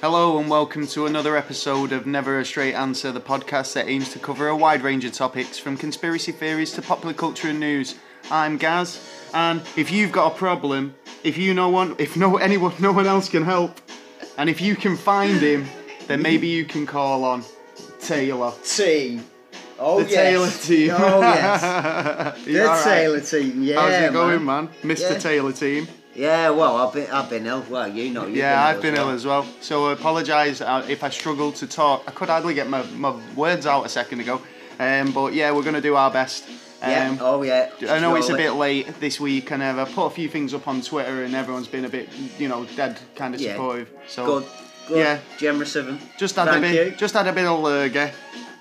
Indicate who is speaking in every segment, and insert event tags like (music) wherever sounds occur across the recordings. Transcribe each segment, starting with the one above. Speaker 1: Hello and welcome to another episode of Never a Straight Answer, the podcast that aims to cover a wide range of topics from conspiracy theories to popular culture and news. I'm Gaz, and if you've got a problem, if you know one, if no anyone, no one else can help, and if you can find him, then maybe you can call on Taylor,
Speaker 2: team. Oh
Speaker 1: the Taylor
Speaker 2: yes.
Speaker 1: team. (laughs)
Speaker 2: Oh yes.
Speaker 1: the
Speaker 2: The Taylor team. Yeah.
Speaker 1: How's it
Speaker 2: man.
Speaker 1: going, man? Mr.
Speaker 2: Yeah.
Speaker 1: Taylor team.
Speaker 2: Yeah. Well, I've been I've been ill. Well, you know. You've
Speaker 1: Yeah, I've
Speaker 2: ill
Speaker 1: been
Speaker 2: as
Speaker 1: ill
Speaker 2: well.
Speaker 1: as well. So I apologise uh, if I struggle to talk. I could hardly get my, my words out a second ago. Um, but yeah, we're going to do our best. Um,
Speaker 2: yeah. Oh yeah.
Speaker 1: I know it's a
Speaker 2: Roll it.
Speaker 1: bit late this week, and uh, I put a few things up on Twitter, and everyone's been a bit, you know, dead kind of
Speaker 2: Yeah.
Speaker 1: supportive. So
Speaker 2: uh, Good. Good.
Speaker 1: Yeah.
Speaker 2: Generous of him.
Speaker 1: just had
Speaker 2: Thank
Speaker 1: a bit,
Speaker 2: you.
Speaker 1: just had a bit of lurgy.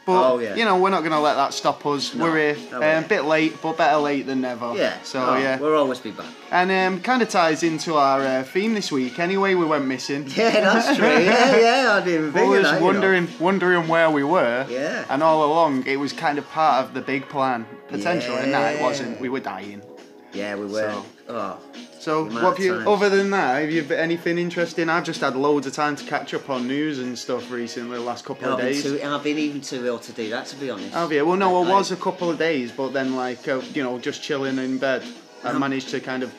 Speaker 1: But
Speaker 2: Oh, yeah.
Speaker 1: you know, we're not going to let that stop us. we're here,
Speaker 2: no
Speaker 1: um,
Speaker 2: way.
Speaker 1: a bit late, but better late than never.
Speaker 2: yeah.
Speaker 1: So
Speaker 2: Oh,
Speaker 1: yeah,
Speaker 2: We'll always be back. (laughs)
Speaker 1: and um, kind of ties into our uh, theme this week. Anyway, we went missing.
Speaker 2: Yeah, that's true. yeah, yeah. I didn't even
Speaker 1: We
Speaker 2: think
Speaker 1: were
Speaker 2: of
Speaker 1: just
Speaker 2: that.
Speaker 1: wondering, wondering where we were.
Speaker 2: Yeah.
Speaker 1: And all along, it was kind of part of the big plan, potentially, and that it
Speaker 2: Yeah.
Speaker 1: wasn't. We were dying.
Speaker 2: You know. Yeah, we were.
Speaker 1: So-
Speaker 2: Oh.
Speaker 1: So,
Speaker 2: The
Speaker 1: what
Speaker 2: amount
Speaker 1: have
Speaker 2: of
Speaker 1: you?
Speaker 2: times.
Speaker 1: Other than that, have you been- anything interesting? I've just had loads of time to catch up on news and stuff recently, the last couple
Speaker 2: I've
Speaker 1: of
Speaker 2: been,
Speaker 1: days.
Speaker 2: too, I've been even too ill to do that, to be honest.
Speaker 1: Have you? Well, no, I
Speaker 2: I-
Speaker 1: was a couple of days, but then like uh, you know, just chilling in bed, I
Speaker 2: Um,
Speaker 1: managed to kind of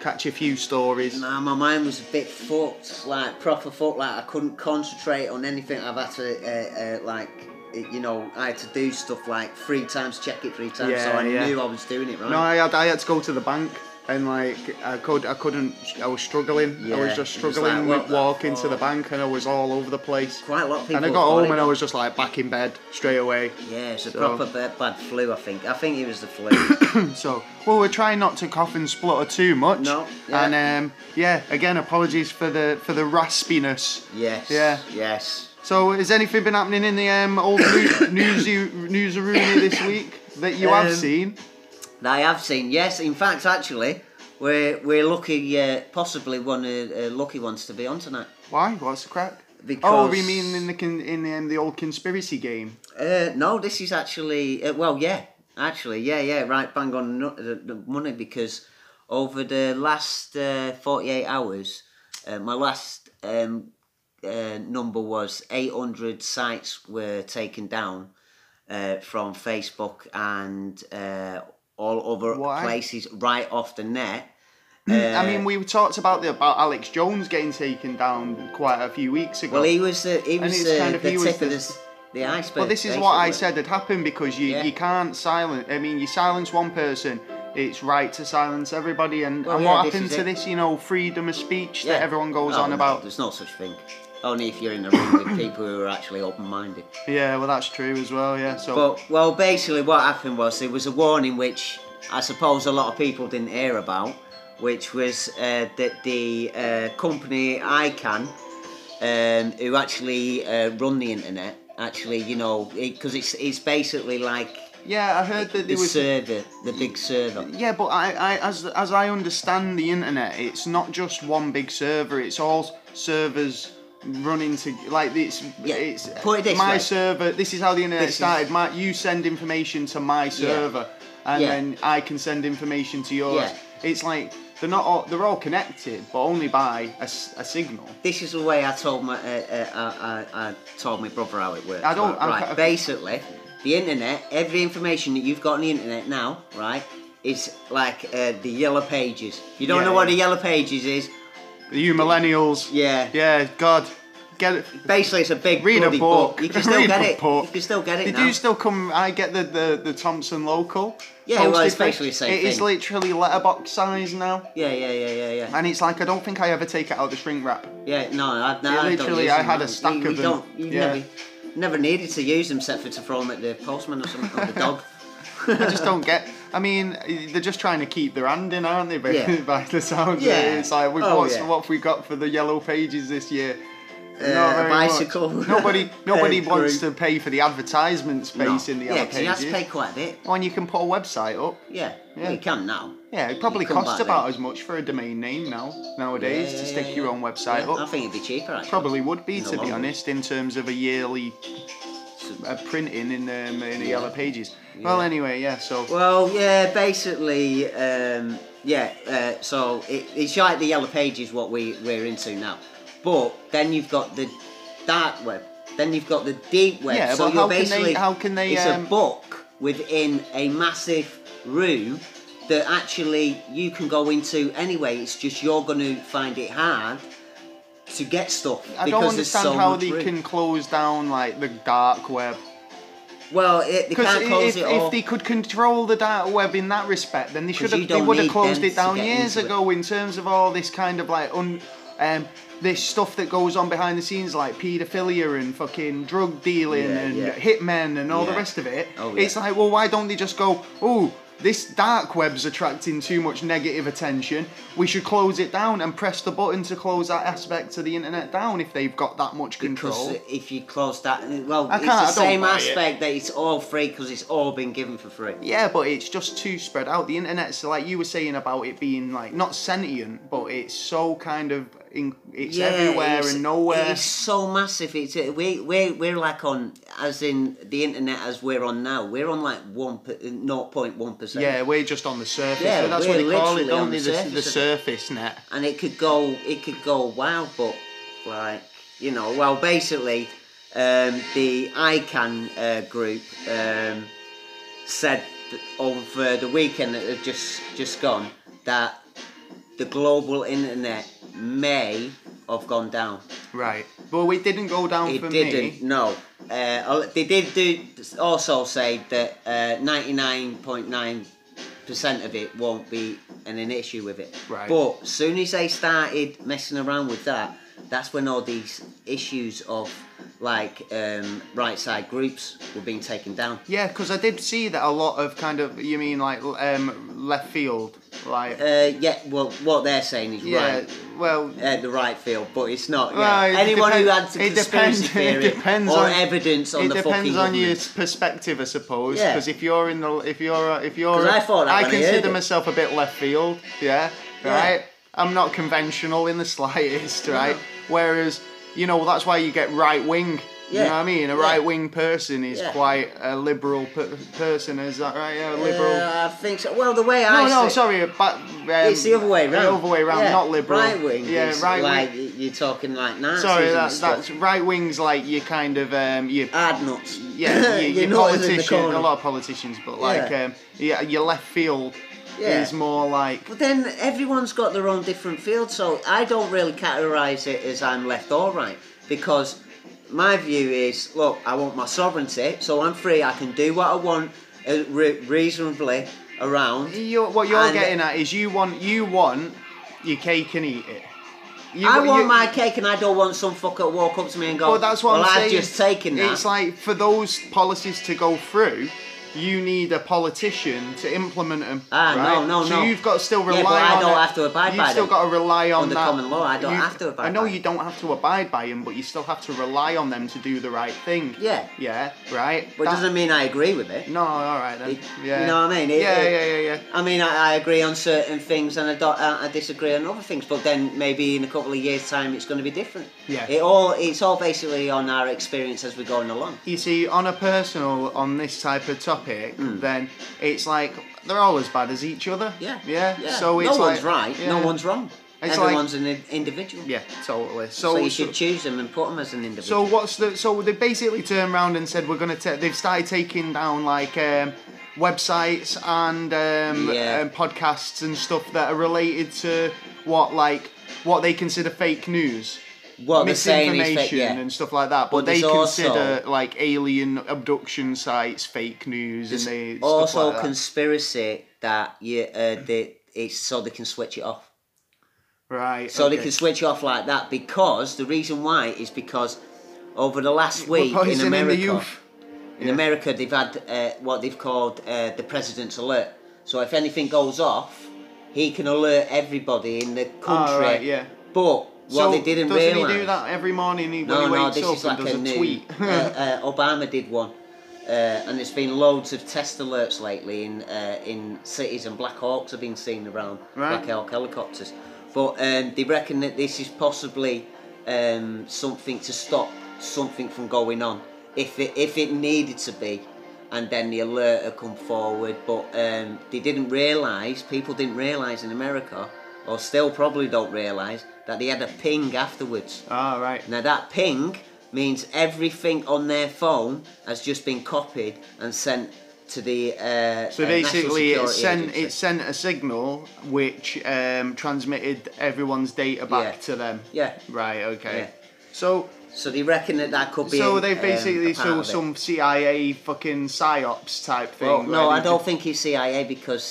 Speaker 1: catch a few stories.
Speaker 2: Nah, my mind was a bit fucked, like proper fucked. Like I couldn't concentrate on anything. I've had to, uh, uh, like, it- you know, I had to do stuff like three times, check it three times, so
Speaker 1: Yeah,
Speaker 2: I
Speaker 1: yeah.
Speaker 2: knew I was doing it right.
Speaker 1: No, I had, I had to go to the bank and like I could I couldn't I was struggling. I was
Speaker 2: Yeah,
Speaker 1: just
Speaker 2: it was
Speaker 1: struggling
Speaker 2: like, what
Speaker 1: with
Speaker 2: the
Speaker 1: walking to the
Speaker 2: fuck?
Speaker 1: bank and I was all over the place.
Speaker 2: Quite a lot of people.
Speaker 1: And I got home and I was just like back in bed straight away. (clears throat)
Speaker 2: Yeah, it's a
Speaker 1: So-
Speaker 2: proper bad, bad flu. I think. I think it was the flu.
Speaker 1: (coughs) So well we're trying not to cough and splutter too much.
Speaker 2: No, yeah.
Speaker 1: And um, yeah, again apologies for the for the raspiness.
Speaker 2: yes.
Speaker 1: Yeah.
Speaker 2: Yes.
Speaker 1: So has anything been happening in the um, old (coughs) news newsroom this week that you have
Speaker 2: Um,
Speaker 1: seen?
Speaker 2: That I have seen. Yes. In fact, actually, we're we're lucky. Uh, possibly one of uh, lucky ones to be on tonight.
Speaker 1: Why? What's the crack? Oh,
Speaker 2: Because-
Speaker 1: we mean in the con- in um, the old conspiracy game.
Speaker 2: Uh, no, this is actually uh, well, yeah, actually, yeah, yeah, right, bang on nu- the, the money because over the last uh, forty-eight hours, uh, my last um, uh, number was eight hundred sites were taken down uh, from Facebook and uh, all other
Speaker 1: Why?
Speaker 2: places right off the net.
Speaker 1: I mean, we talked about the about Alex Jones getting taken down quite a few weeks ago.
Speaker 2: Well, he was the he was
Speaker 1: it's
Speaker 2: the,
Speaker 1: kind of-
Speaker 2: the
Speaker 1: he
Speaker 2: tip
Speaker 1: was
Speaker 2: of
Speaker 1: the-
Speaker 2: this, the iceberg.
Speaker 1: Well, this is what I
Speaker 2: basically.
Speaker 1: said had happened because you,
Speaker 2: Yeah.
Speaker 1: you can't silence. I mean, you silence one person, it's right to silence everybody. And,
Speaker 2: Well,
Speaker 1: and
Speaker 2: yeah,
Speaker 1: what
Speaker 2: this
Speaker 1: happened
Speaker 2: is
Speaker 1: to
Speaker 2: it.
Speaker 1: this, you know, freedom of speech that
Speaker 2: Yeah.
Speaker 1: everyone goes
Speaker 2: Oh,
Speaker 1: on
Speaker 2: no,
Speaker 1: about?
Speaker 2: There's no such thing. Only if you're in a room
Speaker 1: (coughs)
Speaker 2: with people who are actually open-minded.
Speaker 1: Yeah, well, that's true as well. Yeah. So
Speaker 2: But well, basically, what happened was there was a warning which I suppose a lot of people didn't hear about, which was uh, that the uh, company ICANN, um, who actually uh, run the internet, actually, you know, because it's it's basically like
Speaker 1: yeah, I heard that
Speaker 2: the
Speaker 1: there was.
Speaker 2: server, the big server.
Speaker 1: Yeah, but I, I, as as I understand the internet, it's not just one big server. It's all servers running to like it's
Speaker 2: Yeah,
Speaker 1: it's
Speaker 2: put it this
Speaker 1: my
Speaker 2: way.
Speaker 1: server. This is how the internet
Speaker 2: This is-
Speaker 1: started. My, you send information to my server, and
Speaker 2: Yeah.
Speaker 1: then I can send information to yours.
Speaker 2: Yeah.
Speaker 1: It's like they're not all, they're all connected, but only by a, s- a signal.
Speaker 2: This is the way I told my uh, uh, I, I, I told my brother how it works.
Speaker 1: I don't-
Speaker 2: Right,
Speaker 1: I'm
Speaker 2: right.
Speaker 1: ca-
Speaker 2: Basically, the internet, every information that you've got on the internet now, right, is like uh, the yellow pages. If you don't
Speaker 1: Yeah,
Speaker 2: know what
Speaker 1: yeah.
Speaker 2: a yellow pages is,
Speaker 1: You millennials.
Speaker 2: yeah.
Speaker 1: Yeah. God, get it.
Speaker 2: Basically, it's a big
Speaker 1: Read a
Speaker 2: bloody
Speaker 1: book.
Speaker 2: You can still
Speaker 1: (laughs) Read
Speaker 2: get
Speaker 1: a
Speaker 2: it.
Speaker 1: book.
Speaker 2: You can still get it
Speaker 1: They
Speaker 2: now.
Speaker 1: do still come. I get the the, the Thompson local.
Speaker 2: Yeah, well, it's
Speaker 1: postage.
Speaker 2: basically the same
Speaker 1: It is
Speaker 2: thing.
Speaker 1: literally letterbox size now,
Speaker 2: yeah, yeah, yeah, yeah, yeah.
Speaker 1: and it's like I don't think I ever take it out of the shrink wrap.
Speaker 2: Yeah, no, I, no,
Speaker 1: Yeah,
Speaker 2: I don't
Speaker 1: literally,
Speaker 2: use
Speaker 1: I
Speaker 2: them,
Speaker 1: had a
Speaker 2: no.
Speaker 1: stack
Speaker 2: you,
Speaker 1: of
Speaker 2: you
Speaker 1: them.
Speaker 2: Don't, you
Speaker 1: Yeah.
Speaker 2: never, never needed to use them except for to throw them at the postman or something or
Speaker 1: (laughs)
Speaker 2: the dog.
Speaker 1: I just don't get. I mean, they're just trying to keep their hand in, aren't they? By,
Speaker 2: Yeah.
Speaker 1: (laughs) by the sound, of it.
Speaker 2: Yeah.
Speaker 1: it's like we,
Speaker 2: Oh,
Speaker 1: what's,
Speaker 2: yeah.
Speaker 1: what have we got for the yellow pages this year? Not
Speaker 2: a
Speaker 1: very much.
Speaker 2: bicycle. (laughs)
Speaker 1: Nobody, nobody
Speaker 2: Very
Speaker 1: wants
Speaker 2: true.
Speaker 1: to pay for the advertisement space
Speaker 2: No.
Speaker 1: in the
Speaker 2: yeah,
Speaker 1: yellow
Speaker 2: 'cause you have
Speaker 1: pages.
Speaker 2: to pay quite a bit.
Speaker 1: When you can put a website up,
Speaker 2: Yeah,
Speaker 1: Yeah.
Speaker 2: well, you can now.
Speaker 1: Yeah, it probably
Speaker 2: come
Speaker 1: costs
Speaker 2: back
Speaker 1: about
Speaker 2: then.
Speaker 1: as much for a domain name now nowadays
Speaker 2: Yeah,
Speaker 1: to
Speaker 2: yeah,
Speaker 1: stick
Speaker 2: yeah,
Speaker 1: your
Speaker 2: yeah.
Speaker 1: own website
Speaker 2: Yeah, I
Speaker 1: up.
Speaker 2: think it'd be cheaper actually.
Speaker 1: Probably would be
Speaker 2: In the
Speaker 1: to be
Speaker 2: long run.
Speaker 1: honest in terms of a yearly a printing in the, in the yellow pages. Well, anyway, yeah. So
Speaker 2: Well, yeah, basically, um, yeah. Uh, so it, it's like the yellow page is what we we're into now, but then you've got the dark web, then you've got the deep web.
Speaker 1: Yeah,
Speaker 2: so
Speaker 1: but
Speaker 2: you're
Speaker 1: how can they-
Speaker 2: basically
Speaker 1: how can they,
Speaker 2: It's
Speaker 1: um,
Speaker 2: a book within a massive room that actually you can go into anyway. It's just you're going to find it hard to get stuff
Speaker 1: I don't
Speaker 2: because there's
Speaker 1: understand
Speaker 2: so
Speaker 1: how
Speaker 2: much
Speaker 1: they
Speaker 2: room.
Speaker 1: can close down like the dark web.
Speaker 2: Well, it, they
Speaker 1: Because
Speaker 2: can't close
Speaker 1: if,
Speaker 2: it
Speaker 1: if
Speaker 2: off.
Speaker 1: they could control the dark web in that respect, then they should
Speaker 2: you
Speaker 1: have they
Speaker 2: don't
Speaker 1: would have
Speaker 2: need
Speaker 1: closed
Speaker 2: them
Speaker 1: it
Speaker 2: to
Speaker 1: down
Speaker 2: get
Speaker 1: years
Speaker 2: into it.
Speaker 1: ago in terms of all this kind of like un, um, this stuff that goes on behind the scenes like paedophilia and fucking drug dealing
Speaker 2: Yeah,
Speaker 1: and
Speaker 2: yeah.
Speaker 1: hitmen and all the
Speaker 2: Yeah.
Speaker 1: rest of it.
Speaker 2: Oh,
Speaker 1: It's
Speaker 2: yeah.
Speaker 1: like, well, why don't they just go, oh, this dark web's attracting too much negative attention. We should close it down and press the button to close that aspect of the internet down if they've got that much control.
Speaker 2: Because if you close that, well,
Speaker 1: I
Speaker 2: it's
Speaker 1: can't- I
Speaker 2: the
Speaker 1: don't
Speaker 2: same
Speaker 1: buy it.
Speaker 2: aspect that it's all free because it's all been given for free.
Speaker 1: Yeah, but it's just too spread out. The internet's like you were saying about it being like not sentient, but it's so kind of in, it's everywhere
Speaker 2: it's-
Speaker 1: and nowhere.
Speaker 2: It's so massive. It's uh, we we we're like on as in the internet as we're on now. We're on like one uh, zero point one percent.
Speaker 1: Yeah, we're just on the surface.
Speaker 2: Yeah,
Speaker 1: so that's what
Speaker 2: we're
Speaker 1: they call it,
Speaker 2: literally
Speaker 1: don't
Speaker 2: on
Speaker 1: they?
Speaker 2: the
Speaker 1: The, the,
Speaker 2: surface
Speaker 1: surface net.
Speaker 2: and it could go it could go wild, but like you know, well, basically, um, the ICANN uh, group um, said th- over the weekend that they've just just gone that the global internet may have gone down.
Speaker 1: Right. But it didn't go down
Speaker 2: It
Speaker 1: for me.
Speaker 2: didn't. No. Uh, al- they did do also say that uh, ninety nine point nine percent of it won't be an, an issue with it.
Speaker 1: Right.
Speaker 2: But soon as they started messing around with that, that's when all these issues of like um, right side groups were being taken down.
Speaker 1: Yeah, because I did see that a lot of kind of you mean like um, left field, like
Speaker 2: Uh, yeah. Well, what they're saying is
Speaker 1: yeah.
Speaker 2: right.
Speaker 1: Well,
Speaker 2: Uh, the right field, but it's not. Yeah.
Speaker 1: Well, it
Speaker 2: Anyone who
Speaker 1: depend-
Speaker 2: adds a
Speaker 1: it
Speaker 2: conspiracy
Speaker 1: depends- (laughs) it
Speaker 2: theory
Speaker 1: depends
Speaker 2: or
Speaker 1: on-
Speaker 2: evidence on
Speaker 1: it
Speaker 2: the fucking
Speaker 1: depends on your
Speaker 2: government.
Speaker 1: perspective, I suppose.
Speaker 2: Yeah.
Speaker 1: Because if you're in the, if you're, if you're,
Speaker 2: 'Cause I thought that
Speaker 1: I
Speaker 2: when I
Speaker 1: consider
Speaker 2: heard it.
Speaker 1: myself a bit left field. Yeah.
Speaker 2: Yeah.
Speaker 1: Right. I'm not conventional in the (laughs) slightest. Right. Whereas, you know, that's why you get right wing. You
Speaker 2: Yeah.
Speaker 1: know what I mean? A
Speaker 2: Yeah.
Speaker 1: right wing person is
Speaker 2: Yeah.
Speaker 1: quite a liberal per- person. Is that right? Yeah, liberal.
Speaker 2: Uh, I think so. Well, the way
Speaker 1: no,
Speaker 2: I
Speaker 1: no,
Speaker 2: see-
Speaker 1: sorry. But, um,
Speaker 2: it's the other way round.
Speaker 1: The other way round,
Speaker 2: Yeah,
Speaker 1: not liberal.
Speaker 2: Right wing.
Speaker 1: Yeah,
Speaker 2: is
Speaker 1: right
Speaker 2: Like
Speaker 1: wing.
Speaker 2: y- you're talking like Nazis.
Speaker 1: Sorry,
Speaker 2: and
Speaker 1: that,
Speaker 2: stuff. Ah,
Speaker 1: that's right wing's like your kind of um, your
Speaker 2: hard nuts.
Speaker 1: yeah,
Speaker 2: (laughs)
Speaker 1: your,
Speaker 2: You're
Speaker 1: your
Speaker 2: not in the
Speaker 1: politician,
Speaker 2: corner.
Speaker 1: a lot of politicians, but like,
Speaker 2: Yeah.
Speaker 1: um, yeah, your left field
Speaker 2: Yeah.
Speaker 1: is more like,
Speaker 2: But then everyone's got their own different field, so I don't really categorise it as I'm left or right because my view is look, I want my sovereignty, so I'm free. I can do what I want uh, re- reasonably around.
Speaker 1: you're, what you're
Speaker 2: And-
Speaker 1: getting at is you want, you want your cake and eat it. You,
Speaker 2: I want
Speaker 1: you-
Speaker 2: my cake, and I don't want some fucker to walk up to me and go.
Speaker 1: Well, that's what
Speaker 2: well,
Speaker 1: I'm
Speaker 2: have
Speaker 1: saying.
Speaker 2: just taken that.
Speaker 1: It's like for those policies to go through, you need a politician to implement them.
Speaker 2: Ah, no,
Speaker 1: right?
Speaker 2: no,
Speaker 1: so
Speaker 2: no.
Speaker 1: you've got to still
Speaker 2: Yeah,
Speaker 1: rely
Speaker 2: but I
Speaker 1: on
Speaker 2: don't
Speaker 1: it.
Speaker 2: have to abide
Speaker 1: you've
Speaker 2: by
Speaker 1: still
Speaker 2: them.
Speaker 1: got to rely on
Speaker 2: Under
Speaker 1: that.
Speaker 2: common law, I don't
Speaker 1: You-
Speaker 2: have to abide
Speaker 1: I know
Speaker 2: by
Speaker 1: you
Speaker 2: them.
Speaker 1: don't have to abide by them, but you still have to rely on them to do the right thing.
Speaker 2: Yeah.
Speaker 1: Yeah. Right.
Speaker 2: But it
Speaker 1: That-
Speaker 2: doesn't mean I agree with
Speaker 1: (laughs)
Speaker 2: it.
Speaker 1: No, all right then.
Speaker 2: It-
Speaker 1: yeah.
Speaker 2: You know what I mean? It-
Speaker 1: yeah,
Speaker 2: it-
Speaker 1: yeah, yeah, yeah.
Speaker 2: I mean, I, I agree on certain things and I, don't, I, I disagree on other things, but then maybe in a couple of years' time it's going to be different.
Speaker 1: Yeah.
Speaker 2: It all it's all basically on our experience as we're going along.
Speaker 1: You see, on a personal, on this type of topic, then it's like they're all as bad as each other.
Speaker 2: Hmm. Yeah.
Speaker 1: Yeah. So it's
Speaker 2: no one's
Speaker 1: like-
Speaker 2: right. No
Speaker 1: yeah.
Speaker 2: one's wrong.
Speaker 1: It's like-
Speaker 2: Everyone's an in- individual.
Speaker 1: Yeah, totally. So,
Speaker 2: So, you should choose them and put them as an
Speaker 1: So
Speaker 2: individual.
Speaker 1: what's the? So they basically turned around and said we're gonna. Ta- they've started taking down like um, websites and um,
Speaker 2: Yeah.
Speaker 1: um, podcasts and stuff that are related to what like what they consider fake news,
Speaker 2: what they're saying is that,
Speaker 1: misinformation
Speaker 2: yeah.
Speaker 1: and stuff like that. But,
Speaker 2: But
Speaker 1: they
Speaker 2: there's also-
Speaker 1: consider like alien abduction sites fake news and they stuff
Speaker 2: also
Speaker 1: like that.
Speaker 2: conspiracy that you uh, they, it's so they can switch it off.
Speaker 1: right.
Speaker 2: So they
Speaker 1: okay.
Speaker 2: can switch off like that because the reason why is because over the last week
Speaker 1: We're
Speaker 2: in
Speaker 1: poisoning
Speaker 2: America,
Speaker 1: the youth.
Speaker 2: in America they've had uh, what they've called uh, the president's alert. So if anything goes off, he can alert everybody in the country.
Speaker 1: Ah, right, yeah.
Speaker 2: But what
Speaker 1: so
Speaker 2: they didn't
Speaker 1: doesn't
Speaker 2: realize.
Speaker 1: he do that every morning? He,
Speaker 2: No,
Speaker 1: when he
Speaker 2: no,
Speaker 1: wakes
Speaker 2: this
Speaker 1: up
Speaker 2: is like
Speaker 1: and
Speaker 2: a
Speaker 1: does
Speaker 2: new.
Speaker 1: tweet. (laughs)
Speaker 2: uh, uh, Obama did one, uh, and there's been loads of test alerts lately in uh, in cities, and Black Hawks have been seen around
Speaker 1: Right.
Speaker 2: Black Hawk helicopters. But um, they reckon that this is possibly um, something to stop something from going on if it if it needed to be, and then the alert had come forward. But um, they didn't realise. People didn't realise in America, or still probably don't realise that they had a ping afterwards.
Speaker 1: Ah, right.
Speaker 2: Now that ping means everything on their phone has just been copied and sent to the. Uh,
Speaker 1: So
Speaker 2: uh, National
Speaker 1: basically, it
Speaker 2: Security
Speaker 1: sent
Speaker 2: Agency.
Speaker 1: it sent a signal which um, transmitted everyone's data back
Speaker 2: Yeah.
Speaker 1: to them.
Speaker 2: Yeah.
Speaker 1: Right. Okay.
Speaker 2: Yeah.
Speaker 1: So
Speaker 2: So they reckon that that could be.
Speaker 1: so
Speaker 2: an-
Speaker 1: they
Speaker 2: um,
Speaker 1: basically
Speaker 2: a part
Speaker 1: so
Speaker 2: of it.
Speaker 1: some CIA fucking psyops type thing.
Speaker 2: Well, no,
Speaker 1: where
Speaker 2: I
Speaker 1: they
Speaker 2: don't think he's CIA because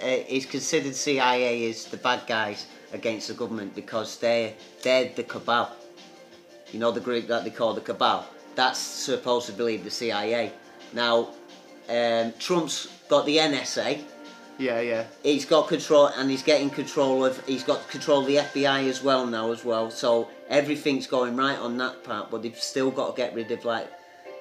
Speaker 2: uh, he's considered CIA is the bad guys against the government because they they're the cabal. You know the group that they call the cabal. That's supposed to be the CIA. Now, um, Trump's got the NSA.
Speaker 1: did- Yeah. Yeah.
Speaker 2: He's got control, and he's getting control of. He's got control of the FBI as well now, as well. So everything's going right on that part, but they've still got to get rid of like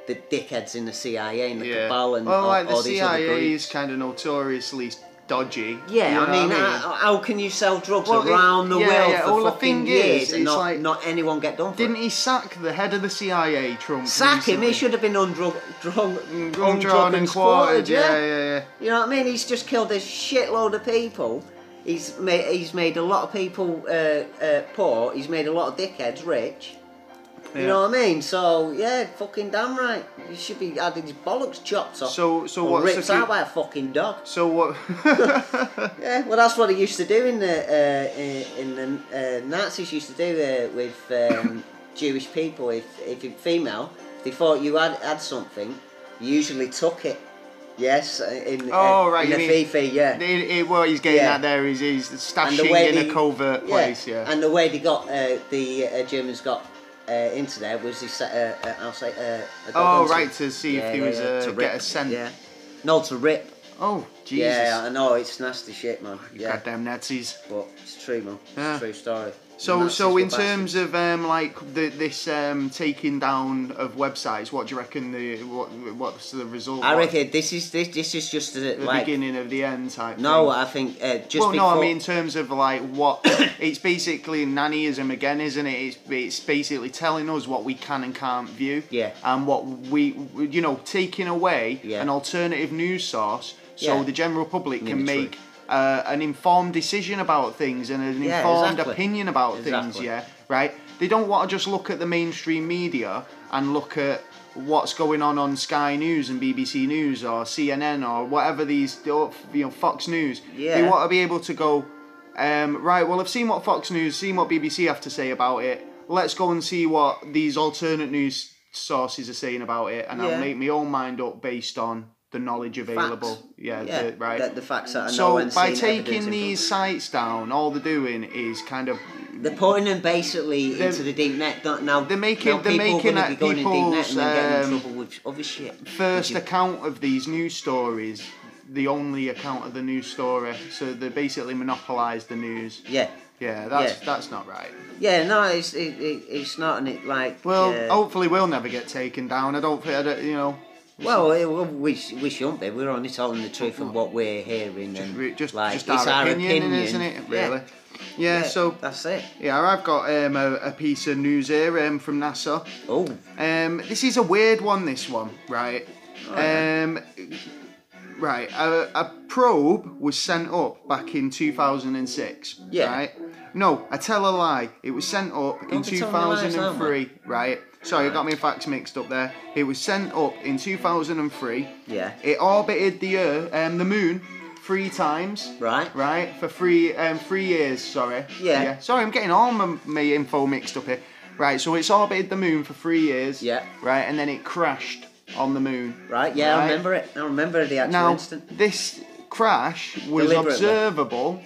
Speaker 2: the dickheads in the CIA and the
Speaker 1: Yeah.
Speaker 2: cabal and
Speaker 1: well,
Speaker 2: all,
Speaker 1: like the
Speaker 2: all these other groups.
Speaker 1: CIA is kind of notoriously dodgy.
Speaker 2: Yeah,
Speaker 1: you know
Speaker 2: I mean,
Speaker 1: what
Speaker 2: How, how can you sell drugs
Speaker 1: Well, it-
Speaker 2: around the
Speaker 1: yeah,
Speaker 2: world
Speaker 1: yeah,
Speaker 2: for
Speaker 1: well, the
Speaker 2: fucking
Speaker 1: thing
Speaker 2: years
Speaker 1: is,
Speaker 2: and
Speaker 1: it's
Speaker 2: not,
Speaker 1: like-
Speaker 2: not anyone get done for
Speaker 1: Didn't
Speaker 2: it?
Speaker 1: he sack the head of the CIA, Trump?
Speaker 2: Sack him. He
Speaker 1: recently?
Speaker 2: should have been undrug, drug,
Speaker 1: Undrawn
Speaker 2: undrug
Speaker 1: and
Speaker 2: quartered,
Speaker 1: quartered, yeah, yeah, yeah.
Speaker 2: You know what I mean? He's just killed a shitload of people. He's made, he's made a lot of people uh, uh, poor. He's made a lot of dickheads rich. You
Speaker 1: Yeah.
Speaker 2: know what I mean? So yeah, fucking damn right. He should be had his bollocks chopped off.
Speaker 1: So- so
Speaker 2: or
Speaker 1: what's the
Speaker 2: ripped
Speaker 1: fu-
Speaker 2: out by a fucking dog.
Speaker 1: So what?
Speaker 2: (laughs)
Speaker 1: (laughs)
Speaker 2: Yeah, well, that's what they used to do in the uh, uh, in the uh, Nazis used to do uh, with um, (coughs) Jewish people. If if you're female, if they thought you had had something, you usually took it. Yes, uh, in uh,
Speaker 1: Oh, right,
Speaker 2: in
Speaker 1: you
Speaker 2: the
Speaker 1: mean-
Speaker 2: Fifi, yeah.
Speaker 1: it, it, what he's getting
Speaker 2: Yeah.
Speaker 1: at there is he's
Speaker 2: And
Speaker 1: stashing in
Speaker 2: they-
Speaker 1: a covert place. Yeah.
Speaker 2: And the way they got uh, the uh, Germans got uh, into there was they set uh, uh, I'll say uh, a gun
Speaker 1: oh
Speaker 2: onto-
Speaker 1: right, to see
Speaker 2: Yeah,
Speaker 1: if he
Speaker 2: yeah,
Speaker 1: was
Speaker 2: yeah,
Speaker 1: uh,
Speaker 2: to
Speaker 1: get
Speaker 2: rip,
Speaker 1: a scent.
Speaker 2: Yeah, no, to rip.
Speaker 1: Oh Jesus!
Speaker 2: Yeah, I know it's nasty shit, man. Yeah.
Speaker 1: Goddamn Nazis.
Speaker 2: But it's true, man. It's
Speaker 1: Yeah.
Speaker 2: a true story.
Speaker 1: So,
Speaker 2: Nazis
Speaker 1: so
Speaker 2: were
Speaker 1: in
Speaker 2: bastards.
Speaker 1: terms of um, like the, this um, taking down of websites, what do you reckon the what what's the result?
Speaker 2: I
Speaker 1: What-
Speaker 2: reckon this is this this is just a,
Speaker 1: the
Speaker 2: like
Speaker 1: beginning of the end type.
Speaker 2: no,
Speaker 1: thing.
Speaker 2: I think uh, just
Speaker 1: well, no, I
Speaker 2: before-
Speaker 1: mean in terms of like what (coughs) it's basically nannyism again, isn't it? It's it's basically telling us what we can and can't view.
Speaker 2: Yeah.
Speaker 1: And what we you know taking away
Speaker 2: Yeah.
Speaker 1: an alternative news source so
Speaker 2: Yeah.
Speaker 1: the general public
Speaker 2: Minute
Speaker 1: can
Speaker 2: true.
Speaker 1: make. Uh, an informed decision about things and an
Speaker 2: Yeah,
Speaker 1: informed
Speaker 2: exactly.
Speaker 1: opinion about things,
Speaker 2: Exactly.
Speaker 1: yeah, right? They don't want to just look at the mainstream media and look at what's going on on Sky News and BBC News or CNN or whatever these, you know, Fox News. They
Speaker 2: Yeah.
Speaker 1: want to be able to go, um, right, well, I've seen what Fox News, seen what BBC have to say about it. Let's go and see what these alternate news sources are saying about it, and I'll
Speaker 2: Yeah.
Speaker 1: make my own mind up based on the knowledge available.
Speaker 2: Facts.
Speaker 1: Yeah,
Speaker 2: yeah,
Speaker 1: the- right.
Speaker 2: that the facts that are known
Speaker 1: so
Speaker 2: and
Speaker 1: by
Speaker 2: seen evidence
Speaker 1: taking
Speaker 2: in
Speaker 1: these sites down, all they're doing is kind of
Speaker 2: front- they're putting them basically
Speaker 1: They're-
Speaker 2: into the deep net. don't- Now
Speaker 1: they're making-
Speaker 2: now
Speaker 1: they're
Speaker 2: people
Speaker 1: making
Speaker 2: are
Speaker 1: at
Speaker 2: gonna be going in deep net
Speaker 1: people's,
Speaker 2: and then getting
Speaker 1: um,
Speaker 2: in trouble with other shit.
Speaker 1: first
Speaker 2: Which is-
Speaker 1: account of these news stories, the only account of the news story. So they basically monopolise the news.
Speaker 2: yeah,
Speaker 1: Yeah, that's
Speaker 2: Yeah.
Speaker 1: that's not right.
Speaker 2: yeah, no, it's it, it, it's not, and it like
Speaker 1: Well, oh,
Speaker 2: uh,
Speaker 1: hopefully we'll never get taken down. I don't think I don't, you know.
Speaker 2: Well, eh, well, we sh- we shouldn't be. We're only telling the truth of what we're hearing, and
Speaker 1: re- just
Speaker 2: like
Speaker 1: just
Speaker 2: it's
Speaker 1: our,
Speaker 2: our
Speaker 1: opinion, isn't it?
Speaker 2: Yeah.
Speaker 1: Really. Yeah.
Speaker 2: Yeah,
Speaker 1: so
Speaker 2: that's it.
Speaker 1: yeah, I've got um, a, a piece of news here um, from NASA.
Speaker 2: Oh,
Speaker 1: Um, this is a weird one. This one, right?
Speaker 2: yeah.
Speaker 1: um, right. A, a probe was sent up back in 2006.
Speaker 2: Yeah.
Speaker 1: Right. No, I tell a lie. It was sent up in
Speaker 2: Don't be telling me lies, aren't we?
Speaker 1: 2003. Right. Sorry, I got my facts mixed up there. It was sent up in 2003.
Speaker 2: Yeah.
Speaker 1: It orbited the Earth, um, the Moon, three times.
Speaker 2: Right.
Speaker 1: Right. For three, um, three years. Sorry.
Speaker 2: Yeah.
Speaker 1: Sorry, I'm getting all my, my info mixed up here. Right. So it's orbited the Moon for three years.
Speaker 2: Yeah.
Speaker 1: Right, and then it crashed on the Moon.
Speaker 2: Right, yeah,
Speaker 1: Right.
Speaker 2: I remember it. I remember the actual
Speaker 1: Now
Speaker 2: instant.
Speaker 1: this crash was
Speaker 2: Deliberately.
Speaker 1: observable.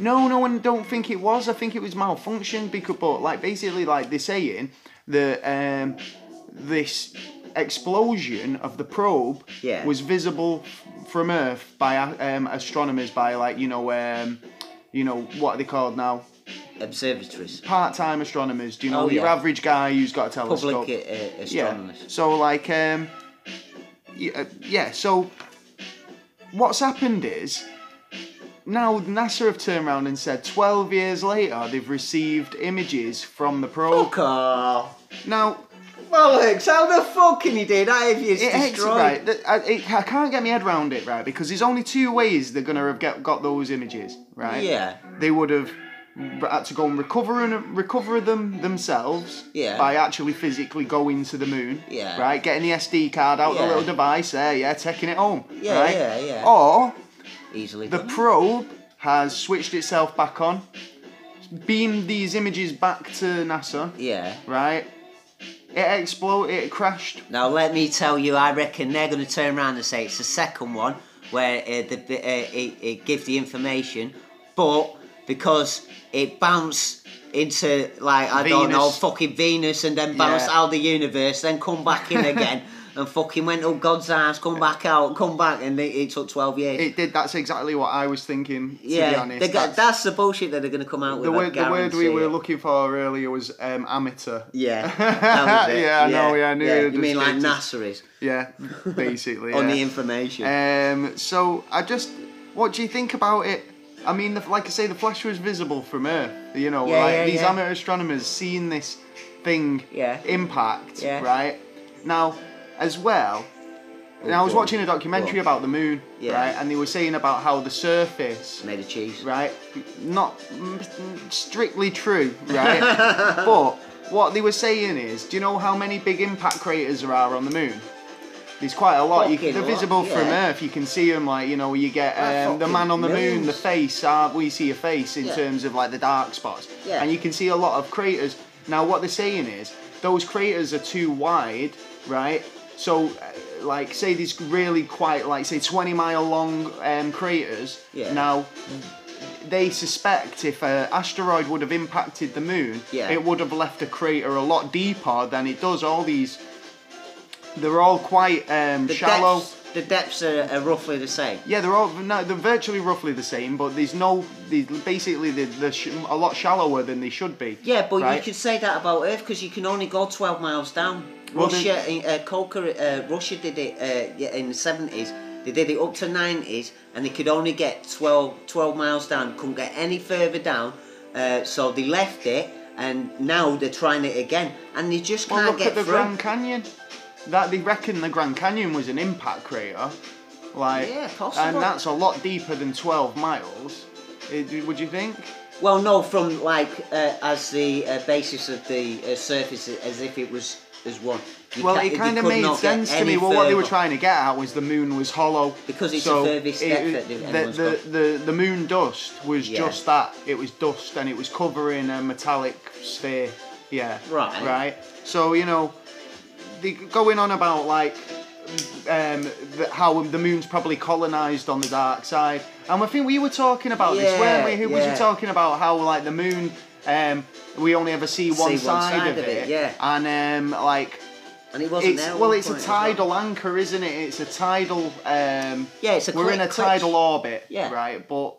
Speaker 1: No, no, and don't think it was. I think it was malfunctioned because, but like basically, like they're saying that um, this explosion of the probe
Speaker 2: Yeah.
Speaker 1: was visible f- from Earth by um, astronomers, by like you know, um, you know what are they called now?
Speaker 2: Observatories.
Speaker 1: Part-time astronomers. Do you know
Speaker 2: Oh,
Speaker 1: your
Speaker 2: yeah.
Speaker 1: average guy who's got a telescope?
Speaker 2: Public uh, astronomers.
Speaker 1: Yeah. So like um yeah, uh, yeah, so what's happened is now NASA have turned around and said 12 years later they've received images from the probe.
Speaker 2: Fuck off.
Speaker 1: Now
Speaker 2: bollocks! How the fuck can you do that if
Speaker 1: It,
Speaker 2: you're
Speaker 1: it's
Speaker 2: destroyed?
Speaker 1: right. th- I, it, I can't get my head around it, right? Because there's only two ways they're gonna have get, got those images, right?
Speaker 2: Yeah.
Speaker 1: They would have r- had to go and recover and recover them themselves.
Speaker 2: Yeah.
Speaker 1: By actually physically going to the moon.
Speaker 2: Yeah.
Speaker 1: Right. Getting the SD card out the
Speaker 2: Yeah.
Speaker 1: little device there. Yeah. Taking it home.
Speaker 2: Yeah,
Speaker 1: right?
Speaker 2: yeah, yeah.
Speaker 1: Or
Speaker 2: Easily.
Speaker 1: the
Speaker 2: done.
Speaker 1: probe has switched itself back on, beamed these images back to NASA.
Speaker 2: yeah.
Speaker 1: Right. It exploded. It crashed.
Speaker 2: Now let me tell you, I reckon they're going to turn around and say it's the second one where uh, the, the, uh, it, it gives the information, but because it bounced into like I don't know
Speaker 1: Venus.
Speaker 2: fucking Venus and then bounced
Speaker 1: Yeah.
Speaker 2: out the universe, then come
Speaker 1: (laughs)
Speaker 2: back in again and fucking went up God's ass, come back out, come back, and it, it took twelve years.
Speaker 1: It did. That's exactly what I was thinking. To
Speaker 2: yeah,
Speaker 1: be honest,
Speaker 2: they got- that's,
Speaker 1: That's-
Speaker 2: the bullshit that they're going to come out with.
Speaker 1: the
Speaker 2: I
Speaker 1: word the word we
Speaker 2: guarantee
Speaker 1: were
Speaker 2: it.
Speaker 1: looking for earlier was um, amateur.
Speaker 2: Yeah,
Speaker 1: (laughs)
Speaker 2: that was it.
Speaker 1: Yeah, I know, yeah, I knew it
Speaker 2: you mean
Speaker 1: just-
Speaker 2: like
Speaker 1: it just-
Speaker 2: NASA is
Speaker 1: Yeah, basically.
Speaker 2: (laughs) on
Speaker 1: yeah.
Speaker 2: the information?
Speaker 1: Um, so I just, what do you think about it? I mean, the, like I say, the flash was visible from Earth. You know,
Speaker 2: Yeah,
Speaker 1: like
Speaker 2: yeah,
Speaker 1: these
Speaker 2: yeah.
Speaker 1: amateur astronomers seeing this thing
Speaker 2: Yeah.
Speaker 1: impact,
Speaker 2: Yeah.
Speaker 1: right? Now, as well, now I was
Speaker 2: Oh, go on,
Speaker 1: watching a documentary
Speaker 2: go on.
Speaker 1: about the moon,
Speaker 2: Yeah.
Speaker 1: right? And they were saying about how the surface
Speaker 2: Made of cheese.
Speaker 1: right? Not mm, strictly true,
Speaker 2: (laughs)
Speaker 1: right? but what they were saying is, do you know how many big impact craters there are on the moon? There's quite a lot. You,
Speaker 2: Fucking
Speaker 1: can- they're
Speaker 2: lot,
Speaker 1: visible from
Speaker 2: yeah.
Speaker 1: Earth. You can see them, like you know, you get
Speaker 2: Like
Speaker 1: um, the
Speaker 2: fucking
Speaker 1: man on the moon,
Speaker 2: millions.
Speaker 1: the face. Uh, we see a face in
Speaker 2: Yeah.
Speaker 1: terms of like the dark spots,
Speaker 2: Yeah.
Speaker 1: and you can see a lot of craters. Now, what they're saying is those craters are too wide, right? So, uh, like, say these really quite, like, say, 20 mile long um, craters.
Speaker 2: Yeah.
Speaker 1: Now, they suspect if an asteroid would have impacted the moon,
Speaker 2: Yeah.
Speaker 1: it would have left a crater a lot deeper than it does. All these, they're all quite um,
Speaker 2: the
Speaker 1: shallow.
Speaker 2: Depths, the depths are, are roughly the same.
Speaker 1: Yeah, they're all no, they're virtually roughly the same, but there's no, they, basically they're, they're sh- a lot shallower than they should be.
Speaker 2: Yeah, but
Speaker 1: right?
Speaker 2: you could say that about Earth because you can only go 12 miles down.
Speaker 1: Well, then-
Speaker 2: Russia, uh, Coca, uh, Russia did it uh, yeah, in the 70s. They did it up to 90s, and they could only get 12, 12 miles down. Couldn't get any further down, uh, so they left it. And now they're trying it again, and they just
Speaker 1: Well,
Speaker 2: can't
Speaker 1: Oh, look
Speaker 2: get
Speaker 1: at the
Speaker 2: through.
Speaker 1: Grand Canyon. That they reckon the Grand Canyon was an impact crater, like,
Speaker 2: Yeah, possible.
Speaker 1: and that's a lot deeper than 12 miles. It- would you think?
Speaker 2: Well, no, from like uh, as the uh, basis of the uh, surface, as if it was as one. You
Speaker 1: Well,
Speaker 2: ca-
Speaker 1: it
Speaker 2: you
Speaker 1: kind of
Speaker 2: could
Speaker 1: made
Speaker 2: not get
Speaker 1: sense to
Speaker 2: any
Speaker 1: me. Well, what they were
Speaker 2: further.
Speaker 1: trying to get at was the moon was hollow.
Speaker 2: Because it's
Speaker 1: so
Speaker 2: the furthest
Speaker 1: it-
Speaker 2: step that they've- everyone's
Speaker 1: the, the, the, the moon dust was
Speaker 2: Yeah.
Speaker 1: just that. It was dust and it was covering a metallic sphere. Yeah.
Speaker 2: Right.
Speaker 1: Right. So, you know, they going on about like um, the, how the moon's probably colonized on the dark side. And I think we were talking about this,
Speaker 2: Yeah,
Speaker 1: weren't we? Who was
Speaker 2: yeah.
Speaker 1: you talking about how like the moon? Um, we only ever see one,
Speaker 2: one
Speaker 1: side,
Speaker 2: side
Speaker 1: of,
Speaker 2: of
Speaker 1: it,
Speaker 2: it, yeah.
Speaker 1: and um, like
Speaker 2: and it wasn't
Speaker 1: it's
Speaker 2: there. at
Speaker 1: well,
Speaker 2: one
Speaker 1: it's a
Speaker 2: point as well.
Speaker 1: tidal anchor, isn't it? It's a tidal. Um,
Speaker 2: Yeah, it's a
Speaker 1: We're
Speaker 2: cli-
Speaker 1: in a
Speaker 2: cliff-
Speaker 1: tidal orbit,
Speaker 2: Yeah.
Speaker 1: right? But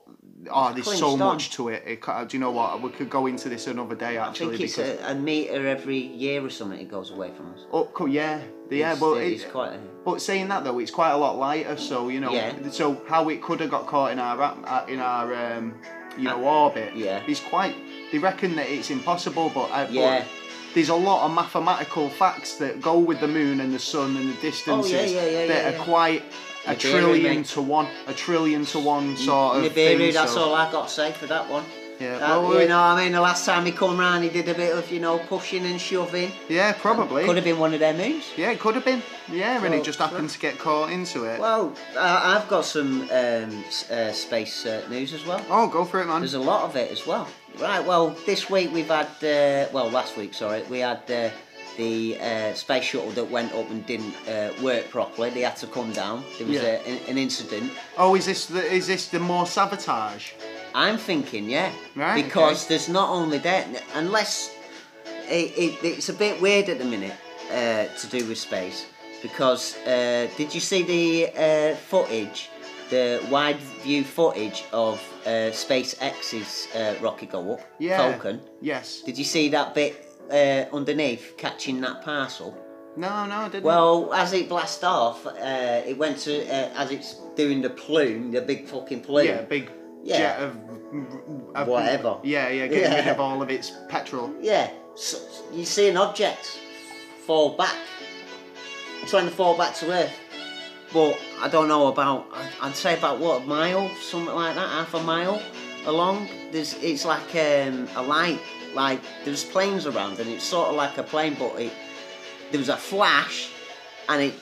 Speaker 1: oh, there's so
Speaker 2: clinched
Speaker 1: much
Speaker 2: on.
Speaker 1: to it. it. ca- Do you know what? We could go into this another day
Speaker 2: I
Speaker 1: actually
Speaker 2: think it's
Speaker 1: because
Speaker 2: a, a meter every year or something. It goes away from us.
Speaker 1: oh, cool, yeah, yeah.
Speaker 2: It's-
Speaker 1: But
Speaker 2: it's
Speaker 1: it-
Speaker 2: quite. A,
Speaker 1: But saying that though, it's quite a lot lighter, so you know,
Speaker 2: Yeah.
Speaker 1: so how it could have got caught in our at- in our um, you know orbit,
Speaker 2: yeah.
Speaker 1: is quite. They reckon that it's impossible, but uh,
Speaker 2: Yeah.
Speaker 1: but there's a lot of mathematical facts that go with the moon and the sun and the distances
Speaker 2: Oh, yeah, yeah,
Speaker 1: that
Speaker 2: yeah,
Speaker 1: are
Speaker 2: yeah.
Speaker 1: quite a
Speaker 2: Nibiru,
Speaker 1: trillion
Speaker 2: mate.
Speaker 1: to one, a trillion to one sort of
Speaker 2: Nibiru,
Speaker 1: thing.
Speaker 2: that's
Speaker 1: so-
Speaker 2: all I got to say for that one.
Speaker 1: Yeah,
Speaker 2: That-
Speaker 1: well,
Speaker 2: you
Speaker 1: we-
Speaker 2: know, what I mean, the last time he come round, he did a bit of you know pushing and shoving.
Speaker 1: Yeah, probably.
Speaker 2: Could have been one of their moons.
Speaker 1: Yeah, it could have been. Yeah, and it
Speaker 2: So-
Speaker 1: just happened to get caught into it.
Speaker 2: Well, I, I've got some um, s- uh, space uh, news as well.
Speaker 1: oh, go for it, man.
Speaker 2: There's a lot of it as well. Right, well, this week we've had, uh, well, last week, sorry, we had uh, the uh, space shuttle that went up and didn't uh, work properly. They had to come down. There was
Speaker 1: Yeah.
Speaker 2: a, an, an incident.
Speaker 1: Oh, is this the, is this the more sabotage?
Speaker 2: I'm thinking, yeah.
Speaker 1: Right,
Speaker 2: Because
Speaker 1: okay.
Speaker 2: there's not only that, unless it, it, it's a bit weird at the minute uh, to do with space. Because uh, did you see the uh, footage, the wide view footage of uh, SpaceX's uh, rocket go up,
Speaker 1: Yeah.
Speaker 2: Falcon?
Speaker 1: Yes.
Speaker 2: Did you see that bit uh, underneath catching that parcel?
Speaker 1: No, no, I didn't.
Speaker 2: Well, as it blasted off, uh, it went to uh, as it's doing the plume, the big fucking plume.
Speaker 1: yeah, big
Speaker 2: Yeah.
Speaker 1: jet of, of
Speaker 2: Whatever.
Speaker 1: Yeah, yeah, getting rid
Speaker 2: Yeah.
Speaker 1: of all of its petrol.
Speaker 2: Yeah, so you see an object fall back, trying to fall back to earth. But I don't know about. I- I'd say about what a mile, something like that, half a mile along. There's it's like um, a light. Like there's planes around, and it's sort of like a plane, but it there was a flash, and it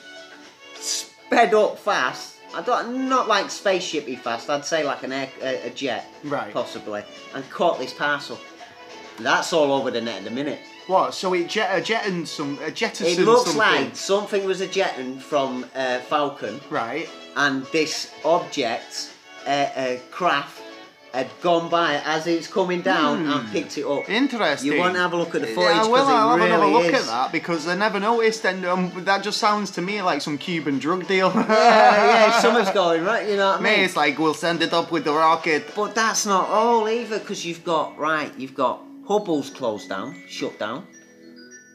Speaker 2: sped up fast. I don't not like spaceshipy fast. I'd say like an air, a, a jet,
Speaker 1: Right.
Speaker 2: Possibly, and caught this parcel. That's all over the net in a minute.
Speaker 1: What? So it jet, uh, jettoned some. Uh, jettisoned
Speaker 2: It looks
Speaker 1: something.
Speaker 2: like something was jetting from uh, Falcon,
Speaker 1: Right.
Speaker 2: and this object, uh, uh, craft, had gone by as it's coming down and picked it up.
Speaker 1: Hmm. Interesting.
Speaker 2: You want to have a look at the footage?
Speaker 1: Yeah, I will.
Speaker 2: 'cause it
Speaker 1: I'll have another
Speaker 2: really
Speaker 1: look
Speaker 2: is.
Speaker 1: at that because I never noticed, and um, that just sounds to me like some Cuban drug deal. (laughs)
Speaker 2: Yeah, yeah, something's going right. You know what I mean?
Speaker 1: Mate, it's like we'll send it up with the rocket.
Speaker 2: But that's not all either, because you've got right, you've got Hubble's closed down, shut down.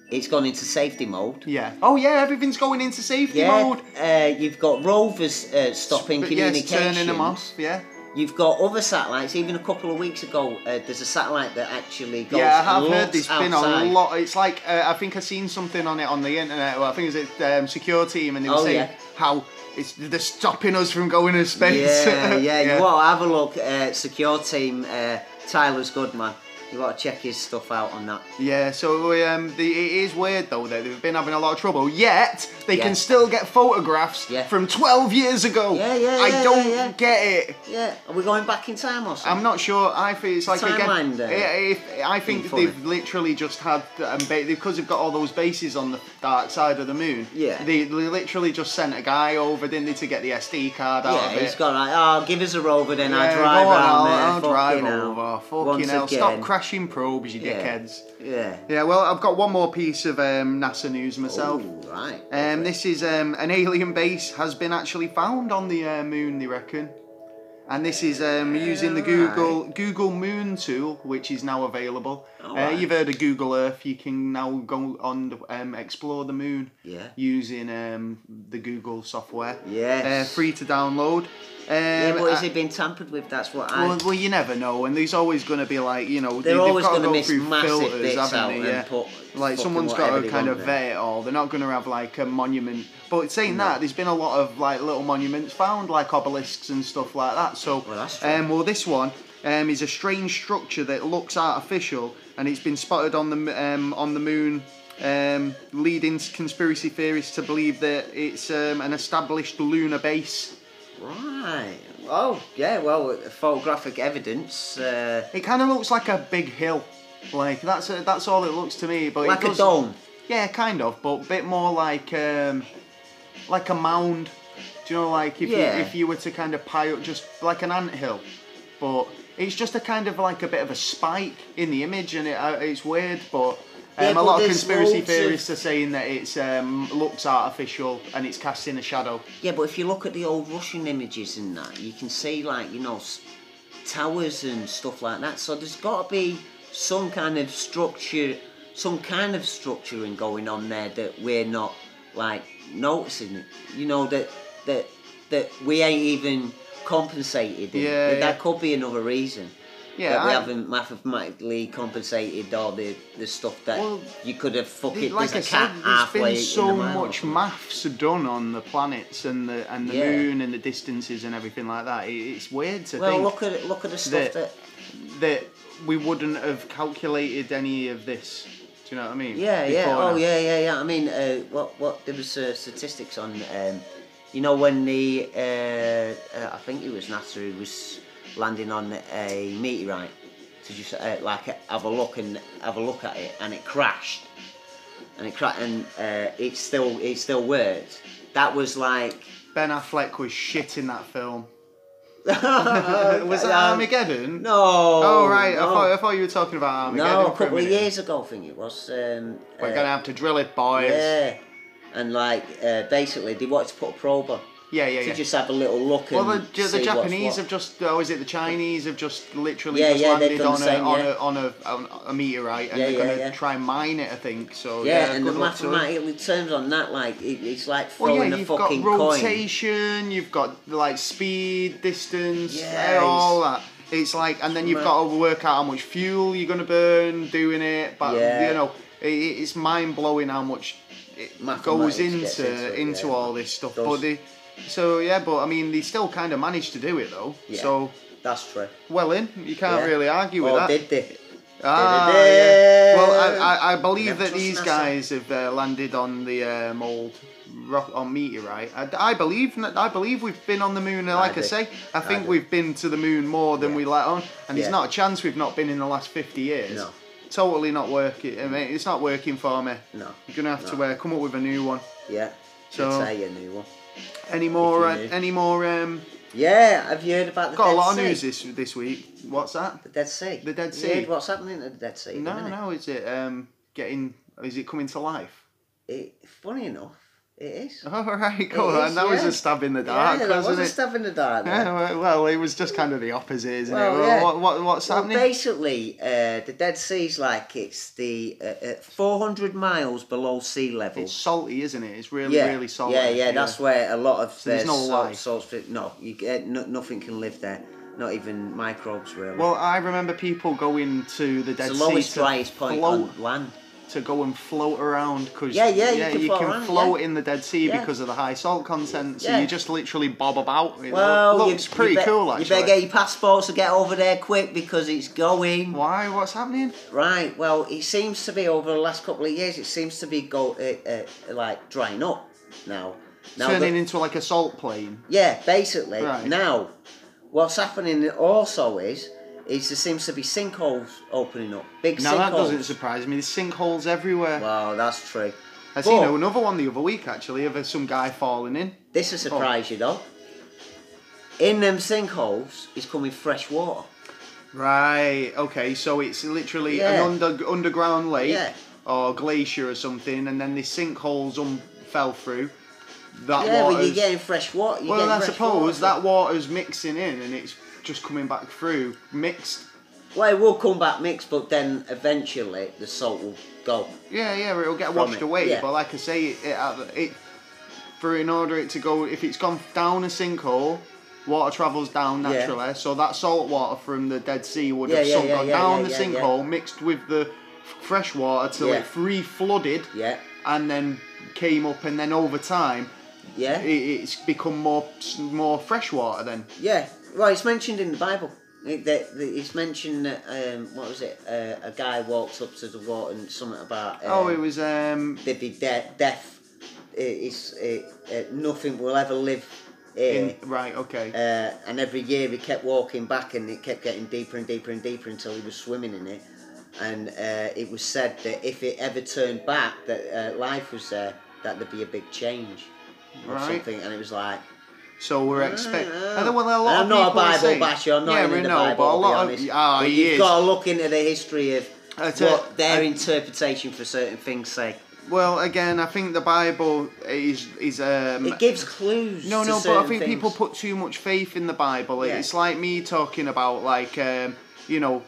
Speaker 2: It's gone into safety mode.
Speaker 1: Yeah. Oh yeah, everything's going into safety mode.
Speaker 2: Uh, you've got rovers uh, stopping
Speaker 1: But yeah, it's
Speaker 2: communications.
Speaker 1: turning them off. Yeah.
Speaker 2: You've got other satellites. Even a couple of weeks ago, uh, there's a satellite that actually goes.
Speaker 1: Yeah, I
Speaker 2: and
Speaker 1: have heard
Speaker 2: looks
Speaker 1: there's been a
Speaker 2: outside.
Speaker 1: lot. (laughs) It's like uh, I think I seen something on it on the internet. Well, I think it's um, secure team, and they were
Speaker 2: Oh,
Speaker 1: saying
Speaker 2: yeah.
Speaker 1: how it's they're stopping us from going to space. (laughs)
Speaker 2: Yeah, yeah. You want to have a look. Uh, secure team. Uh, Tyler's good man. You want to check his stuff out on that.
Speaker 1: Yeah, so um, the, it is weird though that they've been having a lot of trouble. Yet they
Speaker 2: Yeah.
Speaker 1: can still get photographs
Speaker 2: Yeah.
Speaker 1: from 12 years ago.
Speaker 2: Yeah, yeah,
Speaker 1: I
Speaker 2: yeah,
Speaker 1: don't
Speaker 2: yeah, yeah.
Speaker 1: get it.
Speaker 2: Yeah. Are we going back in time or something?
Speaker 1: I'm not sure. I think it's like
Speaker 2: Timeline
Speaker 1: again.
Speaker 2: there.
Speaker 1: I, I think
Speaker 2: Being funny.
Speaker 1: they've literally just had um, ba- because they've got all those bases on the dark side of the moon.
Speaker 2: Yeah.
Speaker 1: they, they literally just sent a guy over, didn't they, to get the SD card out
Speaker 2: Yeah,
Speaker 1: of it.
Speaker 2: he's gone like, oh, give us a rover then,
Speaker 1: yeah,
Speaker 2: I'll drive
Speaker 1: go on, I'll,
Speaker 2: around there.
Speaker 1: I'll drive
Speaker 2: fucking hell.
Speaker 1: over. Fucking
Speaker 2: Once
Speaker 1: hell!
Speaker 2: again.
Speaker 1: Stop crashing probes, you
Speaker 2: Yeah.
Speaker 1: dickheads.
Speaker 2: Yeah.
Speaker 1: Yeah, well, I've got one more piece of um, NASA news myself.
Speaker 2: Ooh, right.
Speaker 1: Um, this is um, an alien base has been actually found on the uh, moon, they reckon. And this is um, using the Google Google Moon tool, which is now available. Uh,
Speaker 2: Alright.
Speaker 1: you've heard of Google Earth. You can now go on the, um, explore the moon
Speaker 2: Yeah.
Speaker 1: using um, the Google software.
Speaker 2: Yes.
Speaker 1: Uh, free to download. Um,
Speaker 2: yeah, but has
Speaker 1: I-
Speaker 2: it been tampered with? That's what I.
Speaker 1: well, well, you never know, and there's always going to be like you know
Speaker 2: They're
Speaker 1: they've
Speaker 2: always
Speaker 1: got to
Speaker 2: gonna
Speaker 1: go
Speaker 2: miss
Speaker 1: through
Speaker 2: massive
Speaker 1: filters,
Speaker 2: bits
Speaker 1: haven't
Speaker 2: out
Speaker 1: they?
Speaker 2: and
Speaker 1: yeah.
Speaker 2: put
Speaker 1: like
Speaker 2: fucking
Speaker 1: someone's
Speaker 2: whatever
Speaker 1: got to
Speaker 2: they
Speaker 1: kind
Speaker 2: want
Speaker 1: of
Speaker 2: there.
Speaker 1: vet it all. They're not going to have like a monument. But saying that, there's been a lot of like little monuments found, like obelisks and stuff like that. So,
Speaker 2: Well, that's true.
Speaker 1: um, well, this one um, is a strange structure that looks artificial, and it's been spotted on the m- um, on the moon. Um, leading conspiracy theorists to believe that it's um, an established lunar base.
Speaker 2: Right. Oh, yeah, well, photographic evidence. Uh,
Speaker 1: It kind of looks like a big hill. Like that's uh, that's all it looks to me. But
Speaker 2: like
Speaker 1: it
Speaker 2: a
Speaker 1: does-
Speaker 2: dome.
Speaker 1: Yeah, kind of, but a bit more like um, like a mound. Do you know, like if
Speaker 2: Yeah.
Speaker 1: you, if you were to kind of pile just like an anthill, but it's just a kind of like a bit of a spike in the image, and it, uh, it's weird, but. Um,
Speaker 2: Yeah,
Speaker 1: a
Speaker 2: but
Speaker 1: lot of
Speaker 2: there's
Speaker 1: conspiracy
Speaker 2: loads of-
Speaker 1: theorists are saying that it's um, looks artificial and it's casting a shadow.
Speaker 2: Yeah, but if you look at the old Russian images and that, you can see like you know s- towers and stuff like that. So there's got to be some kind of structure, some kind of structuring going on there that we're not like noticing. You know that that that we ain't even compensated. In.
Speaker 1: Yeah,
Speaker 2: that,
Speaker 1: yeah.
Speaker 2: could be another reason.
Speaker 1: Yeah,
Speaker 2: that we
Speaker 1: I-
Speaker 2: haven't mathematically compensated all the, the stuff that
Speaker 1: Well,
Speaker 2: you could have fucking.
Speaker 1: like I
Speaker 2: there's a
Speaker 1: said,
Speaker 2: cat
Speaker 1: there's
Speaker 2: halfway
Speaker 1: been
Speaker 2: in
Speaker 1: so
Speaker 2: the mile or
Speaker 1: much
Speaker 2: something.
Speaker 1: maths done on the planets and the and the
Speaker 2: Yeah.
Speaker 1: moon and the distances and everything like that. It, it's weird to
Speaker 2: Well,
Speaker 1: think
Speaker 2: look at look at the
Speaker 1: that-
Speaker 2: stuff that
Speaker 1: that we wouldn't have calculated any of this. Do you know what I mean?
Speaker 2: Yeah, yeah.
Speaker 1: Before
Speaker 2: Oh,
Speaker 1: now.
Speaker 2: yeah, yeah, yeah. I mean, uh, what, what? There was uh, statistics on, um, you know, when the, uh, uh, I think it was NASA who was landing on a meteorite to just uh, like have a look and have a look at it, and it crashed, and it crashed, and uh, it still it still worked. That was like,
Speaker 1: (laughs)
Speaker 2: (laughs)
Speaker 1: Ben Affleck was shit in that film.
Speaker 2: was
Speaker 1: Was that Armageddon?
Speaker 2: Uh, um, No.
Speaker 1: Oh right, I,
Speaker 2: no.
Speaker 1: thought, I thought you were talking about Armageddon.
Speaker 2: no,
Speaker 1: for
Speaker 2: a couple of
Speaker 1: minute.
Speaker 2: years ago, I think it was. Um,
Speaker 1: We're
Speaker 2: uh,
Speaker 1: gonna have to drill it, boys.
Speaker 2: Yeah. And like uh, basically, they wanted to put a probe on
Speaker 1: yeah, yeah.
Speaker 2: to
Speaker 1: yeah.
Speaker 2: just have a little look
Speaker 1: well,
Speaker 2: and
Speaker 1: the, the
Speaker 2: see
Speaker 1: Japanese
Speaker 2: what's
Speaker 1: have
Speaker 2: what.
Speaker 1: just, oh, is it the Chinese have just literally
Speaker 2: Yeah,
Speaker 1: just
Speaker 2: yeah, they've
Speaker 1: landed
Speaker 2: done
Speaker 1: on,
Speaker 2: the
Speaker 1: a,
Speaker 2: same,
Speaker 1: on,
Speaker 2: yeah.
Speaker 1: a, on a on a meteorite and
Speaker 2: Yeah,
Speaker 1: they're
Speaker 2: yeah,
Speaker 1: gonna
Speaker 2: yeah.
Speaker 1: try and mine it, I think. So
Speaker 2: yeah,
Speaker 1: yeah,
Speaker 2: and the
Speaker 1: good luck to 'em.
Speaker 2: mathematical terms on that, like it, it's like
Speaker 1: Well,
Speaker 2: throwing
Speaker 1: yeah,
Speaker 2: a
Speaker 1: you've got
Speaker 2: fucking coin.
Speaker 1: rotation, you've got like speed, distance, eh,
Speaker 2: Yeah,
Speaker 1: all that. It's like, and then you've got to work out how much fuel you're going to burn doing it. But
Speaker 2: Yeah.
Speaker 1: you know, it, it's mind blowing how much it
Speaker 2: Mathematics
Speaker 1: goes
Speaker 2: gets into
Speaker 1: into
Speaker 2: it,
Speaker 1: into
Speaker 2: yeah.
Speaker 1: all this stuff.
Speaker 2: Does.
Speaker 1: But they, so yeah, but I mean, they still kind of managed to do it though.
Speaker 2: Yeah.
Speaker 1: So
Speaker 2: That's true.
Speaker 1: well in, you can't
Speaker 2: Yeah.
Speaker 1: really argue with
Speaker 2: or
Speaker 1: that.
Speaker 2: did they?
Speaker 1: Ah,
Speaker 2: Did it?
Speaker 1: yeah. Well, I, I, I believe
Speaker 2: Never
Speaker 1: that
Speaker 2: trust
Speaker 1: these
Speaker 2: NASA.
Speaker 1: guys have uh, landed on the um, old rock on meteorite. I, I believe I believe we've been on the moon. Like I,
Speaker 2: do.
Speaker 1: say, I
Speaker 2: I
Speaker 1: think
Speaker 2: do.
Speaker 1: we've been to the moon more than
Speaker 2: Yeah.
Speaker 1: we let on, and there's
Speaker 2: Yeah.
Speaker 1: not a chance we've not been in the last fifty years.
Speaker 2: No.
Speaker 1: Totally not working. I mean, it's not working for me.
Speaker 2: No.
Speaker 1: You're gonna have to
Speaker 2: No.
Speaker 1: uh, come up with a new one.
Speaker 2: Yeah.
Speaker 1: So-
Speaker 2: I'd say a new one.
Speaker 1: Any more? Uh,
Speaker 2: If you do.
Speaker 1: any more? Um,
Speaker 2: Yeah, have you heard about the
Speaker 1: got a
Speaker 2: Dead
Speaker 1: lot of
Speaker 2: Sea?
Speaker 1: news this this week. What's that?
Speaker 2: The Dead Sea.
Speaker 1: The Dead
Speaker 2: You heard
Speaker 1: Sea.
Speaker 2: what's happening at the Dead Sea? at the
Speaker 1: No,
Speaker 2: minute?
Speaker 1: no. Is it um, getting? Is it coming to life?
Speaker 2: It, funny enough, it is.
Speaker 1: All right, go
Speaker 2: It
Speaker 1: on.
Speaker 2: is,
Speaker 1: that was
Speaker 2: yeah.
Speaker 1: a stab in (laughs) the dark,
Speaker 2: yeah, there
Speaker 1: wasn't
Speaker 2: was a
Speaker 1: it?
Speaker 2: stab in the dark.
Speaker 1: (laughs)
Speaker 2: there.
Speaker 1: Yeah, well- well, it was just kind of the opposite, isn't it?
Speaker 2: Well,
Speaker 1: Well,
Speaker 2: yeah.
Speaker 1: what, what, what's
Speaker 2: Well,
Speaker 1: happening?
Speaker 2: basically, uh, the Dead Sea's like it's the uh, uh, 400 miles below sea level.
Speaker 1: It's salty, isn't it? It's really,
Speaker 2: yeah,
Speaker 1: really salty.
Speaker 2: yeah, yeah, That's where a lot of
Speaker 1: there's
Speaker 2: uh,
Speaker 1: no
Speaker 2: salt-
Speaker 1: life.
Speaker 2: salts fit- no, you get no, nothing can live there. Not even microbes, really.
Speaker 1: Well, I remember people going to the Dead
Speaker 2: it's the
Speaker 1: Sea
Speaker 2: lowest,
Speaker 1: to
Speaker 2: driest point
Speaker 1: float,
Speaker 2: on land.
Speaker 1: to go and float around because
Speaker 2: Yeah, yeah, you can
Speaker 1: you
Speaker 2: float
Speaker 1: can
Speaker 2: around,
Speaker 1: float
Speaker 2: yeah.
Speaker 1: in the Dead Sea
Speaker 2: Yeah.
Speaker 1: because of the high salt content. So
Speaker 2: Yeah.
Speaker 1: you just literally bob about. It
Speaker 2: Well,
Speaker 1: loo-
Speaker 2: you-
Speaker 1: looks
Speaker 2: you
Speaker 1: pretty
Speaker 2: bet-
Speaker 1: cool,
Speaker 2: You
Speaker 1: actually.
Speaker 2: better get your passports and get over there quick because it's going.
Speaker 1: Why? What's happening?
Speaker 2: Right. Well, it seems to be over the last couple of years. It seems to be go uh, uh, like drying up now. Now
Speaker 1: Turning
Speaker 2: the-
Speaker 1: into like a salt plane.
Speaker 2: yeah, basically.
Speaker 1: Right.
Speaker 2: Now, what's happening also is is there seems to be sinkholes opening up. Big
Speaker 1: Now
Speaker 2: sinkholes.
Speaker 1: that doesn't surprise me. There's sinkholes everywhere.
Speaker 2: Wow, that's true.
Speaker 1: I seen
Speaker 2: But-
Speaker 1: another one the other week actually of uh, some guy falling in.
Speaker 2: This will surprise you though. In them sinkholes is coming fresh water.
Speaker 1: Right. Okay. So it's literally
Speaker 2: Yeah.
Speaker 1: an under, underground lake
Speaker 2: Yeah.
Speaker 1: or glacier or something, and then the sinkholes um, fell through. That
Speaker 2: Yeah,
Speaker 1: water's
Speaker 2: but you're getting fresh water. You're
Speaker 1: well,
Speaker 2: getting
Speaker 1: I
Speaker 2: fresh
Speaker 1: suppose
Speaker 2: water.
Speaker 1: that water's mixing in, and it's just coming back through mixed.
Speaker 2: Well, it will come back mixed, but then eventually the salt will go.
Speaker 1: Yeah, yeah. It'll get
Speaker 2: From
Speaker 1: washed
Speaker 2: it,
Speaker 1: away.
Speaker 2: yeah.
Speaker 1: But like I say, it, it, it for in order it to go, if it's gone down a sinkhole. Water travels down
Speaker 2: Yeah.
Speaker 1: naturally, so that salt water from the Dead Sea would
Speaker 2: Yeah,
Speaker 1: have
Speaker 2: yeah,
Speaker 1: sunk
Speaker 2: yeah,
Speaker 1: gone
Speaker 2: yeah,
Speaker 1: down
Speaker 2: yeah,
Speaker 1: the
Speaker 2: yeah, yeah.
Speaker 1: sinkhole, mixed with the f- fresh water till
Speaker 2: Yeah.
Speaker 1: it re-flooded,
Speaker 2: Yeah,
Speaker 1: and then came up, and then over time,
Speaker 2: yeah.
Speaker 1: it, it's become more more freshwater. Then
Speaker 2: Yeah, well, it's mentioned in the Bible. It- that- that It's mentioned that um, what was it? Uh, a guy walks up to the water and something about um,
Speaker 1: oh, it was um
Speaker 2: they'd be de- deaf. It- It's it, uh, nothing will ever live here.
Speaker 1: in, right, okay,
Speaker 2: uh, and every year he kept walking back, and it kept getting deeper and deeper and deeper until he was swimming in it. And uh, it was said that if it ever turned back, that uh, life was there, that there'd be a big change or
Speaker 1: Right.
Speaker 2: something. And it was like.
Speaker 1: so we're expecting.
Speaker 2: yeah.
Speaker 1: And then, well, a lot
Speaker 2: Uh, Uh-huh. I'm
Speaker 1: of
Speaker 2: not a
Speaker 1: people are
Speaker 2: Bible
Speaker 1: saying-
Speaker 2: basher. I'm not
Speaker 1: yeah,
Speaker 2: in
Speaker 1: we
Speaker 2: the
Speaker 1: know,
Speaker 2: Bible.
Speaker 1: but a
Speaker 2: to be
Speaker 1: lot
Speaker 2: honest.
Speaker 1: of ah,
Speaker 2: But
Speaker 1: he
Speaker 2: you've
Speaker 1: is.
Speaker 2: got to look into the history of
Speaker 1: I tell-
Speaker 2: what their
Speaker 1: I-
Speaker 2: interpretation for certain things say.
Speaker 1: Well, again, I think the Bible is is um.
Speaker 2: It gives clues.
Speaker 1: no,
Speaker 2: to
Speaker 1: no, but I
Speaker 2: certain
Speaker 1: think
Speaker 2: things.
Speaker 1: people put too much faith in the Bible.
Speaker 2: Yeah.
Speaker 1: It's like me talking about like um, you know,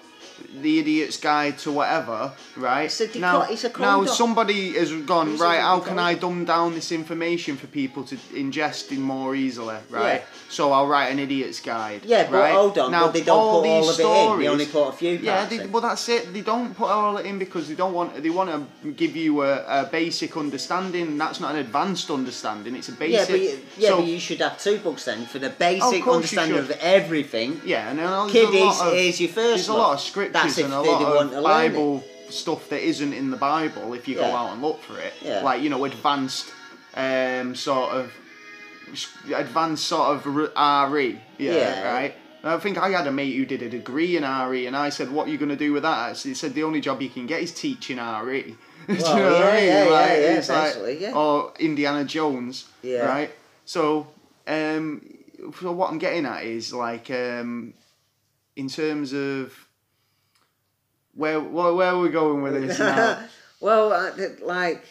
Speaker 1: the idiot's guide to whatever, right?
Speaker 2: It's a deco- it's a
Speaker 1: now
Speaker 2: code.
Speaker 1: somebody has gone
Speaker 2: It's a
Speaker 1: right. How
Speaker 2: deco-
Speaker 1: can I dumb down this information for people to ingest in more easily, right?
Speaker 2: Yeah.
Speaker 1: So I'll write an idiot's guide.
Speaker 2: Yeah, but
Speaker 1: right?
Speaker 2: hold on,
Speaker 1: Now
Speaker 2: but they don't put all
Speaker 1: these
Speaker 2: of it in. They
Speaker 1: stories-
Speaker 2: only put a few.
Speaker 1: yeah,
Speaker 2: parts
Speaker 1: they,
Speaker 2: in.
Speaker 1: well, that's it. They don't put all it in because they don't want. They want to give you a, a basic understanding. That's not an advanced understanding. It's a
Speaker 2: yeah,
Speaker 1: basic.
Speaker 2: but you, yeah,
Speaker 1: so,
Speaker 2: but you should have two books then for the
Speaker 1: course
Speaker 2: basic
Speaker 1: you
Speaker 2: understanding
Speaker 1: should.
Speaker 2: of
Speaker 1: (laughs)
Speaker 2: everything.
Speaker 1: yeah, and there's a
Speaker 2: Kiddies
Speaker 1: lot of,
Speaker 2: is your first.
Speaker 1: there's a
Speaker 2: one.
Speaker 1: lot of scriptures
Speaker 2: That's if
Speaker 1: and
Speaker 2: they
Speaker 1: a
Speaker 2: didn't
Speaker 1: lot
Speaker 2: want
Speaker 1: of
Speaker 2: to learn it.
Speaker 1: Bible stuff that isn't in the Bible if you go
Speaker 2: Yeah.
Speaker 1: out and look for it.
Speaker 2: Yeah.
Speaker 1: Like you know, advanced um, sort of advanced sort of r- RE. Yeah,
Speaker 2: Yeah.
Speaker 1: right. And I think I had a mate who did a degree in RE, and I said, "What are you going to do with that?" He said, "The only job you can get is teaching RE." (laughs) Do you
Speaker 2: Well,
Speaker 1: know what I
Speaker 2: yeah,
Speaker 1: mean?
Speaker 2: yeah,
Speaker 1: Like,
Speaker 2: yeah, yeah,
Speaker 1: it's like-
Speaker 2: basically, yeah.
Speaker 1: Or Indiana Jones,
Speaker 2: Yeah.
Speaker 1: right? So, um, so what I'm getting at is like, um, in terms of where where, where are we going with this now?
Speaker 2: (laughs) well, I, th- like,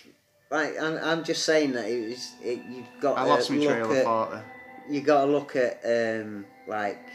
Speaker 2: like I'm, I'm just saying that it was, it, you've got.
Speaker 1: I lost
Speaker 2: to
Speaker 1: my
Speaker 2: Uh, look
Speaker 1: trail of
Speaker 2: at,
Speaker 1: thought there.
Speaker 2: You got to look at um, like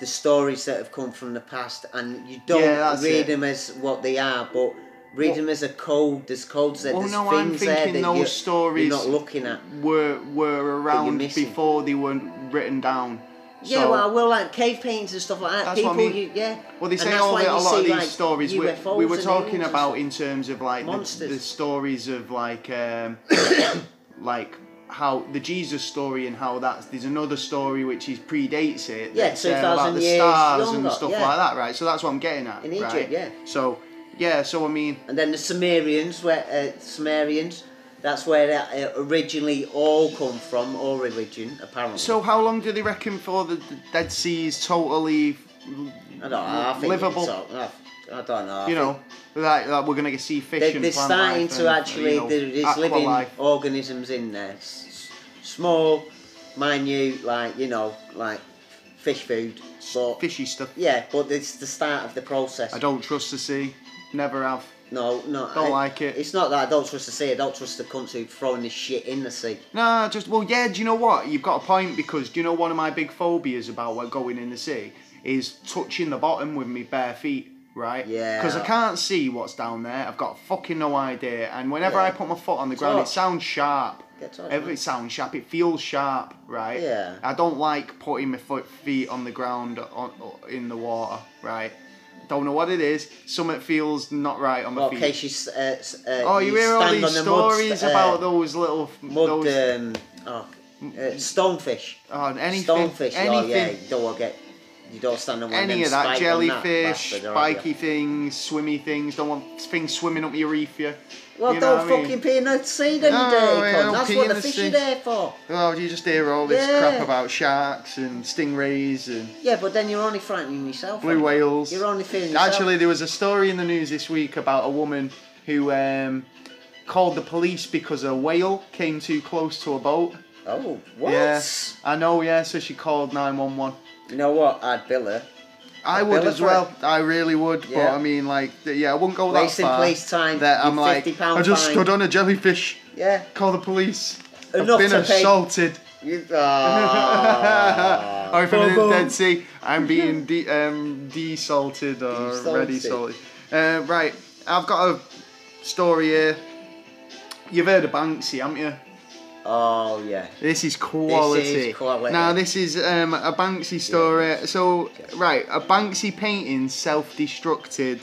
Speaker 2: the stories that have come from the past, and you don't
Speaker 1: Yeah, that's
Speaker 2: read
Speaker 1: it.
Speaker 2: them as what they are, but read
Speaker 1: Well-
Speaker 2: them as a code. There's codes there.
Speaker 1: Well,
Speaker 2: there's
Speaker 1: no, I'm
Speaker 2: things there
Speaker 1: thinking
Speaker 2: that
Speaker 1: those
Speaker 2: you,
Speaker 1: stories-
Speaker 2: you're not looking at.
Speaker 1: were were around
Speaker 2: missing.
Speaker 1: before they were written down.
Speaker 2: Yeah,
Speaker 1: So-
Speaker 2: well, I will like cave paintings and stuff like that.
Speaker 1: That's
Speaker 2: People,
Speaker 1: what I mean.
Speaker 2: you, yeah.
Speaker 1: Well, they
Speaker 2: And
Speaker 1: say
Speaker 2: that's
Speaker 1: all
Speaker 2: why
Speaker 1: the,
Speaker 2: you
Speaker 1: a lot of
Speaker 2: see,
Speaker 1: these
Speaker 2: like,
Speaker 1: stories. We,
Speaker 2: UFOs
Speaker 1: we were
Speaker 2: and
Speaker 1: talking
Speaker 2: aliens and
Speaker 1: about
Speaker 2: stuff.
Speaker 1: in terms of like the,
Speaker 2: Monsters.
Speaker 1: the stories of like um, (coughs) like how the Jesus story and how that's there's another story which is predates it.
Speaker 2: Yeah,
Speaker 1: that's, uh, about
Speaker 2: 2000
Speaker 1: the
Speaker 2: years
Speaker 1: stars and
Speaker 2: younger,
Speaker 1: stuff
Speaker 2: yeah.
Speaker 1: like that, right? So that's what I'm getting at.
Speaker 2: In Egypt,
Speaker 1: right?
Speaker 2: yeah.
Speaker 1: So yeah, so I mean,
Speaker 2: And then the Sumerians, where uh, Sumerians, that's where they uh, originally all come from, all religion apparently.
Speaker 1: so how long do they reckon for the, the Dead Sea is totally?
Speaker 2: I don't know. I think
Speaker 1: livable.
Speaker 2: It's, all- I, I don't know. I
Speaker 1: You
Speaker 2: think
Speaker 1: know, like, like we're gonna get sea fish
Speaker 2: they,
Speaker 1: and
Speaker 2: they're
Speaker 1: plant
Speaker 2: starting
Speaker 1: life
Speaker 2: to
Speaker 1: and,
Speaker 2: actually
Speaker 1: you know,
Speaker 2: there is
Speaker 1: aqua
Speaker 2: living
Speaker 1: life.
Speaker 2: organisms in there, S- s- small, minute, like you know, like fish food, but
Speaker 1: fishy stuff.
Speaker 2: yeah, but it's the start of the process.
Speaker 1: I don't trust the sea. Never have.
Speaker 2: No, no.
Speaker 1: Don't
Speaker 2: I-
Speaker 1: like it.
Speaker 2: It's not that I don't trust the sea. I don't trust the cunts who throwing this shit in the sea.
Speaker 1: Nah, just well, yeah. Do you know what? You've got a point because do you know one of my big phobias about what going in the sea is touching the bottom with me bare feet, right?
Speaker 2: Yeah.
Speaker 1: Because I can't see what's down there. I've got fucking no idea. And whenever
Speaker 2: Yeah.
Speaker 1: I put my foot on the ground, it
Speaker 2: Touch.
Speaker 1: sounds sharp.
Speaker 2: Get touch,
Speaker 1: Every
Speaker 2: man.
Speaker 1: it sounds sharp. It feels sharp, right?
Speaker 2: Yeah.
Speaker 1: I don't like putting my foot feet on the ground on, in the water, right? Don't know what it is. Something feels not right on my
Speaker 2: Well, in
Speaker 1: feet.
Speaker 2: case you, s- uh, s- uh,
Speaker 1: Oh, you, hear all
Speaker 2: stand
Speaker 1: these
Speaker 2: on the mud
Speaker 1: stories
Speaker 2: st- uh,
Speaker 1: about those little
Speaker 2: mud.
Speaker 1: those,
Speaker 2: Um, oh, uh, stonefish.
Speaker 1: on anything,
Speaker 2: Stonefish. Oh yeah,
Speaker 1: anything,
Speaker 2: you don't wanna get. You don't stand on one
Speaker 1: any
Speaker 2: them
Speaker 1: of that
Speaker 2: spiked on that
Speaker 1: jellyfish,
Speaker 2: bastard, are you?
Speaker 1: spiky things, swimmy things. Don't want things swimming up your reef.
Speaker 2: Well,
Speaker 1: you know
Speaker 2: don't
Speaker 1: what I mean?
Speaker 2: fucking pee in the sea, then
Speaker 1: No,
Speaker 2: you dirty
Speaker 1: yeah,
Speaker 2: cunt.
Speaker 1: don't
Speaker 2: That's
Speaker 1: pee in
Speaker 2: what the
Speaker 1: the
Speaker 2: fish
Speaker 1: sea.
Speaker 2: are there for.
Speaker 1: Oh, you just hear all this
Speaker 2: Yeah.
Speaker 1: crap about sharks and stingrays and
Speaker 2: Yeah, but then you're only frightening yourself.
Speaker 1: blue
Speaker 2: aren't you?
Speaker 1: whales.
Speaker 2: You're only feeling yourself.
Speaker 1: Actually, there was a story in the news this week about a woman who um, called the police because a whale came too close to a boat.
Speaker 2: Oh, what?
Speaker 1: Yeah, I know. Yeah, so she called nine one one.
Speaker 2: You know what? I'd bill her.
Speaker 1: I
Speaker 2: I'd
Speaker 1: would
Speaker 2: bill
Speaker 1: as
Speaker 2: her for
Speaker 1: well. I really would,
Speaker 2: Yeah.
Speaker 1: but I mean, like, th- yeah, I wouldn't go
Speaker 2: Wasting
Speaker 1: that far.
Speaker 2: police time,
Speaker 1: That
Speaker 2: your
Speaker 1: I'm like,
Speaker 2: £50
Speaker 1: I just
Speaker 2: fine.
Speaker 1: stood on a jellyfish.
Speaker 2: Yeah.
Speaker 1: Call the police.
Speaker 2: Enough
Speaker 1: I've been
Speaker 2: to pay.
Speaker 1: assaulted.
Speaker 2: You, (laughs) ah.
Speaker 1: Oh. (laughs) or if I'm in the
Speaker 2: Boom, boom.
Speaker 1: Dead Sea, I'm being de- um, desalted or
Speaker 2: Desalted.
Speaker 1: ready salted. Uh, right, I've got a story here. You've heard of Banksy, haven't you?
Speaker 2: Oh, yeah.
Speaker 1: This is quality.
Speaker 2: quality.
Speaker 1: Now this is um, a Banksy story. So right, a Banksy painting self-destructed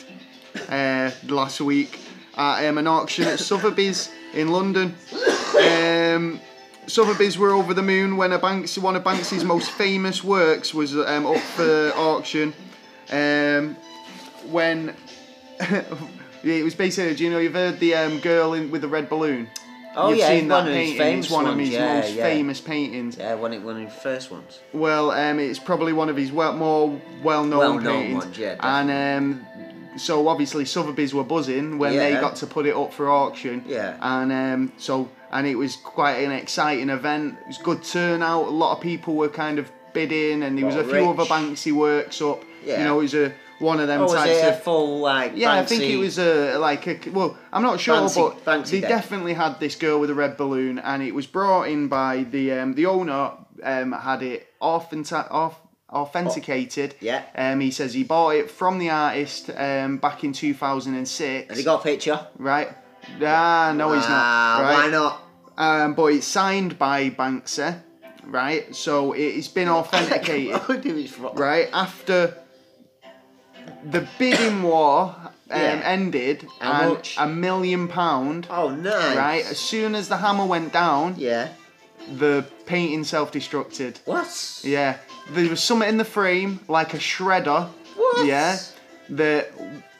Speaker 1: uh, last week at um, an auction at Sotheby's in London. Um, Sotheby's were over the moon when a Banksy, one of Banksy's most famous works, was um, up for auction. Um, when (laughs) it was basically, do you know, you've heard the um, girl in, with the red balloon.
Speaker 2: Oh,
Speaker 1: You've
Speaker 2: yeah,
Speaker 1: seen
Speaker 2: it's
Speaker 1: that
Speaker 2: one of his
Speaker 1: painting.
Speaker 2: famous
Speaker 1: it's one of
Speaker 2: ones,
Speaker 1: his
Speaker 2: yeah,
Speaker 1: most
Speaker 2: yeah.
Speaker 1: famous paintings.
Speaker 2: Yeah, one of, one of the first ones.
Speaker 1: Well, um, it's probably one of his well, more well-known,
Speaker 2: Well-known
Speaker 1: paintings.
Speaker 2: ones, yeah, definitely.
Speaker 1: and um, so obviously Sotheby's were buzzing when they
Speaker 2: Yeah.
Speaker 1: got to put it up for auction.
Speaker 2: Yeah.
Speaker 1: And um, so and it was quite an exciting event. It was good turnout. A lot of people were kind of bidding, and there was a
Speaker 2: Got
Speaker 1: few
Speaker 2: rich.
Speaker 1: other Banksy works up. You
Speaker 2: Yeah.
Speaker 1: know, it was a one of them
Speaker 2: Oh, was
Speaker 1: types
Speaker 2: it a
Speaker 1: of
Speaker 2: full, like,
Speaker 1: yeah, I
Speaker 2: Banksy-
Speaker 1: think it was a like a well, I'm not sure,
Speaker 2: Fancy-
Speaker 1: but
Speaker 2: fancy
Speaker 1: they
Speaker 2: day.
Speaker 1: definitely had this girl with a red balloon, and it was brought in by the um, the owner um, had it authentic off authenticated.
Speaker 2: Oh, yeah.
Speaker 1: Um, he says he bought it from the artist um, back in 2006.
Speaker 2: Has he got a picture?
Speaker 1: right? Ah, no, he's
Speaker 2: Ah,
Speaker 1: not. Right?
Speaker 2: Why not?
Speaker 1: Um, but it's signed by Banksy, right? So (laughs) it's
Speaker 2: (laughs)
Speaker 1: been authenticated
Speaker 2: right.
Speaker 1: right after the bidding war um,
Speaker 2: (coughs) Yeah.
Speaker 1: ended
Speaker 2: How
Speaker 1: and
Speaker 2: much?
Speaker 1: a million pound
Speaker 2: Oh, nice.
Speaker 1: right as soon as the hammer went down
Speaker 2: Yeah.
Speaker 1: the painting self-destructed
Speaker 2: What?
Speaker 1: yeah there was something in the frame like a shredder
Speaker 2: What?
Speaker 1: yeah that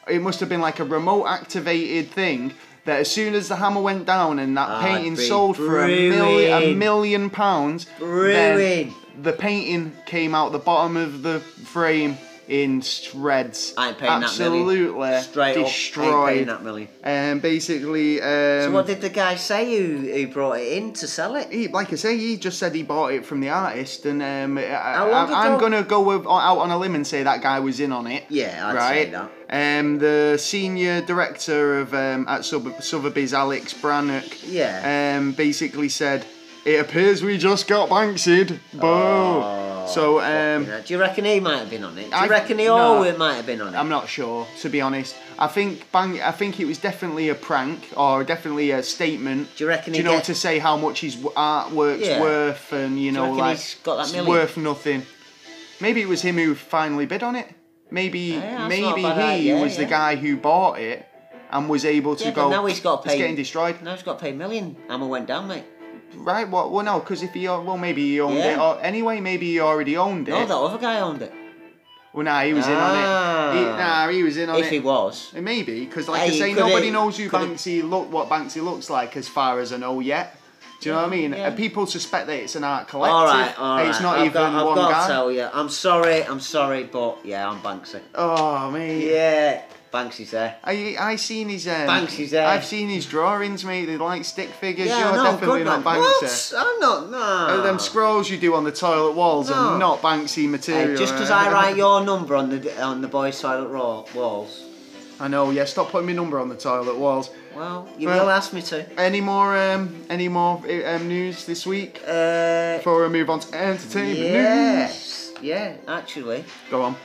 Speaker 1: it must have been like a remote activated thing that as soon as the hammer went down and that
Speaker 2: I'd
Speaker 1: painting
Speaker 2: be
Speaker 1: sold for a million, a
Speaker 2: Ah, brewing.
Speaker 1: million pounds, then
Speaker 2: Brewing.
Speaker 1: the painting came out the bottom of the frame in shreds.
Speaker 2: I ain't paying
Speaker 1: Absolutely
Speaker 2: that million. Straight
Speaker 1: destroyed.
Speaker 2: up, I ain't paying that million.
Speaker 1: And basically, um,
Speaker 2: So what did the guy say who, who brought it in to sell it?
Speaker 1: he, like I say, he just said he bought it from the artist, and um, I,
Speaker 2: long
Speaker 1: I, I'm
Speaker 2: ago?
Speaker 1: gonna go with, out on a limb and say that guy was in on it.
Speaker 2: Yeah, I'd
Speaker 1: right.
Speaker 2: say that.
Speaker 1: Um, the senior director of um, at Sub- Sotheby's, Alex Brannock,
Speaker 2: Yeah.
Speaker 1: um, basically said, "It appears we just got Banksied." Boo.
Speaker 2: Oh,
Speaker 1: so um,
Speaker 2: You know, do you reckon he might have been on it? Do you
Speaker 1: I-
Speaker 2: reckon he
Speaker 1: no.
Speaker 2: all might have been on it?
Speaker 1: I'm not sure, to be honest. I think bang. I think it was definitely a prank or definitely a statement.
Speaker 2: Do you reckon
Speaker 1: you
Speaker 2: he
Speaker 1: know
Speaker 2: get-
Speaker 1: to say how much his w- artwork's
Speaker 2: Yeah.
Speaker 1: worth and you know
Speaker 2: reckon
Speaker 1: like
Speaker 2: he's got that
Speaker 1: it's
Speaker 2: million?
Speaker 1: worth nothing. Maybe it was him who finally bid on it. Maybe
Speaker 2: that's not
Speaker 1: maybe
Speaker 2: a bad
Speaker 1: he
Speaker 2: idea,
Speaker 1: was the
Speaker 2: yeah.
Speaker 1: guy who bought it and was able to
Speaker 2: Yeah,
Speaker 1: go.
Speaker 2: but now he's got to
Speaker 1: It's
Speaker 2: pay.
Speaker 1: getting destroyed,
Speaker 2: Now he's got to pay a million. Hammer went down, mate.
Speaker 1: right? Well, well, no, because if he o- well maybe he owned it.
Speaker 2: Yeah.
Speaker 1: Or, anyway, maybe he already owned it.
Speaker 2: No, that Oh, other guy owned it.
Speaker 1: Well, nah, he was in on it. He,
Speaker 2: Ah.
Speaker 1: nah, he was in on
Speaker 2: if
Speaker 1: it.
Speaker 2: he was.
Speaker 1: And Maybe because, like I
Speaker 2: Hey,
Speaker 1: say,
Speaker 2: could
Speaker 1: nobody
Speaker 2: it-
Speaker 1: knows who
Speaker 2: could it-
Speaker 1: Banksy look what Banksy looks like as far as I know yet. Do you know what I mean?
Speaker 2: Yeah.
Speaker 1: And people suspect that it's an art collective.
Speaker 2: All right, all right.
Speaker 1: and It's not
Speaker 2: I've
Speaker 1: even
Speaker 2: got, I've
Speaker 1: one
Speaker 2: got
Speaker 1: guy.
Speaker 2: to tell you, I'm sorry, I'm sorry, but yeah, I'm Banksy.
Speaker 1: Oh mate.
Speaker 2: Yeah, Banksy's there.
Speaker 1: I I seen his um,
Speaker 2: Banksy's there.
Speaker 1: I've seen his drawings, mate. They're like stick figures.
Speaker 2: yeah,
Speaker 1: You're
Speaker 2: no,
Speaker 1: definitely
Speaker 2: good
Speaker 1: not
Speaker 2: man.
Speaker 1: Banksy.
Speaker 2: What? I'm not. No.
Speaker 1: Uh, Them scrolls you do on the toilet walls are
Speaker 2: No.
Speaker 1: not Banksy material. eh?
Speaker 2: Hey, just because
Speaker 1: right?
Speaker 2: I write your number on the on the boys' toilet raw walls.
Speaker 1: (laughs) I know. Yeah, stop putting my number on the toilet walls.
Speaker 2: Well, you
Speaker 1: Well-
Speaker 2: will ask me to.
Speaker 1: Any more um any more uh, um, news this week
Speaker 2: Uh,
Speaker 1: before we move on to entertainment news?
Speaker 2: yes. Yeah, actually,
Speaker 1: Go on.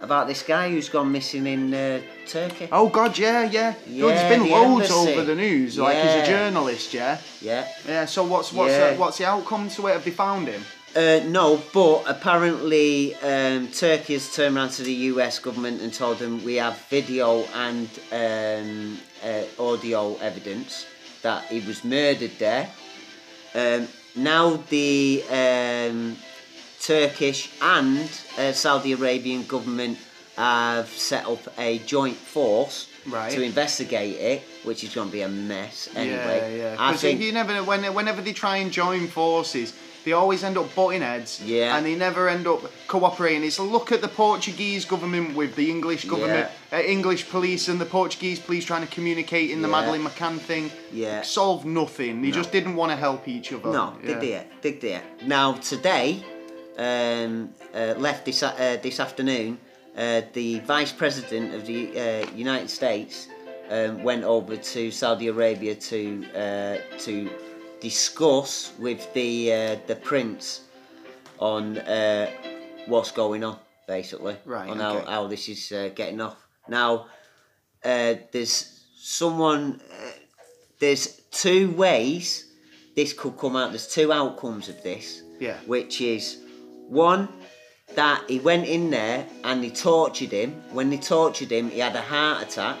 Speaker 2: about this guy who's gone missing in uh, Turkey.
Speaker 1: Oh God, yeah, yeah. No,
Speaker 2: Yeah,
Speaker 1: there's been
Speaker 2: the
Speaker 1: loads
Speaker 2: embassy.
Speaker 1: over the news. Like he's a
Speaker 2: Yeah.
Speaker 1: journalist, yeah.
Speaker 2: Yeah.
Speaker 1: Yeah. So what's what's
Speaker 2: Yeah.
Speaker 1: the, what's the outcome to it? Have they found him?
Speaker 2: Uh, no, but apparently um, Turkey has turned around to the US government and told them we have video and um, uh, audio evidence that he was murdered there. Um, now the um, Turkish and uh, Saudi Arabian government have set up a joint force
Speaker 1: Right.
Speaker 2: to investigate it, which is going to be a mess anyway.
Speaker 1: Yeah, yeah.
Speaker 2: I
Speaker 1: Because
Speaker 2: think
Speaker 1: you never know. When, whenever they try and join forces, they always end up butting heads.
Speaker 2: Yeah.
Speaker 1: And they never end up cooperating. It's look at the Portuguese government with the English government, uh, English police, and the Portuguese police trying to communicate in the
Speaker 2: Yeah.
Speaker 1: Madeleine McCann thing.
Speaker 2: Yeah.
Speaker 1: Solve nothing. They just didn't want to help each other.
Speaker 2: No,
Speaker 1: Yeah.
Speaker 2: dig there, dig there. Now today, um, uh, left this a- uh, this afternoon, uh, the vice president of the uh, United States um, went over to Saudi Arabia to uh, to discuss with the uh, the prince on uh, what's going on, basically,
Speaker 1: Right,
Speaker 2: on
Speaker 1: okay.
Speaker 2: how, how this is uh, getting off. Now, uh, there's someone. Uh, there's two ways this could come out. There's two outcomes of this.
Speaker 1: Yeah.
Speaker 2: Which is one that he went in there and they tortured him. When they tortured him, he had a heart attack.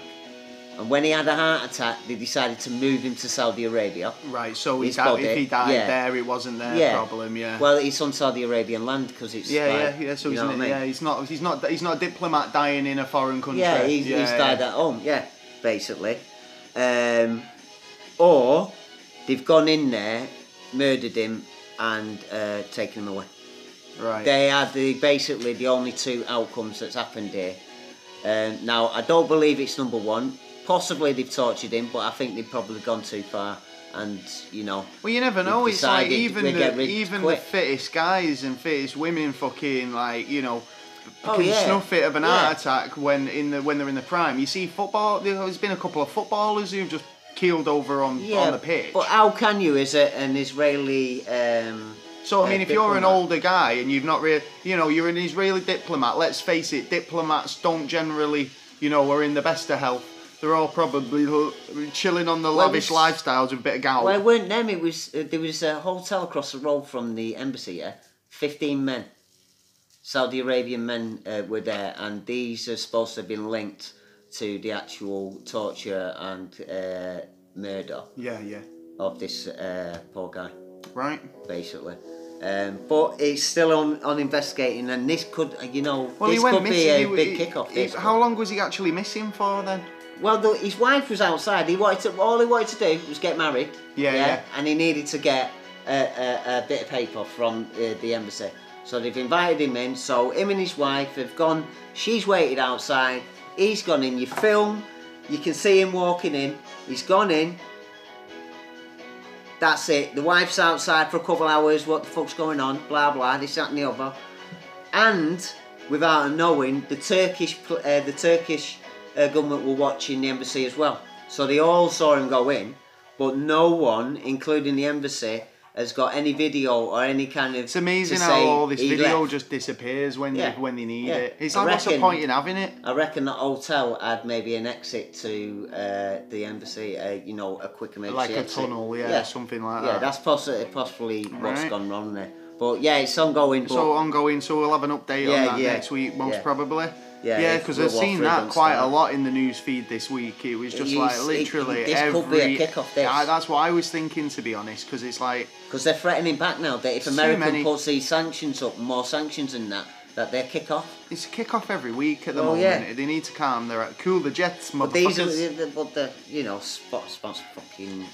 Speaker 2: And when he had a heart attack, they decided to move him to Saudi Arabia.
Speaker 1: Right. So he
Speaker 2: His
Speaker 1: died, if
Speaker 2: body,
Speaker 1: he died
Speaker 2: yeah.
Speaker 1: there, it wasn't their problem. Yeah.
Speaker 2: Well, it's on Saudi Arabian land because it's
Speaker 1: yeah,
Speaker 2: like,
Speaker 1: yeah, yeah. So
Speaker 2: you
Speaker 1: he's, not,
Speaker 2: know what I mean?
Speaker 1: yeah, he's not, he's not, he's not a diplomat dying in a foreign country.
Speaker 2: Yeah, he's, he's died at home. Yeah, basically. Um, or they've gone in there, murdered him, and uh, taken him away.
Speaker 1: Right.
Speaker 2: They are the basically the only two outcomes that's happened here. Um, now I don't believe it's number one. Possibly they've tortured him, but I think they've probably gone too far. And you know,
Speaker 1: Well, you never know.
Speaker 2: We've
Speaker 1: It's like
Speaker 2: decided
Speaker 1: even
Speaker 2: we get
Speaker 1: the,
Speaker 2: rid
Speaker 1: even the
Speaker 2: quick.
Speaker 1: fittest guys and fittest women, fucking like you know,
Speaker 2: Oh,
Speaker 1: can
Speaker 2: yeah.
Speaker 1: snuff it of an
Speaker 2: Yeah.
Speaker 1: heart attack when in the when they're in the prime. You see football. There's been a couple of footballers who've just keeled over on
Speaker 2: yeah.
Speaker 1: on the pitch.
Speaker 2: But how can you, as a, an Israeli? Um,
Speaker 1: So I
Speaker 2: uh,
Speaker 1: mean, if you're an
Speaker 2: diplomat?
Speaker 1: older guy and you've not really, you know, you're an Israeli diplomat. Let's face it, diplomats don't generally, you know, are in the best of health. They're all probably l- chilling on the
Speaker 2: Well,
Speaker 1: lavish
Speaker 2: it's-
Speaker 1: lifestyles with a bit of gout.
Speaker 2: Well, it weren't them. It was uh, there was a hotel across the road from the embassy. Yeah, fifteen men, Saudi Arabian men uh, were there, and these are supposed to have been linked to the actual torture and uh, murder
Speaker 1: yeah, yeah,
Speaker 2: of this uh, poor guy,
Speaker 1: right.
Speaker 2: basically. Um, but it's still on, on investigating, and this could, uh, you know,
Speaker 1: Well,
Speaker 2: this
Speaker 1: he went
Speaker 2: could
Speaker 1: missing.
Speaker 2: be a
Speaker 1: He-
Speaker 2: big
Speaker 1: he-
Speaker 2: kick-off.
Speaker 1: he-
Speaker 2: This
Speaker 1: how
Speaker 2: could.
Speaker 1: long was he actually missing for then?
Speaker 2: Well, the, his wife was outside. He wanted to, all he wanted to do was get married.
Speaker 1: Yeah, yeah.
Speaker 2: And he needed to get a, a, a bit of paper from uh, the embassy. So they've invited him in. So him and his wife have gone. She's waited outside. He's gone in. You film. You can see him walking in. He's gone in. That's it. The wife's outside for a couple hours. What the fuck's going on? Blah blah. This that and the other. And without her knowing, the Turkish pl- uh, the Turkish uh, government were watching the embassy as well. So they all saw him go in, but no one, including the embassy, has got any video or any kind of.
Speaker 1: It's amazing
Speaker 2: to
Speaker 1: how
Speaker 2: say
Speaker 1: all this
Speaker 2: he
Speaker 1: video
Speaker 2: left.
Speaker 1: just disappears when
Speaker 2: Yeah.
Speaker 1: they, when they need
Speaker 2: Yeah.
Speaker 1: it. It's
Speaker 2: I
Speaker 1: like what's the
Speaker 2: reckon-
Speaker 1: point in having it?
Speaker 2: I reckon the hotel had maybe an exit to uh, the embassy, uh, you know, a quick emergency
Speaker 1: Like a
Speaker 2: exit.
Speaker 1: tunnel, yeah, something like
Speaker 2: Yeah,
Speaker 1: that.
Speaker 2: that's possi possibly what's
Speaker 1: Right.
Speaker 2: gone wrong there. But yeah, it's ongoing. But
Speaker 1: So ongoing, so we'll have an update on
Speaker 2: Yeah,
Speaker 1: that
Speaker 2: yeah.
Speaker 1: next week, most
Speaker 2: Yeah.
Speaker 1: probably.
Speaker 2: Yeah,
Speaker 1: Yeah,
Speaker 2: if
Speaker 1: because
Speaker 2: Will
Speaker 1: I've seen
Speaker 2: Watford
Speaker 1: that
Speaker 2: don't
Speaker 1: quite a
Speaker 2: start.
Speaker 1: lot in the news feed this week. It was just
Speaker 2: You
Speaker 1: like
Speaker 2: s- it-
Speaker 1: literally
Speaker 2: this
Speaker 1: every.
Speaker 2: could be a kick-off, this.
Speaker 1: I, that's what I was thinking, to be honest, because it's like
Speaker 2: because they're threatening back now that if
Speaker 1: Too
Speaker 2: America
Speaker 1: many.
Speaker 2: puts these sanctions up, more sanctions and that, that they kick off.
Speaker 1: it's a kick off every week at the
Speaker 2: Well,
Speaker 1: moment.
Speaker 2: yeah.
Speaker 1: They need to calm. They're at cool the jets, motherfuckers.
Speaker 2: But these are the, the, but the you know spot spots fucking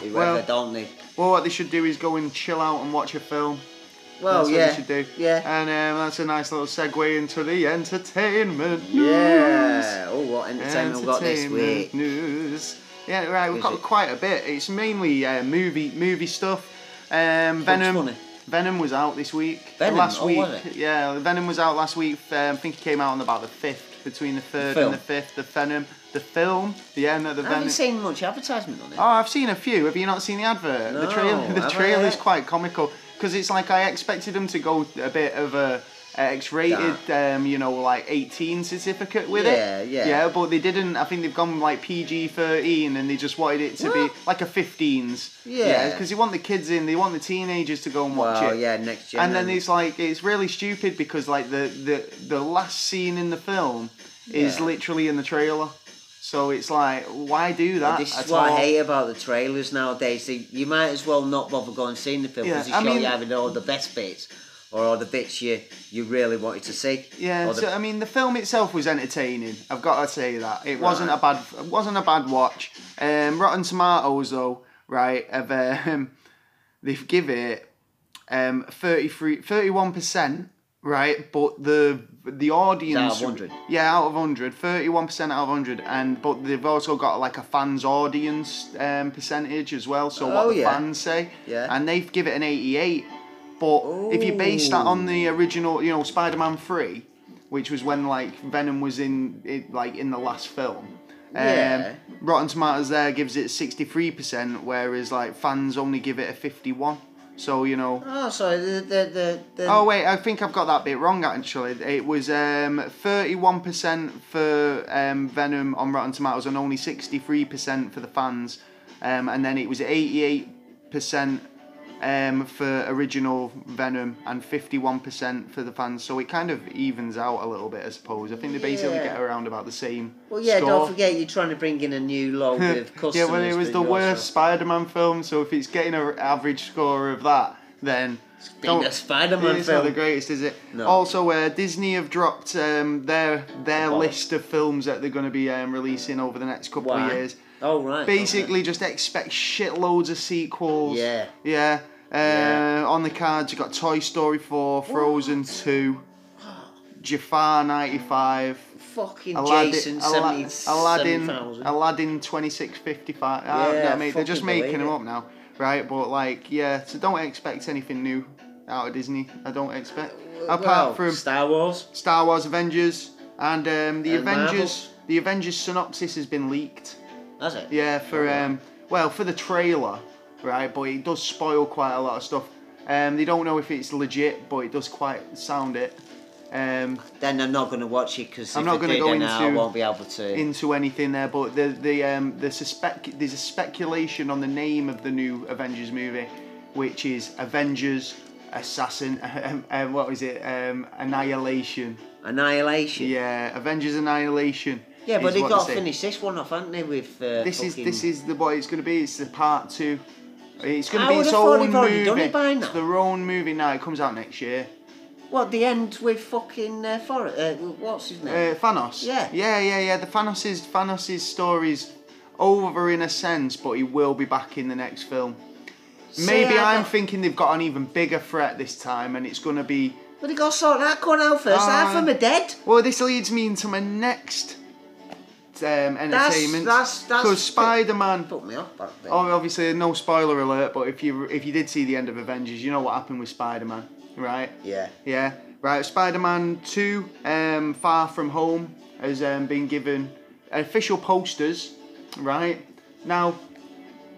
Speaker 2: whoever
Speaker 1: Well,
Speaker 2: don't they?
Speaker 1: Well, what they should do is go and chill out and watch a film.
Speaker 2: Well,
Speaker 1: that's
Speaker 2: yeah,
Speaker 1: what they should do.
Speaker 2: yeah,
Speaker 1: And um, that's a nice little segue into the entertainment news.
Speaker 2: yeah. Oh, what entertainment we've got this
Speaker 1: Entertainment
Speaker 2: week?
Speaker 1: News. Yeah, right. We've
Speaker 2: Is
Speaker 1: got
Speaker 2: it?
Speaker 1: quite a bit. It's mainly uh, movie movie stuff. Um, Venom.
Speaker 2: Funny.
Speaker 1: Venom was out this week.
Speaker 2: Venom?
Speaker 1: Last
Speaker 2: Oh,
Speaker 1: week.
Speaker 2: was it?
Speaker 1: Yeah, Venom was out last week. Um, I think it came out on about the fifth, between the third
Speaker 2: film.
Speaker 1: and the fifth. The Venom, the film. The end of the
Speaker 2: I
Speaker 1: Venom.
Speaker 2: haven't seen much advertisement on it.
Speaker 1: Oh, I've seen a few. Have you not seen the advert? the
Speaker 2: No,
Speaker 1: trail, the
Speaker 2: have
Speaker 1: trail
Speaker 2: I?
Speaker 1: is quite comical because it's like I expected them to go a bit of a, a X-rated, um, you know, like 18 certificate with
Speaker 2: Yeah,
Speaker 1: it.
Speaker 2: yeah.
Speaker 1: Yeah, but they didn't. I think they've gone like PG-13 and they just wanted it to
Speaker 2: Well-
Speaker 1: be like a 15s.
Speaker 2: Yeah.
Speaker 1: because you want the kids in, they want the teenagers to go and watch
Speaker 2: well,
Speaker 1: it.
Speaker 2: yeah, next gen.
Speaker 1: And then it's like it's really stupid because like the the, the last scene in the film is
Speaker 2: Yeah.
Speaker 1: literally in the trailer. So it's like, why do that?
Speaker 2: This
Speaker 1: at
Speaker 2: is what
Speaker 1: all?
Speaker 2: I hate about the trailers nowadays. They, you might as well not bother going and seeing the film
Speaker 1: Yeah,
Speaker 2: because
Speaker 1: I
Speaker 2: they show
Speaker 1: mean-
Speaker 2: you either all the best bits or all the bits you, you really wanted to see.
Speaker 1: Yeah,
Speaker 2: Or the-
Speaker 1: so, I mean, the film itself was entertaining. I've got to say that it wasn't a
Speaker 2: Right.
Speaker 1: bad, it wasn't a bad watch. Um, Rotten Tomatoes, though, right? Have um, (laughs) they've give it um 31 percent, right? But the the audience,
Speaker 2: 100.
Speaker 1: yeah, out of hundred, 31 percent out of hundred, and but they've also got like a fans audience um percentage as well. So
Speaker 2: Oh,
Speaker 1: what the
Speaker 2: yeah.
Speaker 1: fans say,
Speaker 2: Yeah.
Speaker 1: and they've give it an 88. But if you base that on the original, you know, Spider-Man Three, which was when like Venom was in it, like in the last film. Um,
Speaker 2: Yeah.
Speaker 1: Rotten Tomatoes there gives it sixty three percent, whereas like fans only give it a fifty one. So you know.
Speaker 2: oh, sorry, the. the, the, the
Speaker 1: Oh wait, I think I've got that bit wrong actually. It was um thirty one percent for um Venom on Rotten Tomatoes and only sixty three percent for the fans, um and then it was eighty eight percent um for original Venom and fifty one percent for the fans. So it kind of evens out a little bit, I suppose. I think they basically
Speaker 2: Yeah.
Speaker 1: get around about the same.
Speaker 2: Well, yeah,
Speaker 1: score.
Speaker 2: don't forget you're trying to bring in a new load of
Speaker 1: (laughs)
Speaker 2: customers.
Speaker 1: Yeah, well, it was
Speaker 2: but
Speaker 1: the
Speaker 2: you also-
Speaker 1: worst Spider-Man film, so if it's getting an average score of that, then
Speaker 2: Being
Speaker 1: don't-
Speaker 2: a Spider-Man
Speaker 1: it's
Speaker 2: film.
Speaker 1: not the greatest, is it?
Speaker 2: No.
Speaker 1: Also, uh, Disney have dropped um, their their
Speaker 2: Wow.
Speaker 1: list of films that they're going to be um, releasing over the next couple
Speaker 2: Why?
Speaker 1: of years.
Speaker 2: Oh, right. okay.
Speaker 1: Basically, just expect shitloads of sequels.
Speaker 2: Yeah.
Speaker 1: Yeah. Uh,
Speaker 2: Yeah.
Speaker 1: On the cards, you got Toy Story 4, Frozen 2, Jafar 95,
Speaker 2: Fucking
Speaker 1: Aladdin,
Speaker 2: Jason,
Speaker 1: Ala-
Speaker 2: 70
Speaker 1: Aladdin,
Speaker 2: 7,000.
Speaker 1: Aladdin 2655. I don't
Speaker 2: Yeah,
Speaker 1: know what I mean? They're
Speaker 2: fucking
Speaker 1: just making them
Speaker 2: believe it.
Speaker 1: up now, right? But like, yeah, so don't expect anything new out of Disney. I don't expect. Apart
Speaker 2: Well,
Speaker 1: from
Speaker 2: Star Wars.
Speaker 1: Star Wars Avengers and um, the
Speaker 2: And
Speaker 1: Avengers, the Avengers synopsis has been leaked.
Speaker 2: Has it?
Speaker 1: Yeah, for
Speaker 2: Alright.
Speaker 1: um, well, for the trailer, right? But it does spoil quite a lot of stuff. Um, they don't know if it's legit, but it does quite sound it. Um,
Speaker 2: Then I'm not going to watch it because if
Speaker 1: I'm
Speaker 2: I'm
Speaker 1: not
Speaker 2: not
Speaker 1: gonna
Speaker 2: going
Speaker 1: go
Speaker 2: to go into. I
Speaker 1: into-
Speaker 2: won't be able to.
Speaker 1: into anything there, but the the um the suspect there's a speculation on the name of the new Avengers movie, which is Avengers Assassin. (laughs) Um, um, what was it? Um, Annihilation.
Speaker 2: Annihilation. Yeah,
Speaker 1: Yeah, Avengers Annihilation.
Speaker 2: but
Speaker 1: is
Speaker 2: they
Speaker 1: what
Speaker 2: got to
Speaker 1: say.
Speaker 2: finish this one off, haven't they? With uh,
Speaker 1: This is
Speaker 2: fucking-
Speaker 1: this is the what it's going to be. It's the part two. It's going
Speaker 2: I
Speaker 1: to be
Speaker 2: would
Speaker 1: its
Speaker 2: have thought
Speaker 1: own
Speaker 2: they've already
Speaker 1: movie.
Speaker 2: done it by now.
Speaker 1: It's their own movie now. It comes out next year.
Speaker 2: what the end with fucking uh, for uh, what's his name?
Speaker 1: Uh, Thanos.
Speaker 2: Yeah.
Speaker 1: Yeah, yeah, yeah. The Thanos is Thanos' story's over in a sense, but he will be back in the next film.
Speaker 2: See,
Speaker 1: Maybe
Speaker 2: I-
Speaker 1: I'm thinking they've got an even bigger threat this time, and it's going to be.
Speaker 2: But they got to sort that cunt out
Speaker 1: uh,
Speaker 2: first. Half of them are dead.
Speaker 1: Well, this leads me into my next um, entertainment.
Speaker 2: that's- that's-
Speaker 1: because Spider-Man.
Speaker 2: Put me off back then.
Speaker 1: Oh, obviously, no spoiler alert. But if you if you did see the end of Avengers, you know what happened with Spider-Man, right?
Speaker 2: Yeah.
Speaker 1: Yeah, right. Spider-Man Two, um, Far From Home has um, been given official posters, right? Now,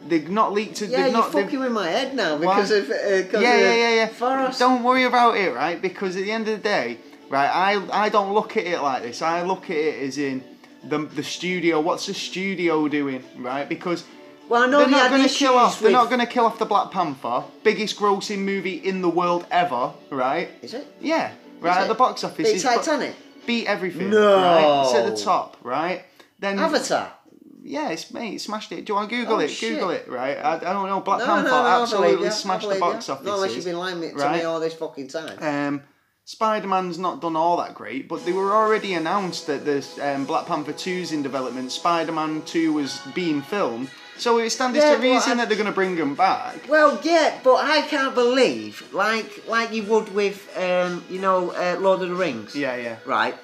Speaker 1: they've not leaked. it-
Speaker 2: Yeah,
Speaker 1: they've
Speaker 2: you're
Speaker 1: not, they've-
Speaker 2: fucking with my head now
Speaker 1: Why?
Speaker 2: because of uh,
Speaker 1: yeah,
Speaker 2: because
Speaker 1: yeah,
Speaker 2: of
Speaker 1: yeah, yeah.
Speaker 2: Forrest.
Speaker 1: Don't worry about it, right? Because at the end of the day, right, I I don't look at it like this. I look at it as in the the studio. What's the studio doing, right? Because
Speaker 2: Well, I know
Speaker 1: They're
Speaker 2: they
Speaker 1: not
Speaker 2: had
Speaker 1: going to
Speaker 2: issues
Speaker 1: kill off. They're
Speaker 2: with-
Speaker 1: not going to kill off the Black Panther, biggest grossing movie in the world ever, right?
Speaker 2: Is it?
Speaker 1: Yeah, right
Speaker 2: Is
Speaker 1: at
Speaker 2: it?
Speaker 1: the box office.
Speaker 2: Big
Speaker 1: it's got-
Speaker 2: Titanic.
Speaker 1: beat everything.
Speaker 2: No.
Speaker 1: right? it's at the top, right? Then
Speaker 2: Avatar.
Speaker 1: yeah, it's mate, it smashed it. Do you want to Google
Speaker 2: Oh,
Speaker 1: it?
Speaker 2: shit.
Speaker 1: Google it, right? I, I don't know. Black
Speaker 2: No, no,
Speaker 1: Panther
Speaker 2: no, I believe
Speaker 1: absolutely
Speaker 2: you,
Speaker 1: smashed the
Speaker 2: I believe
Speaker 1: box
Speaker 2: you.
Speaker 1: office.
Speaker 2: No, unless you've been lying to
Speaker 1: right?
Speaker 2: me all this fucking time.
Speaker 1: Um, Spider Man's not done all that great, but they were already announced that the um, Black Panther 2's in development. Spider Man 2 was being filmed, so it stands
Speaker 2: Yeah,
Speaker 1: to
Speaker 2: but
Speaker 1: reason
Speaker 2: I-
Speaker 1: that they're going to bring him back.
Speaker 2: Well, yeah, but I can't believe, like, like you would with, um, you know, uh, Lord of the Rings.
Speaker 1: Yeah, yeah.
Speaker 2: Right.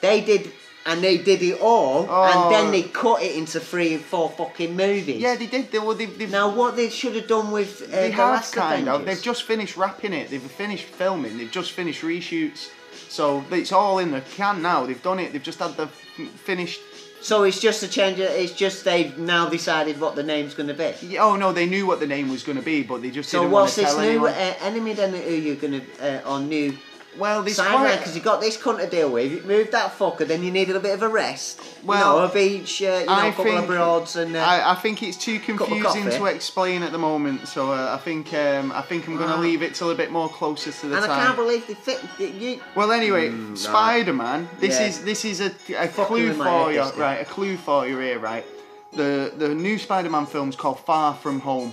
Speaker 2: They did, and they did it all,
Speaker 1: Oh.
Speaker 2: and then they cut it into three and four fucking movies.
Speaker 1: Yeah, they did. They were. They, they,
Speaker 2: Now, what they should have done with uh,
Speaker 1: they
Speaker 2: the
Speaker 1: have
Speaker 2: last
Speaker 1: kind
Speaker 2: Avengers?
Speaker 1: of. They've just finished wrapping it. They've finished filming. They've just finished reshoots. So it's all in the can now. They've done it. They've just had the f- finished.
Speaker 2: So it's just a change. of- It's just they've now decided what the name's going to be.
Speaker 1: Yeah, Oh no, they knew what the name was going to be, but they just
Speaker 2: So
Speaker 1: didn't want
Speaker 2: what's
Speaker 1: to
Speaker 2: this
Speaker 1: tell
Speaker 2: new
Speaker 1: anyone.
Speaker 2: uh, enemy then? Who you're going to uh, or new?
Speaker 1: well, this
Speaker 2: Sideline
Speaker 1: quite-
Speaker 2: because you got this cunt to deal with. You moved that fucker, then you needed a bit of a rest.
Speaker 1: Well,
Speaker 2: Well, you know, of each, uh, you know,
Speaker 1: I
Speaker 2: a couple
Speaker 1: think-
Speaker 2: of broads and. Uh,
Speaker 1: I, I think it's too
Speaker 2: of
Speaker 1: confusing
Speaker 2: coffee.
Speaker 1: to explain at the moment, so uh, I think um, I think I'm going to
Speaker 2: Ah.
Speaker 1: leave it till a bit more closer to the
Speaker 2: and I
Speaker 1: time.
Speaker 2: can't believe they fit. They, you,
Speaker 1: well, anyway, Spider-Man. This
Speaker 2: Mm, Yeah.
Speaker 1: is this is a, a
Speaker 2: Fucking
Speaker 1: clue
Speaker 2: with my
Speaker 1: for
Speaker 2: head,
Speaker 1: you,
Speaker 2: this
Speaker 1: right? A clue for you here, right? The the new Spider-Man film's called Far From Home.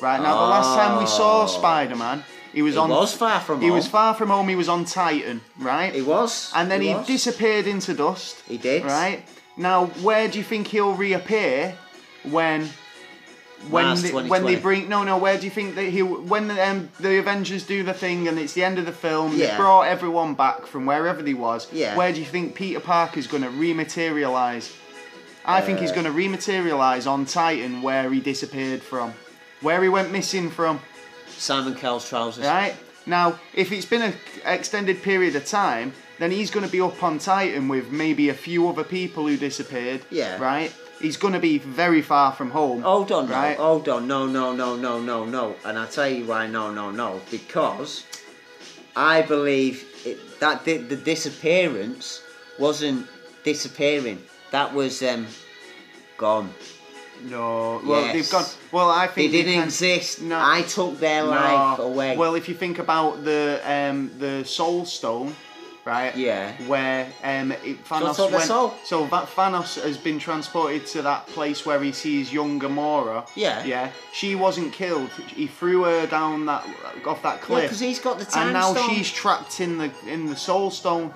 Speaker 1: Right now, the last time we saw
Speaker 2: Oh.
Speaker 1: Spider-Man, he was
Speaker 2: he
Speaker 1: on.
Speaker 2: was far from
Speaker 1: he
Speaker 2: home.
Speaker 1: was far from home. He was on Titan, right?
Speaker 2: He was.
Speaker 1: and then he,
Speaker 2: was.
Speaker 1: disappeared into dust.
Speaker 2: He did.
Speaker 1: Right now, where do you think he'll reappear when? When
Speaker 2: Mars
Speaker 1: they, when they
Speaker 2: 2020.
Speaker 1: bring no no where do you think that he when the, um, the Avengers do the thing and it's the end of the film they
Speaker 2: Yeah.
Speaker 1: brought everyone back from wherever they was
Speaker 2: Yeah.
Speaker 1: where do you think Peter Parker's going to rematerialize I think
Speaker 2: Uh.
Speaker 1: he's going to rematerialize on Titan where he disappeared from where he went missing from
Speaker 2: Simon Cowell's trousers.
Speaker 1: right? Now, if it's been an extended period of time, then he's going to be up on Titan with maybe a few other people who disappeared.
Speaker 2: Yeah.
Speaker 1: Right? He's going to be very far from home.
Speaker 2: Hold on, Oh.
Speaker 1: Right.
Speaker 2: no, hold on, no, no, no, no, no, no. And I tell you why, no, no, no, because I believe it, that the, the disappearance wasn't disappearing. That was um, gone.
Speaker 1: No. Well,
Speaker 2: Yes.
Speaker 1: they've gone. Well, I
Speaker 2: They
Speaker 1: think
Speaker 2: didn't
Speaker 1: can-
Speaker 2: exist.
Speaker 1: No.
Speaker 2: I took their
Speaker 1: no.
Speaker 2: life away.
Speaker 1: Well, if you think about the um, the Soul Stone, right?
Speaker 2: Yeah.
Speaker 1: Where um, it, Thanos
Speaker 2: took the
Speaker 1: went.
Speaker 2: soul.
Speaker 1: So that Thanos has been transported to that place where he sees young Gamora.
Speaker 2: Yeah.
Speaker 1: Yeah. She wasn't killed. He threw her down that off that cliff.
Speaker 2: because he's got the time
Speaker 1: and now
Speaker 2: stone.
Speaker 1: she's trapped in the in the Soul Stone.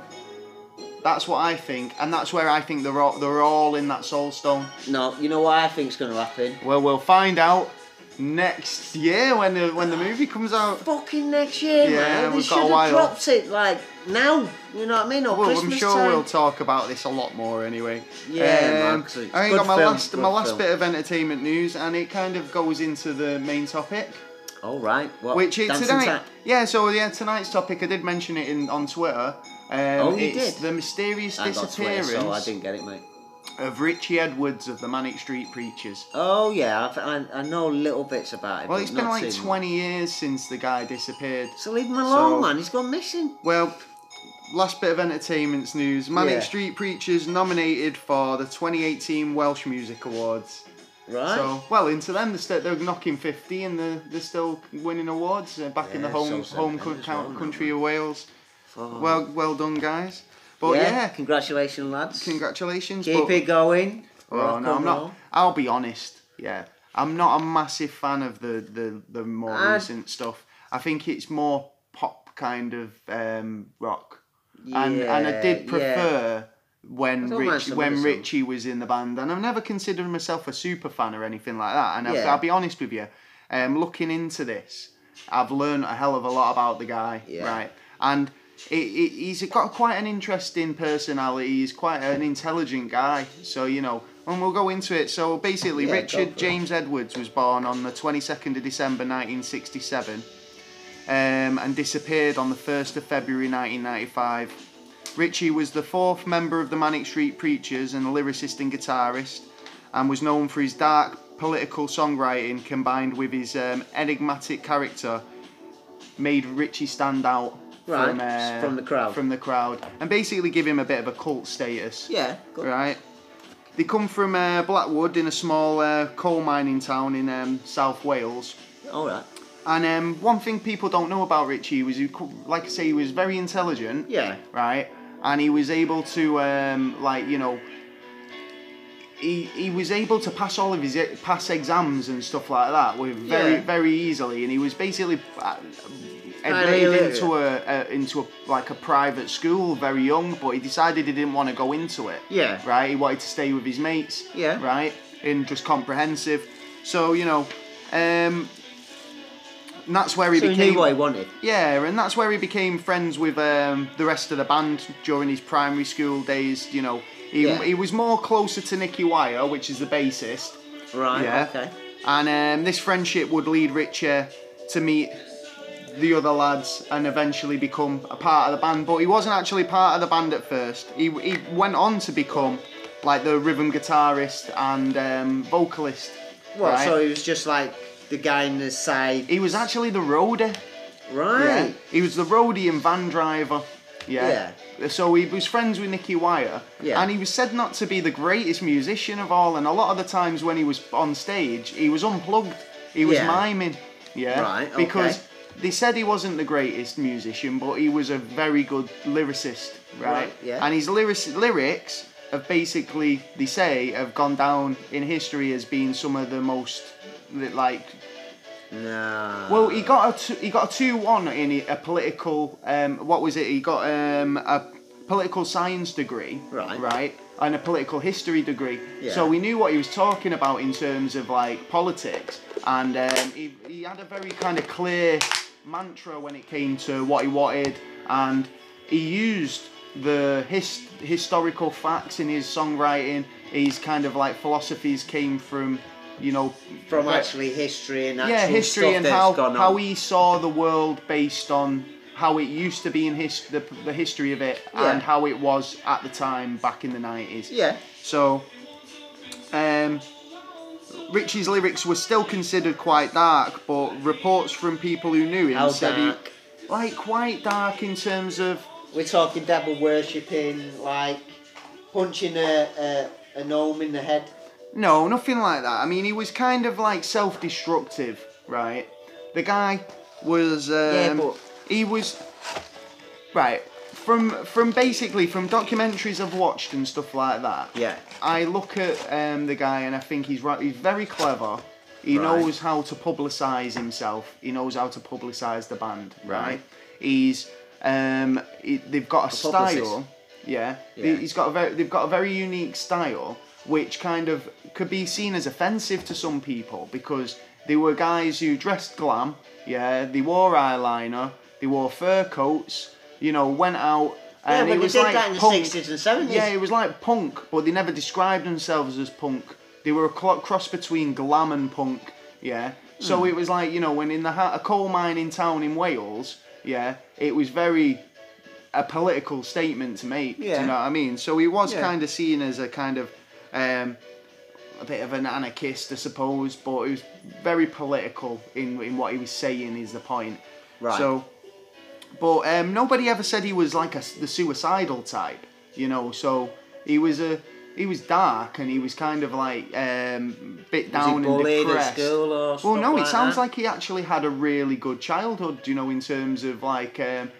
Speaker 1: That's what I think, and that's where I think they're all, they're all in that Soul Stone.
Speaker 2: No, you know what I think's going to happen?
Speaker 1: Well, we'll find out next year when the when the movie comes out.
Speaker 2: Fucking next year,
Speaker 1: Yeah,
Speaker 2: man. They
Speaker 1: we've
Speaker 2: should
Speaker 1: got a
Speaker 2: have
Speaker 1: while.
Speaker 2: dropped it like now. You know what I mean? Or
Speaker 1: Well,
Speaker 2: Christmas
Speaker 1: I'm sure
Speaker 2: time.
Speaker 1: we'll talk about this a lot more anyway.
Speaker 2: Yeah,
Speaker 1: um,
Speaker 2: man, 'cause it's
Speaker 1: I think
Speaker 2: good
Speaker 1: got my
Speaker 2: film,
Speaker 1: last
Speaker 2: good
Speaker 1: my last
Speaker 2: film.
Speaker 1: bit of entertainment news, and it kind of goes into the main topic,
Speaker 2: All right. Well,
Speaker 1: which is
Speaker 2: dancing
Speaker 1: tonight.
Speaker 2: time.
Speaker 1: Yeah, so yeah, tonight's topic I did mention it in on Twitter. Um,
Speaker 2: Oh, you
Speaker 1: it's
Speaker 2: did?
Speaker 1: the mysterious
Speaker 2: I got Twitter,
Speaker 1: disappearance
Speaker 2: so I didn't get it, mate.
Speaker 1: of Richie Edwards of the Manic Street Preachers.
Speaker 2: Oh yeah, I've, I, I know little bits about it.
Speaker 1: Well,
Speaker 2: but
Speaker 1: it's been
Speaker 2: not
Speaker 1: like
Speaker 2: too much.
Speaker 1: 20 years since the guy disappeared.
Speaker 2: So leave him alone,
Speaker 1: So-
Speaker 2: man. He's gone missing.
Speaker 1: Well, last bit of entertainment's news. Manic
Speaker 2: Yeah.
Speaker 1: Street Preachers nominated for the 2018 Welsh Music Awards.
Speaker 2: Right.
Speaker 1: So, well, into them, they're, still, they're knocking 50 and they're, they're still winning awards uh, back in the
Speaker 2: Yeah,
Speaker 1: home
Speaker 2: so
Speaker 1: home
Speaker 2: sad.
Speaker 1: co-
Speaker 2: Well Oh.
Speaker 1: count,
Speaker 2: done,
Speaker 1: country of Wales.
Speaker 2: Fuck.
Speaker 1: Well, well done, guys. But yeah,
Speaker 2: Congratulations, lads.
Speaker 1: congratulations.
Speaker 2: Keep
Speaker 1: but,
Speaker 2: it going.
Speaker 1: Well,
Speaker 2: Rock
Speaker 1: no, I'm
Speaker 2: and
Speaker 1: not.
Speaker 2: roll.
Speaker 1: I'll be honest. Yeah, I'm not a massive fan of the the, the more
Speaker 2: I-
Speaker 1: recent stuff. I think it's more pop kind of um, rock, and and I
Speaker 2: Yeah,
Speaker 1: did
Speaker 2: yeah.
Speaker 1: prefer when
Speaker 2: I don't mind
Speaker 1: Rich,
Speaker 2: some of the
Speaker 1: when
Speaker 2: songs.
Speaker 1: Richie was in the band, and I've never considered myself a super fan or anything like that. And I've,
Speaker 2: Yeah.
Speaker 1: I'll be honest with you, um, looking into this, I've learned a hell of a lot about the guy,
Speaker 2: Yeah.
Speaker 1: right? And it, it, he's got quite an interesting personality. He's quite an intelligent guy. So you know, and we'll go into it. So basically,
Speaker 2: Yeah, go for
Speaker 1: Richard
Speaker 2: it.
Speaker 1: James Edwards was born on the twenty second of December, nineteen sixty seven um, and disappeared on the 1st of February 1995. Richie was the fourth member of the Manic Street Preachers and a lyricist and guitarist, and was known for his dark political songwriting combined with his um, enigmatic character, made Richie stand out uh,
Speaker 2: Right, from the crowd.
Speaker 1: From the crowd, and basically give him a bit of a cult status.
Speaker 2: Yeah. Good.
Speaker 1: Right. They come from uh, Blackwood in a small uh, coal mining town in um, South Wales.
Speaker 2: All right.
Speaker 1: And um, one thing people don't know about Richie was, he, co- like I say, he was very intelligent.
Speaker 2: Yeah.
Speaker 1: Right. And he was able to, um, like, you know, he, he was able to pass all of his e- pass exams and stuff like that with very
Speaker 2: Yeah.
Speaker 1: very easily, and he was basically uh,
Speaker 2: Highly
Speaker 1: admitted
Speaker 2: illiterate.
Speaker 1: into a, a into a, like a private school very young, but he decided he didn't want to go into it
Speaker 2: Yeah.
Speaker 1: right? He wanted to stay with his mates,
Speaker 2: Yeah.
Speaker 1: right? In just comprehensive. So you know, um, and that's where he
Speaker 2: So he
Speaker 1: became.
Speaker 2: knew what he wanted.
Speaker 1: yeah, and that's where he became friends with um, the rest of the band during his primary school days. You know, he,
Speaker 2: Yeah.
Speaker 1: he was more closer to Nicky Wire, which is the bassist,
Speaker 2: Right.
Speaker 1: Yeah.
Speaker 2: Okay.
Speaker 1: and um, this friendship would lead Richie to meet the other lads and eventually become a part of the band. But he wasn't actually part of the band at first. He, he went on to become like the rhythm guitarist and um, vocalist.
Speaker 2: Well,
Speaker 1: right?
Speaker 2: so he was just like the guy in the side.
Speaker 1: he was actually the roadie.
Speaker 2: right.
Speaker 1: He was the roadie and van driver. Yeah. So he was friends with Nicky Wire.
Speaker 2: Yeah.
Speaker 1: And he was said not to be the greatest musician of all, and a lot of the times when he was on stage, he was unplugged. He was
Speaker 2: Yeah.
Speaker 1: miming. Yeah.
Speaker 2: Right, okay.
Speaker 1: Because they said he wasn't the greatest musician, but he was a very good lyricist, right?
Speaker 2: Right, yeah.
Speaker 1: And his lyrics lyrics have basically they say have gone down in history as being some of the most like
Speaker 2: No.
Speaker 1: well, he got a t- he got a two one in a- a political um, what was it? He got um, a political science degree,
Speaker 2: Right.
Speaker 1: Right, and a political history degree.
Speaker 2: Yeah.
Speaker 1: So we knew what he was talking about in terms of like politics, and um, he he had a very kind of clear mantra when it came to what he wanted, and he used the his- historical facts in his songwriting. His kind of like philosophies came from. You know,
Speaker 2: from
Speaker 1: like-
Speaker 2: actually history and actual
Speaker 1: yeah, history
Speaker 2: stuff
Speaker 1: and
Speaker 2: that's
Speaker 1: how
Speaker 2: gone on.
Speaker 1: how he saw the world based on how it used to be in his the, the history of it
Speaker 2: Yeah.
Speaker 1: and how it was at the time back in the nineties.
Speaker 2: Yeah.
Speaker 1: So, um, Richie's lyrics were still considered quite dark, but reports from people who knew him
Speaker 2: How
Speaker 1: said he-
Speaker 2: dark?
Speaker 1: like quite dark in terms of
Speaker 2: We're talking devil worshipping, like punching a, a a gnome in the head.
Speaker 1: No, nothing like that. I mean, he was kind of like self-destructive, right? The guy was. Um,
Speaker 2: but-
Speaker 1: He was. Right. From from basically from documentaries I've watched and stuff like that.
Speaker 2: Yeah.
Speaker 1: I look at um, the guy and I think he's right. He's very clever. He
Speaker 2: Right.
Speaker 1: knows how to publicise himself. He knows how to publicise the band. Right.
Speaker 2: Right.
Speaker 1: He's um. He, they've got a,
Speaker 2: publicist.
Speaker 1: style. Yeah.
Speaker 2: Yeah.
Speaker 1: He's got a very. They've got a very unique style, which kind of could be seen as offensive to some people because they were guys who dressed glam. Yeah. They wore eyeliner. They wore fur coats. You know, went out.
Speaker 2: Yeah,
Speaker 1: And
Speaker 2: but
Speaker 1: it
Speaker 2: they
Speaker 1: was
Speaker 2: did
Speaker 1: like
Speaker 2: that in the
Speaker 1: punk.
Speaker 2: 60s and 70s.
Speaker 1: Yeah, it was like punk, but they never described themselves as punk. They were a clo- cross between glam and punk. Yeah. So
Speaker 2: Hmm.
Speaker 1: it was like you know when in the ha- a coal mine in town in Wales. Yeah, it was very a political statement to make. Do
Speaker 2: Yeah.
Speaker 1: you know what I mean? So he was
Speaker 2: Yeah.
Speaker 1: kind of seen as a kind of um, a bit of an anarchist, I suppose, but he was very political in in what he was saying. Is the point?
Speaker 2: Right.
Speaker 1: So, but um, nobody ever said he was like a, the suicidal type, you know. So he was a he was dark and he was kind of like um, bit
Speaker 2: Was
Speaker 1: down
Speaker 2: he
Speaker 1: and
Speaker 2: bullied at
Speaker 1: depressed.
Speaker 2: school or
Speaker 1: well,
Speaker 2: stuff
Speaker 1: no, it
Speaker 2: like
Speaker 1: sounds
Speaker 2: that?
Speaker 1: like he actually had a really good childhood, you know, in terms of like. Um,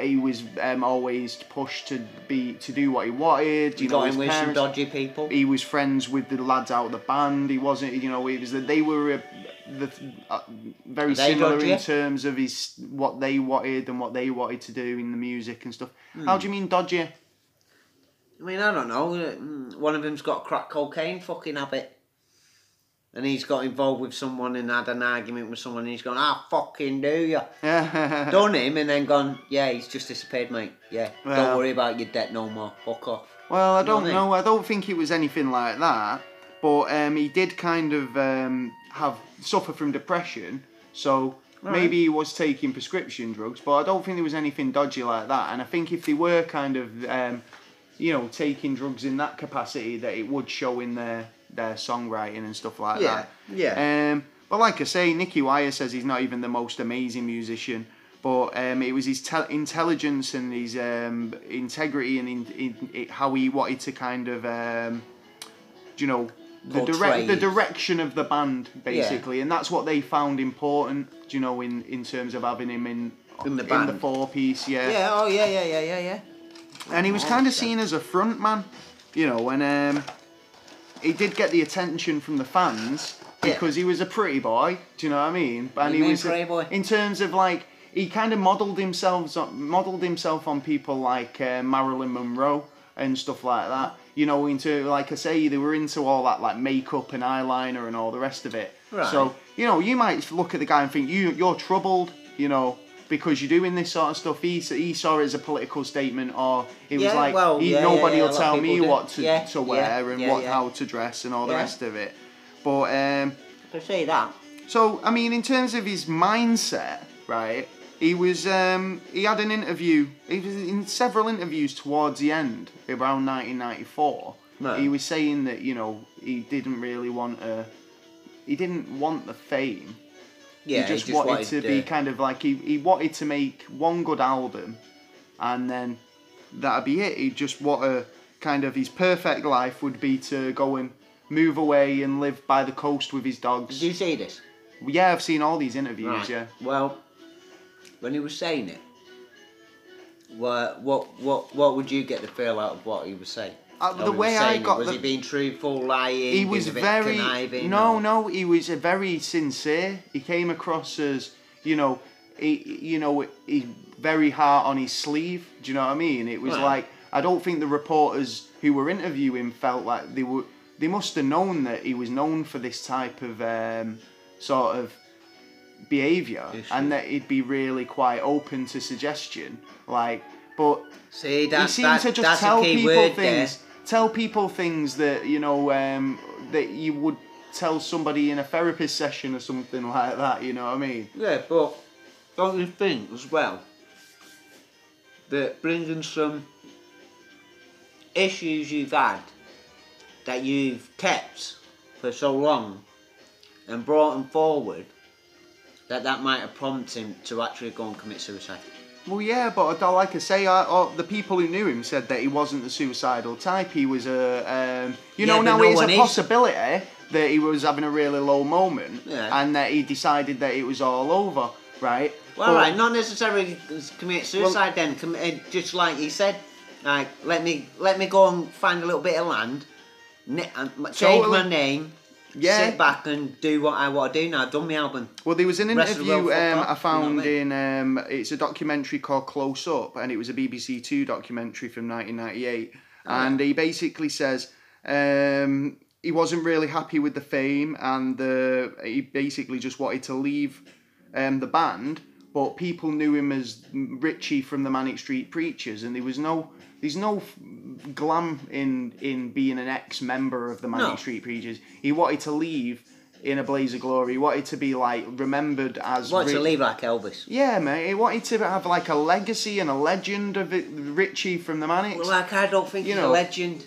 Speaker 1: he was um, always pushed to be to do what he wanted. You know,
Speaker 2: got
Speaker 1: his
Speaker 2: in with some
Speaker 1: parents-
Speaker 2: dodgy people.
Speaker 1: he was friends with the lads out of the band. He wasn't, you know, it was that they were uh, the, uh, very
Speaker 2: They
Speaker 1: similar
Speaker 2: got
Speaker 1: in
Speaker 2: you?
Speaker 1: terms of his what they wanted and what they wanted to do in the music and stuff.
Speaker 2: Hmm.
Speaker 1: How do you mean dodgy? (laughs)
Speaker 2: I mean, I don't know. uh, mm, One of them's got a crack cocaine fucking habit. And he's got involved with someone and had an argument with someone and he's gone, I fucking
Speaker 1: (laughs)
Speaker 2: do ya.
Speaker 1: yeah,
Speaker 2: Done him and then gone, yeah, he's just disappeared, mate. Yeah,
Speaker 1: Well-
Speaker 2: don't worry about your debt no more. Fuck off.
Speaker 1: well, I
Speaker 2: know what
Speaker 1: don't
Speaker 2: I mean?
Speaker 1: know. I don't think it was anything like that, but um, he did kind of um, have suffer from depression, so. Maybe he was taking prescription drugs, but I don't think there was anything dodgy like that. And I think if they were kind of um, you know, taking drugs in that capacity that it would show in their their songwriting and stuff like
Speaker 2: Yeah,
Speaker 1: that.
Speaker 2: yeah.
Speaker 1: Um, but like I say, Nicky Wire says he's not even the most amazing musician, but um, it was his tel intelligence and his um, integrity and in, in, it, how he wanted to kind of um, you know, the,
Speaker 2: Called
Speaker 1: direct, the
Speaker 2: trades.
Speaker 1: direction of the band, basically. And that's what they found important, do you know, in, in terms of having him in,
Speaker 2: In the band.
Speaker 1: four piece,
Speaker 2: Yeah, oh, yeah, yeah, yeah, yeah, yeah.
Speaker 1: and he was kind of seen as a front man, you know, and um, he did get the attention from the fans
Speaker 2: Yeah.
Speaker 1: because he was a pretty boy. Do you know what I mean? And
Speaker 2: you mean pretty boy?
Speaker 1: in terms of like he kind of modelled himself on, modelled himself on people like uh, Marilyn Monroe and stuff like that. You know, into like I say, they were into all that like makeup and eyeliner and all the rest of it.
Speaker 2: Right.
Speaker 1: So you know, you might look at the guy and think you you're troubled, you know, because you're doing this sort of stuff. He, s- he saw it as a political statement, or it was
Speaker 2: Yeah,
Speaker 1: like
Speaker 2: well,
Speaker 1: he,
Speaker 2: yeah, yeah,
Speaker 1: nobody
Speaker 2: yeah, a
Speaker 1: will
Speaker 2: lot of
Speaker 1: tell me
Speaker 2: people do.
Speaker 1: what to,
Speaker 2: Yeah,
Speaker 1: to
Speaker 2: yeah,
Speaker 1: wear and
Speaker 2: yeah,
Speaker 1: what
Speaker 2: yeah.
Speaker 1: how to dress and all the
Speaker 2: Yeah.
Speaker 1: rest of it. But um,
Speaker 2: I say that.
Speaker 1: so I mean, in terms of his mindset, right? He was um, he had an interview. He was in several interviews towards the end, around 1994.
Speaker 2: Right.
Speaker 1: He was saying that you know he didn't really want to. He didn't want the fame
Speaker 2: Yeah,
Speaker 1: he just, wanted, to be kind of like he, he wanted to make one good album and then that'd be it he just what a kind of his perfect life would be to go and move away and live by the coast with his dogs
Speaker 2: Did you see this?
Speaker 1: yeah i've seen all these interviews
Speaker 2: Right.
Speaker 1: yeah
Speaker 2: Well, when he was saying it, what what what what would you get the feel out of what he was saying?
Speaker 1: Uh,
Speaker 2: How
Speaker 1: the
Speaker 2: he was
Speaker 1: way I
Speaker 2: saying it,
Speaker 1: got
Speaker 2: was
Speaker 1: the-
Speaker 2: he being truthful, lying?
Speaker 1: he
Speaker 2: being
Speaker 1: was
Speaker 2: a bit
Speaker 1: very
Speaker 2: conniving,
Speaker 1: no
Speaker 2: or-
Speaker 1: no he was a very sincere he came across as you know he, you know he very hard on his sleeve do you know what i mean it was
Speaker 2: Right.
Speaker 1: like i don't think the reporters who were interviewing felt like they were they must have known that he was known for this type of um, sort of behavior
Speaker 2: Issue.
Speaker 1: and that he'd be really quite open to suggestion like but
Speaker 2: See,
Speaker 1: he
Speaker 2: that's
Speaker 1: seemed
Speaker 2: that,
Speaker 1: to just
Speaker 2: that's
Speaker 1: tell
Speaker 2: a key
Speaker 1: people
Speaker 2: word
Speaker 1: things.
Speaker 2: there.
Speaker 1: Tell people things that you know um, that you would tell somebody in a therapist session or something like that. You know what I mean?
Speaker 2: Yeah, but don't you think as well that bringing some issues you've had that you've kept for so long and brought them forward that that might have prompted him to actually go and commit suicide?
Speaker 1: Well, yeah, but I don't- like I say, I, oh, the people who knew him said that he wasn't the suicidal type. He was a, um, you
Speaker 2: Yeah,
Speaker 1: know,
Speaker 2: but
Speaker 1: now
Speaker 2: no
Speaker 1: it's
Speaker 2: one
Speaker 1: a
Speaker 2: is.
Speaker 1: possibility that he was having a really low moment
Speaker 2: Yeah.
Speaker 1: and that he decided that it was all over, right?
Speaker 2: Well,
Speaker 1: But-
Speaker 2: right, not necessarily commit suicide then. Com- uh, just like he said, like let me let me go and find a little bit of land, ne- uh, m- change
Speaker 1: Totally.
Speaker 2: my name,
Speaker 1: Yeah.
Speaker 2: sit back and do what I want to do now. I've done my album.
Speaker 1: Well, there was an
Speaker 2: Rest of the
Speaker 1: interview
Speaker 2: world
Speaker 1: um,
Speaker 2: football,
Speaker 1: I found
Speaker 2: you
Speaker 1: in um, it's a documentary called Close Up, and it was a BBC Two documentary from 1998,
Speaker 2: Oh,
Speaker 1: and he basically says um, he wasn't really happy with the fame, and the he basically just wanted to leave um, the band, but people knew him as Richie from the Manic Street Preachers, and there was no there's no f- glam in in being an ex member of the Manic
Speaker 2: No.
Speaker 1: Street Preachers. He wanted to leave in a blaze of glory. He wanted to be like remembered as
Speaker 2: Want to
Speaker 1: Ri-
Speaker 2: leave like Elvis?
Speaker 1: Yeah, mate. He wanted to have like a legacy and a legend of it, Richie from the Manics.
Speaker 2: Well,
Speaker 1: Well,
Speaker 2: like I don't think
Speaker 1: You
Speaker 2: he's
Speaker 1: know,
Speaker 2: a legend.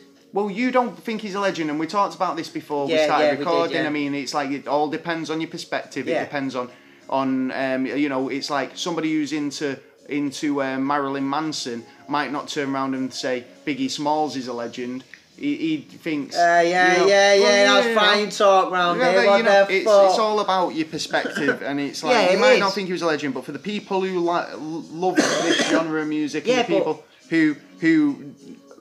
Speaker 1: you don't think he's a legend, and we talked about this before we
Speaker 2: Yeah,
Speaker 1: started
Speaker 2: yeah, we did,
Speaker 1: recording.
Speaker 2: yeah.
Speaker 1: I mean, it's like it all depends on your perspective. It
Speaker 2: Yeah.
Speaker 1: depends on on um, you know, it's like somebody who's into into uh, Marilyn Manson might not turn around and say Biggie Smalls is a legend. He, he thinks.
Speaker 2: Uh, yeah,
Speaker 1: you know,
Speaker 2: yeah, yeah,
Speaker 1: well,
Speaker 2: That's
Speaker 1: you know,
Speaker 2: fine talk round
Speaker 1: Yeah,
Speaker 2: here.
Speaker 1: but,
Speaker 2: What
Speaker 1: you know,
Speaker 2: the
Speaker 1: it's,
Speaker 2: fuck?
Speaker 1: it's all about your perspective, and it's like
Speaker 2: (laughs) Yeah,
Speaker 1: you
Speaker 2: it
Speaker 1: might
Speaker 2: is.
Speaker 1: not think he was a legend, but for the people who like love
Speaker 2: (coughs)
Speaker 1: this genre of music,
Speaker 2: Yeah,
Speaker 1: and the
Speaker 2: but-
Speaker 1: people who who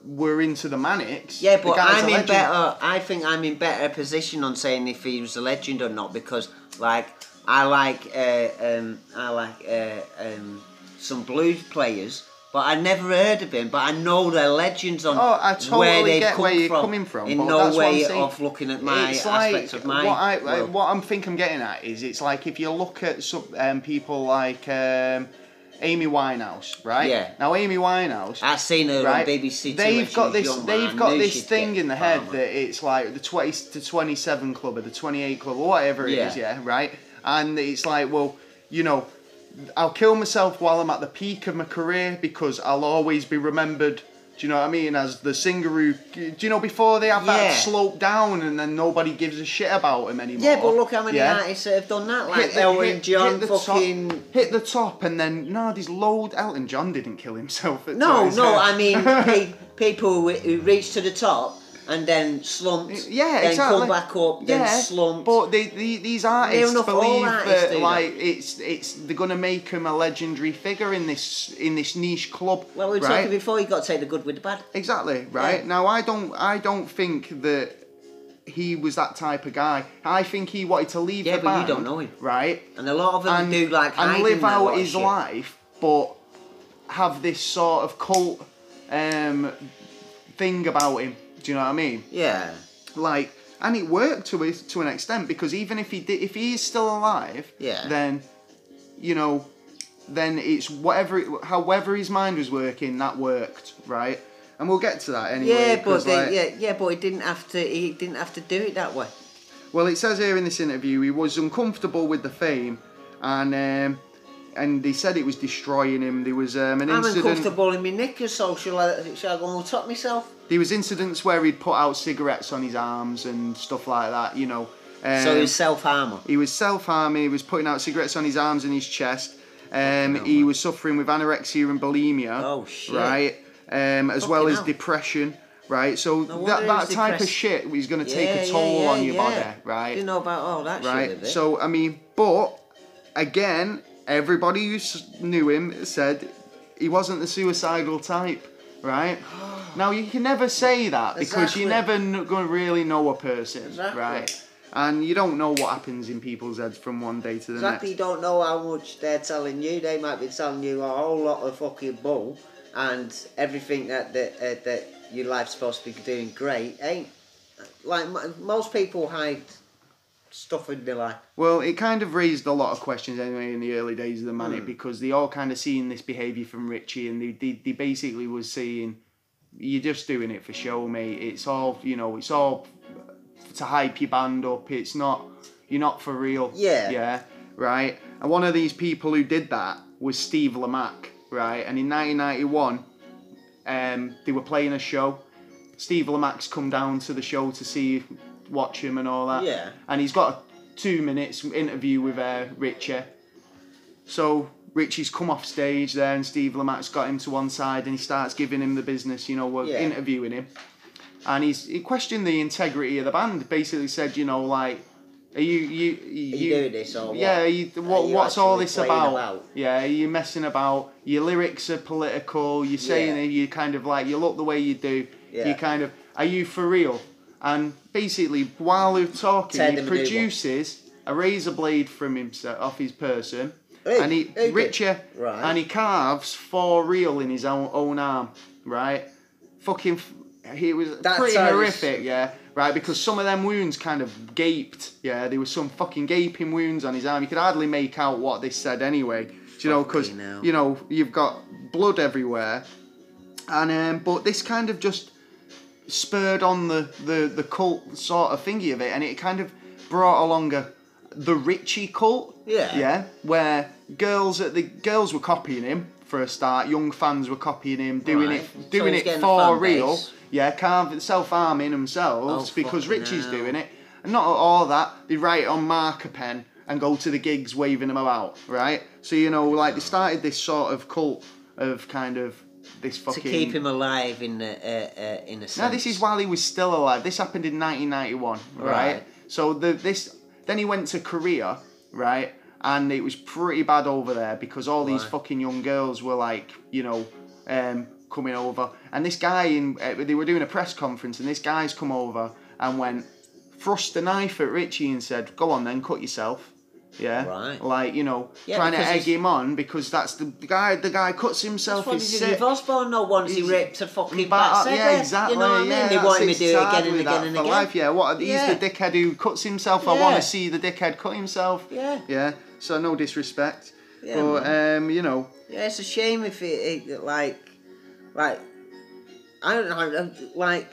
Speaker 1: were into the Manics,
Speaker 2: Yeah,
Speaker 1: the
Speaker 2: but
Speaker 1: guy's a
Speaker 2: I'm in
Speaker 1: legend.
Speaker 2: better. I think I'm in better position on saying if he was a legend or not because, like, I like, uh, um, I like uh, um, some blues players, but I never heard of him. But I know they're legends on
Speaker 1: Oh, I totally
Speaker 2: where they
Speaker 1: get
Speaker 2: come
Speaker 1: where you're
Speaker 2: from.
Speaker 1: coming from,
Speaker 2: In
Speaker 1: but
Speaker 2: no
Speaker 1: that's what I'm
Speaker 2: way
Speaker 1: saying.
Speaker 2: of looking at my
Speaker 1: it's
Speaker 2: aspects
Speaker 1: like
Speaker 2: of my.
Speaker 1: what I
Speaker 2: world.
Speaker 1: what I'm think I'm getting at is it's like if you look at some um, people like um, Amy Winehouse, right?
Speaker 2: Yeah.
Speaker 1: Now Amy Winehouse,
Speaker 2: I seen her
Speaker 1: right?
Speaker 2: on BBC. Two when
Speaker 1: they've
Speaker 2: she
Speaker 1: got
Speaker 2: was
Speaker 1: this.
Speaker 2: young, man. I
Speaker 1: they've got
Speaker 2: knew
Speaker 1: this
Speaker 2: she'd
Speaker 1: thing
Speaker 2: get
Speaker 1: in the head
Speaker 2: farmer.
Speaker 1: that it's like the twenty to twenty seven club or the twenty eight club or whatever it is.
Speaker 2: Yeah.
Speaker 1: Yeah, right. And it's like, well, you know, I'll kill myself while I'm at the peak of my career because I'll always be remembered. Do you know what I mean? As the singer who, do you know, before they have
Speaker 2: Yeah.
Speaker 1: that slope down and then nobody gives a shit about him anymore.
Speaker 2: Yeah, but look how many
Speaker 1: Yeah.
Speaker 2: artists have done that, like
Speaker 1: Hit the-
Speaker 2: Elton
Speaker 1: hit-
Speaker 2: John,
Speaker 1: hit the top-
Speaker 2: fucking.
Speaker 1: hit the top, and then no, there's load. Elton John didn't kill himself. At
Speaker 2: No,
Speaker 1: times, (laughs)
Speaker 2: no,
Speaker 1: yeah.
Speaker 2: I mean pe- people who, who reach to the top and then slumped.
Speaker 1: Yeah,
Speaker 2: then
Speaker 1: exactly.
Speaker 2: come back up, then
Speaker 1: yeah,
Speaker 2: slumped.
Speaker 1: But they, the these artists
Speaker 2: enough, all
Speaker 1: believe
Speaker 2: artists do
Speaker 1: that
Speaker 2: that.
Speaker 1: like it's it's they're gonna make him a legendary figure in this in this niche club.
Speaker 2: well, we were
Speaker 1: right?
Speaker 2: talking before, you got to take the good with the bad.
Speaker 1: Exactly right.
Speaker 2: Yeah.
Speaker 1: Now I don't I don't think that he was that type of guy. I think he wanted to leave.
Speaker 2: Yeah,
Speaker 1: the
Speaker 2: but you
Speaker 1: band,
Speaker 2: don't know him.
Speaker 1: right?
Speaker 2: And a lot of them do like
Speaker 1: and
Speaker 2: hiding
Speaker 1: live
Speaker 2: that lot
Speaker 1: out
Speaker 2: of
Speaker 1: his
Speaker 2: shit.
Speaker 1: life, but have this sort of cult um, thing about him. Do you know what I mean?
Speaker 2: Yeah.
Speaker 1: Like, and it worked to a, to an extent because even if he did, if he is still alive,
Speaker 2: Yeah.
Speaker 1: then you know, then it's whatever, however his mind was working, that worked, right? And we'll get to that anyway.
Speaker 2: Yeah, but
Speaker 1: 'cause,
Speaker 2: they,
Speaker 1: like-
Speaker 2: yeah, yeah, but he didn't have to. He didn't have to do it that way.
Speaker 1: Well, it says here in this interview he was uncomfortable with the fame, and um, and they said it was destroying him. There was um, an
Speaker 2: I'm
Speaker 1: incident.
Speaker 2: uncomfortable in my knickers, so shall I, shall I go on top myself?
Speaker 1: There was incidents where he'd put out cigarettes on his arms and stuff like that. You know. Um,
Speaker 2: so it was self harmer.
Speaker 1: He was self-harming. He was putting out cigarettes on his arms and his chest. Um, he was suffering with anorexia and bulimia.
Speaker 2: Oh, shit.
Speaker 1: Right, um, as well
Speaker 2: Fucking
Speaker 1: as
Speaker 2: hell.
Speaker 1: depression. Right, so
Speaker 2: No wonder
Speaker 1: that,
Speaker 2: he
Speaker 1: that
Speaker 2: was
Speaker 1: type of
Speaker 2: depressed.
Speaker 1: shit is going to
Speaker 2: Yeah,
Speaker 1: take a
Speaker 2: yeah,
Speaker 1: toll
Speaker 2: yeah,
Speaker 1: on your
Speaker 2: yeah.
Speaker 1: body. Right.
Speaker 2: Didn't know about all that shit.
Speaker 1: right?
Speaker 2: did they?
Speaker 1: So I mean, but again, everybody who s- knew him said he wasn't the suicidal type,
Speaker 2: (gasps)
Speaker 1: right? now you can never say that because
Speaker 2: Exactly.
Speaker 1: you're never n- going to really know a person,
Speaker 2: Exactly.
Speaker 1: right? And you don't know what happens in people's heads from one day to the
Speaker 2: Exactly, you
Speaker 1: next.
Speaker 2: don't know how much they're telling you. They might be telling you a whole lot of fucking bull, and everything that that, uh, that your life's supposed to be doing great ain't. Like m- most people hide stuff in their life.
Speaker 1: Well, it kind of raised a lot of questions anyway in the early days of the manic because they all kind of seen this behaviour from Richie and they, they, they basically was saying, you're just doing it for show, mate. It's all, you know, it's all to hype your band up. It's not, you're not for real.
Speaker 2: Yeah.
Speaker 1: Yeah, right? And one of these people who did that was Steve Lamack, right? And in 1991, um, they were playing a show. Steve Lamack's come down to the show to see, watch him and all that.
Speaker 2: Yeah.
Speaker 1: And he's got a two minutes interview with uh, Richie. So Richie's come off stage there, and Steve Lamack's got him to one side, and he starts giving him the business. You know, we're
Speaker 2: Yeah.
Speaker 1: interviewing him, and he's he questioned the integrity of the band. Basically said, you know, like, are you you you,
Speaker 2: doing this or what?
Speaker 1: yeah? Are you, what,
Speaker 2: you
Speaker 1: what's all
Speaker 2: actually
Speaker 1: this
Speaker 2: playing
Speaker 1: about?
Speaker 2: about?
Speaker 1: Yeah, are you messing about? Your lyrics are political. You're saying
Speaker 2: Yeah.
Speaker 1: that you kind of like you look the way you do.
Speaker 2: Yeah.
Speaker 1: You kind of are you for real? And basically, while they're talking,
Speaker 2: Tear
Speaker 1: he
Speaker 2: them a new one.
Speaker 1: produces a razor blade from himself off his person,
Speaker 2: Hey,
Speaker 1: and he
Speaker 2: hey,
Speaker 1: Richie,
Speaker 2: Right.
Speaker 1: and he carves four real in his own own arm, right? Fucking, f- he was
Speaker 2: That
Speaker 1: pretty
Speaker 2: sounds-
Speaker 1: horrific, yeah. Right, because some of them wounds kind of gaped. Yeah, there was some fucking gaping wounds on his arm. You could hardly make out what they said anyway. Do you know? Because
Speaker 2: Fucking hell.
Speaker 1: you know you've got blood everywhere, and um, but this kind of just spurred on the, the, the cult sort of thingy of it, and it kind of brought along a, the Richie cult.
Speaker 2: Yeah.
Speaker 1: Yeah. Where girls at the girls were copying him for a start. Young fans were copying him, doing
Speaker 2: Right. So
Speaker 1: it, doing
Speaker 2: he's
Speaker 1: it
Speaker 2: getting a
Speaker 1: for
Speaker 2: fan
Speaker 1: real.
Speaker 2: base.
Speaker 1: Yeah, carve, self-harming themselves
Speaker 2: Oh,
Speaker 1: because
Speaker 2: fucking
Speaker 1: Richie's
Speaker 2: hell.
Speaker 1: doing it. And not all that, they write it on marker pen and go to the gigs waving them about, right? So you know, like they started this sort of cult of kind of this
Speaker 2: to
Speaker 1: fucking
Speaker 2: keep him alive in the uh, uh, in a sense.
Speaker 1: no, this is while he was still alive. This happened in 1991, right?
Speaker 2: Right.
Speaker 1: So the this then he went to Korea, right? And it was pretty bad over there because all these
Speaker 2: Right.
Speaker 1: fucking young girls were like, you know, um, coming over. And this guy in uh, they were doing a press conference, and this guy's come over and went thrust a knife at Richie and said, "Go on, then, cut yourself." Yeah,
Speaker 2: Right.
Speaker 1: Like you know,
Speaker 2: Yeah,
Speaker 1: trying to
Speaker 2: because
Speaker 1: egg
Speaker 2: he's-
Speaker 1: him on because that's the, the guy. The guy cuts himself.
Speaker 2: That's what
Speaker 1: he's
Speaker 2: he did
Speaker 1: sick.
Speaker 2: with Osborne. No, once he
Speaker 1: He's-
Speaker 2: ripped a fucking
Speaker 1: But,
Speaker 2: back
Speaker 1: uh,
Speaker 2: said
Speaker 1: yeah,
Speaker 2: it,
Speaker 1: exactly.
Speaker 2: You know what
Speaker 1: yeah,
Speaker 2: I mean? They
Speaker 1: that's
Speaker 2: wanted me
Speaker 1: it,
Speaker 2: to do it again
Speaker 1: sadly,
Speaker 2: and
Speaker 1: that
Speaker 2: again and
Speaker 1: for
Speaker 2: again.
Speaker 1: Life. Yeah, what? He's
Speaker 2: Yeah.
Speaker 1: the dickhead who cuts himself. I
Speaker 2: Yeah.
Speaker 1: want to see the dickhead cut himself.
Speaker 2: Yeah.
Speaker 1: Yeah. So no disrespect,
Speaker 2: Yeah,
Speaker 1: but um, you know,
Speaker 2: Yeah, it's a shame if it, it like, like, I don't know, like,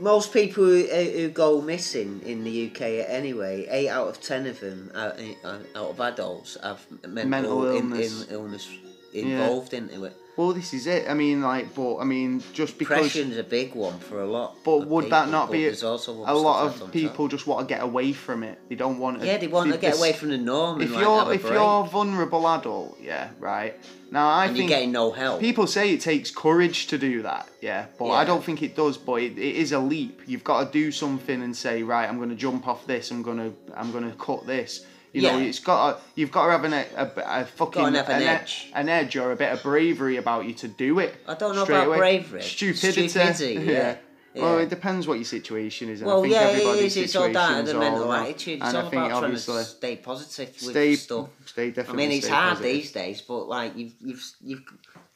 Speaker 2: most people who, who go missing in the UK anyway, eight out of ten of them uh, are, are, out of adults have mental,
Speaker 1: Mental
Speaker 2: in-
Speaker 1: illness.
Speaker 2: in- illness involved into it.
Speaker 1: Well, this is it. I mean, like, but I mean, just because.
Speaker 2: Depression's a big one for a lot.
Speaker 1: But
Speaker 2: of
Speaker 1: would that
Speaker 2: people,
Speaker 1: not
Speaker 2: but
Speaker 1: be
Speaker 2: there's also
Speaker 1: a
Speaker 2: other
Speaker 1: lot
Speaker 2: stuff that's on
Speaker 1: of
Speaker 2: top.
Speaker 1: people just want to get away from it? They don't want to.
Speaker 2: Yeah, they want to get away from the norm.
Speaker 1: If
Speaker 2: and, like, have
Speaker 1: you're
Speaker 2: a
Speaker 1: if
Speaker 2: break.
Speaker 1: you're a vulnerable adult, yeah, right. Now I
Speaker 2: and you're
Speaker 1: think
Speaker 2: getting no help,
Speaker 1: people say it takes courage to do that, yeah, but I
Speaker 2: Yeah.
Speaker 1: don't think it does. But it, it is a leap. You've got to do something and say, right, I'm going to jump off this. I'm going to I'm going to cut this. You know,
Speaker 2: Yeah.
Speaker 1: it's got to, you've got to have an, e- a, a, fucking
Speaker 2: Gotta have an
Speaker 1: e-
Speaker 2: edge.
Speaker 1: an edge or a bit of bravery about you to do it.
Speaker 2: I don't know
Speaker 1: straight
Speaker 2: about
Speaker 1: away.
Speaker 2: bravery.
Speaker 1: Stupidity. (laughs)
Speaker 2: Stupidity, yeah.
Speaker 1: Well,
Speaker 2: Yeah.
Speaker 1: it depends what your situation is. And I
Speaker 2: Well,
Speaker 1: think
Speaker 2: yeah, it
Speaker 1: everybody's
Speaker 2: is. It's all down
Speaker 1: situation's
Speaker 2: to the
Speaker 1: all
Speaker 2: mental
Speaker 1: that.
Speaker 2: attitude. It's
Speaker 1: And
Speaker 2: all
Speaker 1: I think
Speaker 2: about trying to
Speaker 1: obviously
Speaker 2: stay positive
Speaker 1: stay,
Speaker 2: with stuff.
Speaker 1: stay
Speaker 2: I
Speaker 1: definitely.
Speaker 2: mean, it's
Speaker 1: stay
Speaker 2: hard
Speaker 1: positive.
Speaker 2: these days, but like you've you've you've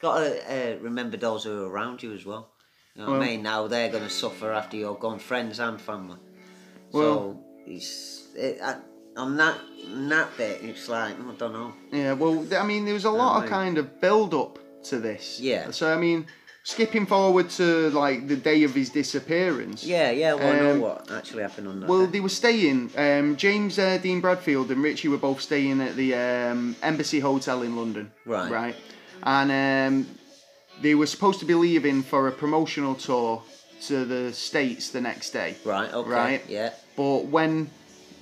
Speaker 2: got to uh, remember those who are around you as well. You know what
Speaker 1: Well-
Speaker 2: I mean? Now they're going to suffer after you're gone, friends and family.
Speaker 1: Well-
Speaker 2: so it's it, I, on that on that bit. It's like I don't know.
Speaker 1: Yeah, well, th- I mean, there was a lot of
Speaker 2: mate.
Speaker 1: kind of build up to this.
Speaker 2: Yeah.
Speaker 1: So I mean, skipping forward to like the day of his disappearance.
Speaker 2: Yeah, yeah. Well, I
Speaker 1: Um,
Speaker 2: know what actually happened on that.
Speaker 1: Well,
Speaker 2: day.
Speaker 1: they were staying. Um, James uh, Dean Bradfield and Richie were both staying at the um, Embassy Hotel in London.
Speaker 2: Right.
Speaker 1: Right. And um, they were supposed to be leaving for a promotional tour to the States the next day.
Speaker 2: right. Okay.
Speaker 1: right.
Speaker 2: Yeah.
Speaker 1: But when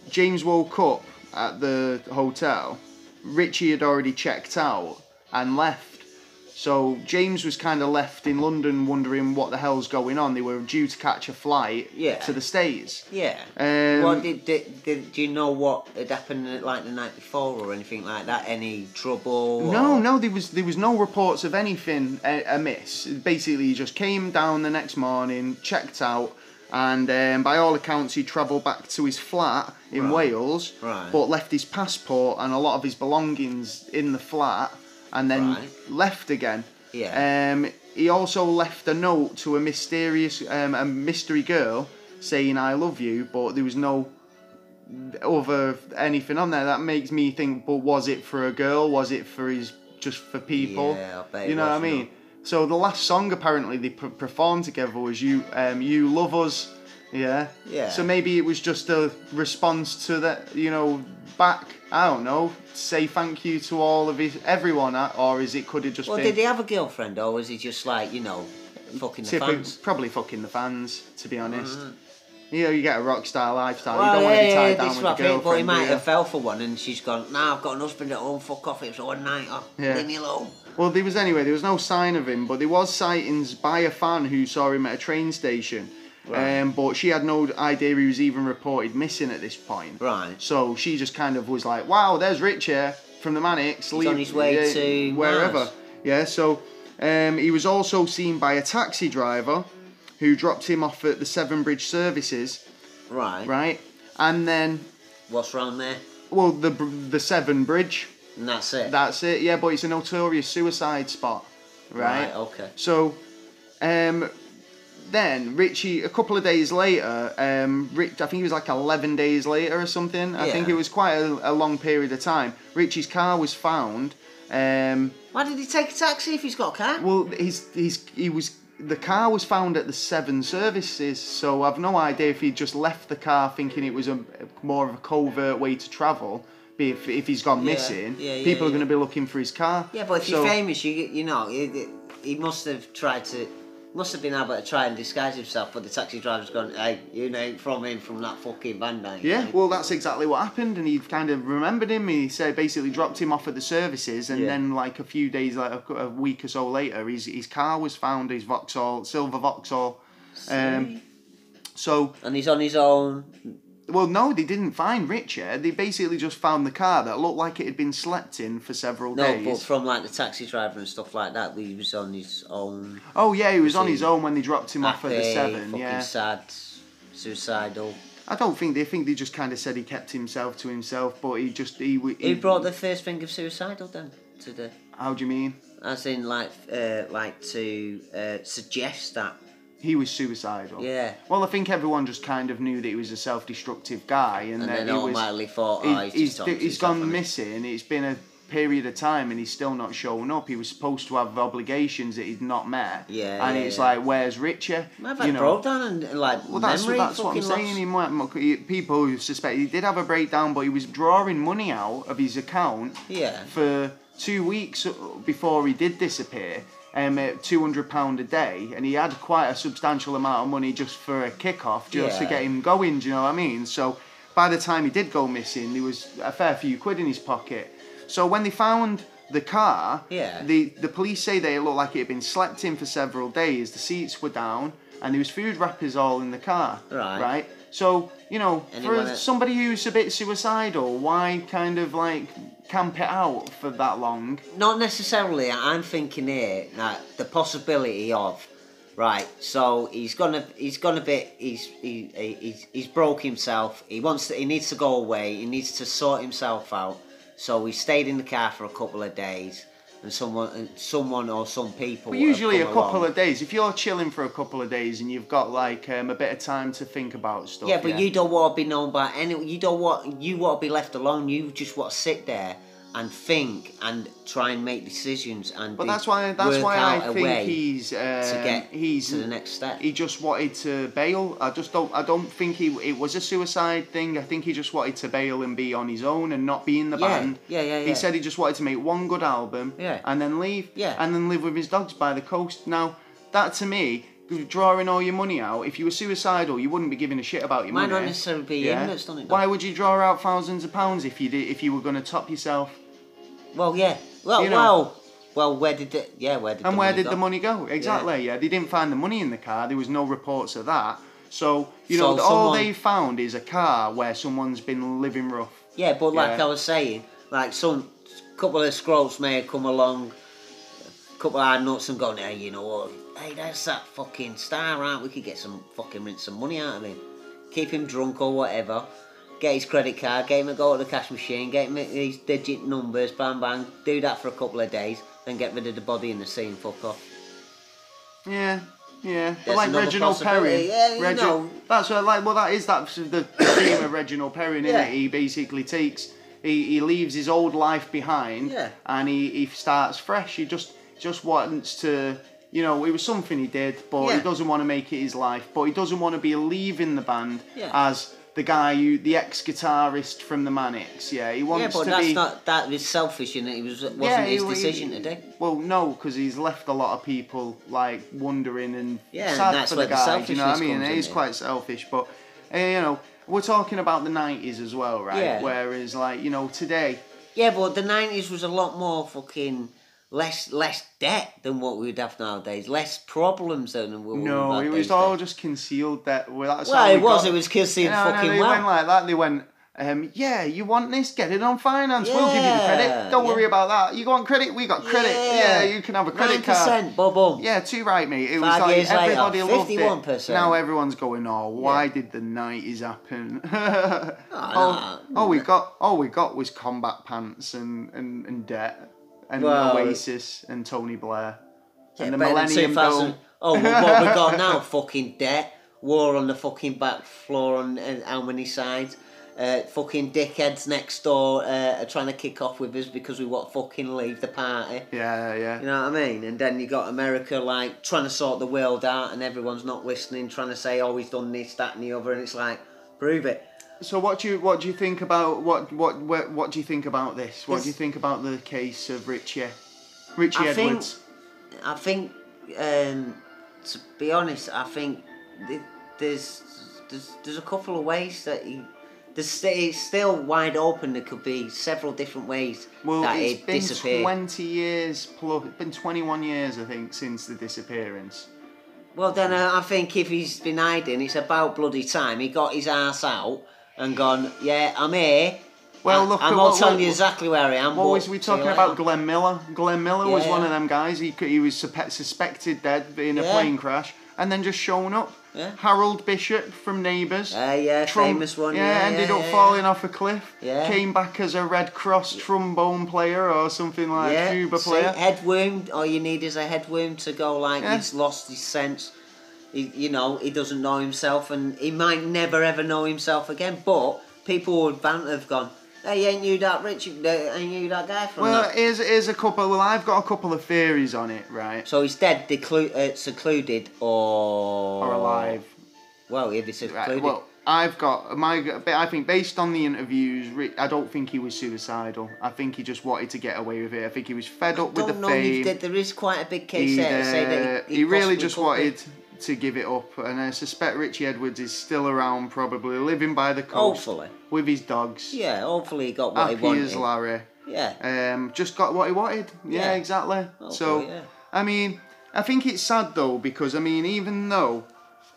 Speaker 1: James woke up at the hotel, Richie had already checked out and left. So James was kind of left in London wondering what the hell's going on. They were due to catch a flight
Speaker 2: Yeah.
Speaker 1: to the States.
Speaker 2: Yeah.
Speaker 1: Um,
Speaker 2: well, did, did, did, do you know what had happened like the night before or anything like that? Any trouble?
Speaker 1: No,
Speaker 2: or-
Speaker 1: no, there was there was no reports of anything uh, amiss. Basically, he just came down the next morning, checked out, and um, by all accounts, he travelled back to his flat in Wales,
Speaker 2: Right.
Speaker 1: but left his passport and a lot of his belongings in the flat, and then
Speaker 2: Right.
Speaker 1: left again.
Speaker 2: Yeah.
Speaker 1: Um, he also left a note to a mysterious, um, a mystery girl, saying "I love you," but there was no over anything on there that makes me think but was it for a girl was it for his just for people
Speaker 2: Yeah, I bet it
Speaker 1: you know what i
Speaker 2: was,
Speaker 1: mean so the last song apparently they p- performed together was you um you love us yeah
Speaker 2: Yeah.
Speaker 1: so maybe it was just a response to that you know back i don't know say thank you to all of his everyone uh, or is it could have just
Speaker 2: Well,
Speaker 1: been
Speaker 2: did he have a girlfriend or was he just like you know, fucking the
Speaker 1: typi-
Speaker 2: fans? Mm-hmm.
Speaker 1: probably fucking the fans to be honest you know you get a rock star lifestyle you
Speaker 2: Well,
Speaker 1: don't want to be tied down
Speaker 2: this
Speaker 1: with
Speaker 2: what
Speaker 1: a
Speaker 2: I
Speaker 1: girlfriend
Speaker 2: think, but he might
Speaker 1: do you?
Speaker 2: have fell for one, and she's gone. Nah, I've got an husband at home. Fuck off. It's a one night. Oh,
Speaker 1: Yeah.
Speaker 2: Leave me alone.
Speaker 1: Well, there was anyway. There was no sign of him, but there was sightings by a fan who saw him at a train station.
Speaker 2: Right.
Speaker 1: Um, but she had no idea he was even reported missing at this point.
Speaker 2: Right.
Speaker 1: So she just kind of was like, "Wow, there's Rich here from the Manics.
Speaker 2: on his way to
Speaker 1: wherever."
Speaker 2: Mars.
Speaker 1: Yeah. So um, he was also seen by a taxi driver who dropped him off at the Sevenbridge services.
Speaker 2: Right.
Speaker 1: Right. And then,
Speaker 2: What's round there?
Speaker 1: well, the br- the Severn Bridge.
Speaker 2: And that's it.
Speaker 1: That's it. Yeah, but it's a notorious suicide spot. Right.
Speaker 2: Okay.
Speaker 1: So, um, then Richie, a couple of days later, um, Rich, I think it was like 11 days later or something. I think
Speaker 2: Yeah.
Speaker 1: it was quite a, a long period of time. Richie's car was found. Um,
Speaker 2: Why did he take a taxi if he's got a car?
Speaker 1: well, his, his, he was. The car was found at the Seven Services, so I've no idea if he just left the car thinking it was a more of a covert way to travel. Be if, if he's gone
Speaker 2: Yeah,
Speaker 1: missing,
Speaker 2: yeah, yeah,
Speaker 1: people are
Speaker 2: yeah.
Speaker 1: going to be looking for his car.
Speaker 2: Yeah, but if
Speaker 1: So-
Speaker 2: you're famous, you you know it, it, he must have tried to. Must have been able to try and disguise himself, but the taxi driver's gone, hey, you know, from him from that fucking band night.
Speaker 1: Yeah, well, that's exactly what happened, and he kind of remembered him. He said basically dropped him off at the services, and
Speaker 2: Yeah.
Speaker 1: then like a few days, like a, a week or so later, his his car was found, his Vauxhall silver Vauxhall. Um, so,
Speaker 2: and he's on his own.
Speaker 1: well, no, they didn't find Richard. They basically just found the car that looked like it had been slept in for several
Speaker 2: No,
Speaker 1: days.
Speaker 2: but from like the taxi driver and stuff like that, he was on his own.
Speaker 1: oh yeah, he was on
Speaker 2: he-
Speaker 1: his own when they dropped him off at the
Speaker 2: happy,
Speaker 1: seven.
Speaker 2: fucking
Speaker 1: Yeah,
Speaker 2: sad, suicidal.
Speaker 1: I don't think they think they just kind of said he kept himself to himself, but he just he. w- he
Speaker 2: Who brought the first thing of suicidal then to the?
Speaker 1: How do you mean?
Speaker 2: As in, like, uh, like to uh, suggest that.
Speaker 1: He was suicidal.
Speaker 2: Yeah.
Speaker 1: Well, I think everyone just kind of knew that he was a self-destructive guy, and,
Speaker 2: And
Speaker 1: that
Speaker 2: then
Speaker 1: he was.
Speaker 2: automatically thought,
Speaker 1: he-
Speaker 2: oh, he's,
Speaker 1: he's
Speaker 2: just
Speaker 1: d-
Speaker 2: talking to
Speaker 1: he's
Speaker 2: himself,
Speaker 1: gone
Speaker 2: hasn't he?
Speaker 1: missing. It's been a period of time, and he's still not showing up. He was supposed to have obligations that he'd not met.
Speaker 2: Yeah,
Speaker 1: And
Speaker 2: yeah,
Speaker 1: it's
Speaker 2: yeah.
Speaker 1: like, where's Richard?
Speaker 2: I've had breakdown and, and like
Speaker 1: Well, that's,
Speaker 2: memory
Speaker 1: that's what I'm
Speaker 2: fucking
Speaker 1: saying. He might,
Speaker 2: loss.
Speaker 1: might- he- people who suspect he did have a breakdown, but he was drawing money out of his account
Speaker 2: Yeah.
Speaker 1: for two weeks before he did disappear. um, at two hundred pound a day, and he had quite a substantial amount of money just for a kickoff, just to
Speaker 2: Yeah.
Speaker 1: get him going. Do you know what I mean? So by the time he did go missing, there was a fair few quid in his pocket. So when they found the car,
Speaker 2: Yeah.
Speaker 1: the the police say that it looked like it had been slept in for several days. The seats were down, and there was food wrappers all in the car.
Speaker 2: Right.
Speaker 1: Right. So you know,
Speaker 2: Anyone
Speaker 1: for
Speaker 2: that-
Speaker 1: somebody who's a bit suicidal, why kind of like camp it out for that long?
Speaker 2: Not necessarily. I'm thinking here that the possibility of, right. So he's gonna, he's gonna be, he's, he, he- he's, he's broke himself. He wants, to, he needs to go away. He needs to sort himself out. So he stayed in the car for a couple of days, and someone, and someone or some people.
Speaker 1: But
Speaker 2: have
Speaker 1: usually a
Speaker 2: come
Speaker 1: couple
Speaker 2: along.
Speaker 1: of days. If you're chilling for a couple of days and you've got like um, a bit of time to think about stuff.
Speaker 2: Yeah, but you don't want to be known by anyone. You don't want you want to be left alone. You just want to sit there and think and try and make decisions and.
Speaker 1: But
Speaker 2: be-
Speaker 1: that's why that's
Speaker 2: work
Speaker 1: why
Speaker 2: out
Speaker 1: I
Speaker 2: a
Speaker 1: think
Speaker 2: way
Speaker 1: he's um,
Speaker 2: to get
Speaker 1: he's
Speaker 2: to the next step.
Speaker 1: he just wanted to bail. I just don't I don't think he it was a suicide thing. I think he just wanted to bail and be on his own and not be in the
Speaker 2: Yeah,
Speaker 1: band.
Speaker 2: yeah, yeah,
Speaker 1: He
Speaker 2: yeah.
Speaker 1: said he just wanted to make one good album
Speaker 2: Yeah.
Speaker 1: and then leave.
Speaker 2: Yeah.
Speaker 1: And then live with his dogs by the coast. Now, that to me drawing all your money out if you were suicidal you wouldn't be giving a shit about your
Speaker 2: Might
Speaker 1: money
Speaker 2: not necessarily be him that's done it. though.
Speaker 1: why would you draw out thousands of pounds if you did if you were going to top yourself
Speaker 2: Well, yeah. Well,
Speaker 1: You know.
Speaker 2: well, well. Where did the yeah? Where did
Speaker 1: And
Speaker 2: the
Speaker 1: where
Speaker 2: money
Speaker 1: did
Speaker 2: go?
Speaker 1: the money go? Exactly. Yeah. they didn't find the money in the car. There was no reports of that. So you know,
Speaker 2: So
Speaker 1: all
Speaker 2: someone-
Speaker 1: they found is a car where someone's been living rough.
Speaker 2: Yeah, but like
Speaker 1: Yeah.
Speaker 2: I was saying, like some couple of scrolls may have come along, a couple of hard nuts and gone, hey, you know what? Hey, that's that fucking star, right? We could get some fucking rinse some money out of him, keep him drunk or whatever, get his credit card, get him to go to the cash machine, get him these digit numbers, bang bang, do that for a couple of days, then get rid of the body in the sea and fuck off.
Speaker 1: Yeah, yeah. But
Speaker 2: There's
Speaker 1: like
Speaker 2: another
Speaker 1: Reginald Perry.
Speaker 2: possibility. Yeah, you
Speaker 1: Regi-
Speaker 2: know.
Speaker 1: That's what, like well, that is that's
Speaker 2: (coughs)
Speaker 1: the theme of Reginald Perry, isn't
Speaker 2: Yeah.
Speaker 1: it? He basically takes, he, he leaves his old life behind,
Speaker 2: Yeah.
Speaker 1: and he, he starts fresh. He just just wants to. You know, it was something he did, but he
Speaker 2: Yeah.
Speaker 1: doesn't want to make it his life. But he doesn't want to be leaving the band
Speaker 2: Yeah.
Speaker 1: as the guy who, the ex-guitarist from the Manics. Yeah, he
Speaker 2: Yeah,
Speaker 1: wants
Speaker 2: but
Speaker 1: to
Speaker 2: that's
Speaker 1: be.
Speaker 2: not that is selfish, and it was wasn't his
Speaker 1: he-
Speaker 2: decision
Speaker 1: he-
Speaker 2: to do.
Speaker 1: Well, no, because he's left a lot of people like wondering and
Speaker 2: Yeah, and
Speaker 1: sad
Speaker 2: that's
Speaker 1: for the
Speaker 2: where the
Speaker 1: guy. do you know what I
Speaker 2: selfishness
Speaker 1: mean?
Speaker 2: comes
Speaker 1: It
Speaker 2: in,
Speaker 1: is
Speaker 2: yeah.
Speaker 1: quite selfish, but eh, you know, we're talking about the nineties as well, right?
Speaker 2: Yeah.
Speaker 1: Whereas, like you know, today,
Speaker 2: Yeah, but the nineties was a lot more fucking less less debt than what we'd have nowadays, less problems than what we
Speaker 1: no,
Speaker 2: would
Speaker 1: it
Speaker 2: have
Speaker 1: was
Speaker 2: days
Speaker 1: all
Speaker 2: then.
Speaker 1: just concealed that. Well, that's
Speaker 2: Well,
Speaker 1: how we
Speaker 2: it was.
Speaker 1: got-
Speaker 2: It was kissing
Speaker 1: No, no,
Speaker 2: fucking
Speaker 1: they
Speaker 2: well.
Speaker 1: went like that. They went. Um, yeah, you want this? Get it on finance. We'll give you the credit.
Speaker 2: Yeah,
Speaker 1: Don't
Speaker 2: yeah.
Speaker 1: worry about that. You go on credit. We got credit. Yeah, you can have a credit card.
Speaker 2: 9%, Boom, boom.
Speaker 1: Yeah, too right, mate. It
Speaker 2: Five
Speaker 1: was like
Speaker 2: years later,
Speaker 1: everybody loved it.
Speaker 2: 51%.
Speaker 1: Now everyone's going, oh, why did the nineties happen? (laughs) oh, all,
Speaker 2: Ah, no.
Speaker 1: we got, all we got was combat pants and and, and debt and
Speaker 2: Well-
Speaker 1: Oasis and Tony Blair
Speaker 2: Yeah,
Speaker 1: and the
Speaker 2: better than
Speaker 1: Millennium
Speaker 2: 2000
Speaker 1: Dome.
Speaker 2: Oh, well,
Speaker 1: (laughs)
Speaker 2: what we got now? fucking debt, war on the fucking back floor on and how many sides. Uh, fucking dickheads next door uh, are trying to kick off with us because we want to fucking leave the party.
Speaker 1: Yeah, yeah.
Speaker 2: You know what I mean? And then you got America like trying to sort the world out, and everyone's not listening, trying to say, "Oh, he's done this, that, and the other," and it's like, prove it.
Speaker 1: So what do you what do you think about what what what, what do you think about this? What do
Speaker 2: This-
Speaker 1: you think about the case of Richie Richie
Speaker 2: I think-
Speaker 1: Edwards?
Speaker 2: I think, um, to be honest, I think th- there's there's there's a couple of ways that he. There's st- it's still wide open. There could be several different ways
Speaker 1: Well,
Speaker 2: that
Speaker 1: it's
Speaker 2: it
Speaker 1: been
Speaker 2: disappeared.
Speaker 1: twenty years plus. It's been twenty-one years, I think, since the disappearance.
Speaker 2: Well, then uh, I think if he's been hiding, it's about bloody time he got his ass out and gone. Yeah, I'm here.
Speaker 1: Well,
Speaker 2: I-
Speaker 1: look
Speaker 2: I'm
Speaker 1: at
Speaker 2: not
Speaker 1: what-
Speaker 2: telling
Speaker 1: what-
Speaker 2: you exactly where I am.
Speaker 1: What
Speaker 2: but
Speaker 1: was we
Speaker 2: see you
Speaker 1: talking
Speaker 2: later.
Speaker 1: about? Glenn Miller. Glenn Miller was
Speaker 2: Yeah.
Speaker 1: one of them guys. He c- he was supe- suspected dead in a
Speaker 2: Yeah.
Speaker 1: plane crash, and then just shown up.
Speaker 2: Yeah.
Speaker 1: Harold Bishop from Neighbours.
Speaker 2: Ah, yeah, famous one, yeah,
Speaker 1: ended
Speaker 2: yeah,
Speaker 1: up
Speaker 2: yeah,
Speaker 1: falling off a cliff.
Speaker 2: Yeah.
Speaker 1: Came back as a Red Cross trombone player or something like tuba
Speaker 2: see,
Speaker 1: player.
Speaker 2: head wound. All you need is a head wound to go like
Speaker 1: Yeah.
Speaker 2: he's lost his sense. He, you know, he doesn't know himself, and he might never ever know himself again. But people would banter have gone, "Hey, ain't you that rich? Ain't you that guy from?"
Speaker 1: Well,
Speaker 2: that?"
Speaker 1: here's, here's a couple. Well, I've got a couple of theories on it, right?
Speaker 2: So he's dead, declu- uh, secluded, or
Speaker 1: Or alive.
Speaker 2: Well, if it's included.
Speaker 1: Right, well, I've got my. I think based on the interviews, Ri- I don't think he was suicidal. I think he just wanted to get away with it. I think he was fed up with
Speaker 2: don't
Speaker 1: the
Speaker 2: know.
Speaker 1: fame.
Speaker 2: if there- there is quite a big case
Speaker 1: He'd,
Speaker 2: there to say
Speaker 1: uh,
Speaker 2: that he,
Speaker 1: he really
Speaker 2: possibly
Speaker 1: just
Speaker 2: could be.
Speaker 1: wanted to give it up, and I suspect Richie Edwards is still around, probably living by the coast
Speaker 2: Hopefully.
Speaker 1: with his dogs.
Speaker 2: Oh, Yeah, hopefully he got what he
Speaker 1: happy
Speaker 2: wanted.
Speaker 1: as Larry.
Speaker 2: Yeah.
Speaker 1: Um, just got what he wanted. Yeah,
Speaker 2: Yeah.
Speaker 1: exactly. so,
Speaker 2: Hopefully, yeah.
Speaker 1: I mean, I think it's sad though because I mean, even though,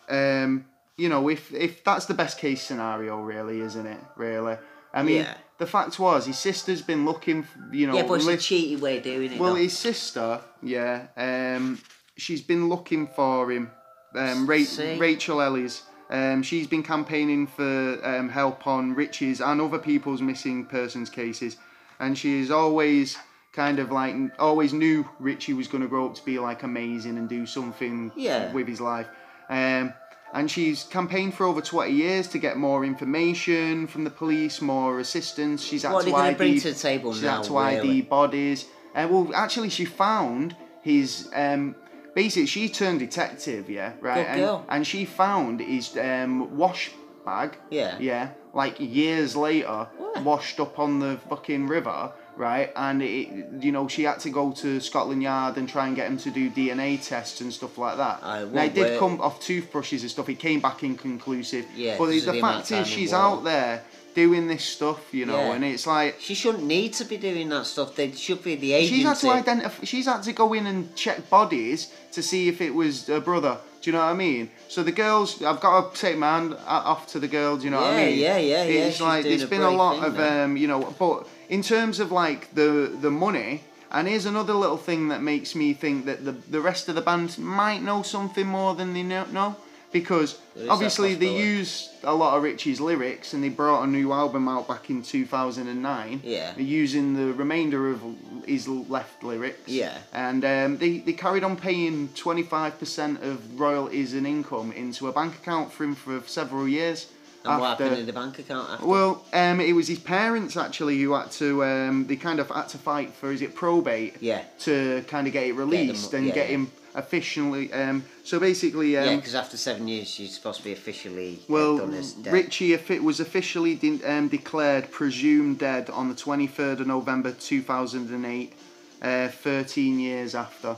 Speaker 1: um, you know, if if that's the best case scenario, really, isn't it? Really, I mean,
Speaker 2: Yeah.
Speaker 1: the fact was his sister's been looking, f- you know,
Speaker 2: yeah, but it's
Speaker 1: li-
Speaker 2: a cheaty way of doing it.
Speaker 1: well,
Speaker 2: Well,
Speaker 1: his sister, yeah, um, she's been looking for him. Um, Ra-
Speaker 2: See?
Speaker 1: Rachel Ellis. Um, she's been campaigning for um, help on Richie's and other people's missing persons cases, and she's always kind of like always knew Richie was going to grow up to be like amazing and do something
Speaker 2: Yeah.
Speaker 1: with his life. Um, and she's campaigned for over 20 years to get more information from the police, more assistance. She's had
Speaker 2: What are
Speaker 1: to
Speaker 2: they gonna
Speaker 1: ID
Speaker 2: bring to the table
Speaker 1: she's
Speaker 2: now,
Speaker 1: had to ID
Speaker 2: really?
Speaker 1: bodies. And well, actually, she found his. Um, basically, she turned detective, yeah, right?
Speaker 2: Good
Speaker 1: and,
Speaker 2: girl.
Speaker 1: and she found his um, wash bag.
Speaker 2: Yeah.
Speaker 1: Yeah. Like years later,
Speaker 2: What?
Speaker 1: washed up on the fucking river, right? And it, you know, she had to go to Scotland Yard and try and get him to do DNA tests and stuff like that.
Speaker 2: I
Speaker 1: now it
Speaker 2: won't
Speaker 1: did
Speaker 2: wait.
Speaker 1: come off toothbrushes and stuff. It came back inconclusive.
Speaker 2: Yeah,
Speaker 1: But
Speaker 2: 'cause
Speaker 1: the,
Speaker 2: of the amount
Speaker 1: fact
Speaker 2: of
Speaker 1: is,
Speaker 2: time
Speaker 1: she's
Speaker 2: involved.
Speaker 1: out there doing this stuff, you know,
Speaker 2: Yeah.
Speaker 1: and it's like
Speaker 2: she shouldn't need to be doing that stuff. They should be the agency.
Speaker 1: She's had to identify. She's had to go in and check bodies to see if it was a brother. Do you know what I mean? So the girls, I've got to take my hand o- off to the girls. You know what I
Speaker 2: Yeah,
Speaker 1: mean?
Speaker 2: yeah, yeah, yeah,
Speaker 1: It's
Speaker 2: she's
Speaker 1: like
Speaker 2: doing
Speaker 1: there's
Speaker 2: a
Speaker 1: been a
Speaker 2: brave
Speaker 1: lot
Speaker 2: thing
Speaker 1: of
Speaker 2: there.
Speaker 1: um, you know, but in terms of like the the money. And here's another little thing that makes me think that the the rest of the band might know something more than they know, know because
Speaker 2: There is that
Speaker 1: obviously they
Speaker 2: possibility.
Speaker 1: used a lot of Richie's lyrics and they brought a new album out back in 2009
Speaker 2: Yeah.
Speaker 1: using the remainder of his left lyrics.
Speaker 2: Yeah.
Speaker 1: And um, they, they carried on paying 25% of royalties and income into a bank account for him for several years.
Speaker 2: And what happened in the bank account after?
Speaker 1: Well, um, it was his parents actually who had to, um, they kind of had to fight for, is it probate?
Speaker 2: Yeah.
Speaker 1: To kind of get it released and
Speaker 2: yeah,
Speaker 1: get
Speaker 2: yeah.
Speaker 1: him officially. Um, so basically. Um,
Speaker 2: Yeah, because after seven years, she's supposed to be officially uh,
Speaker 1: well,
Speaker 2: done as dead.
Speaker 1: Richie if it was officially de- um, declared presumed dead on the 23rd of November 2008, uh, 13 years after.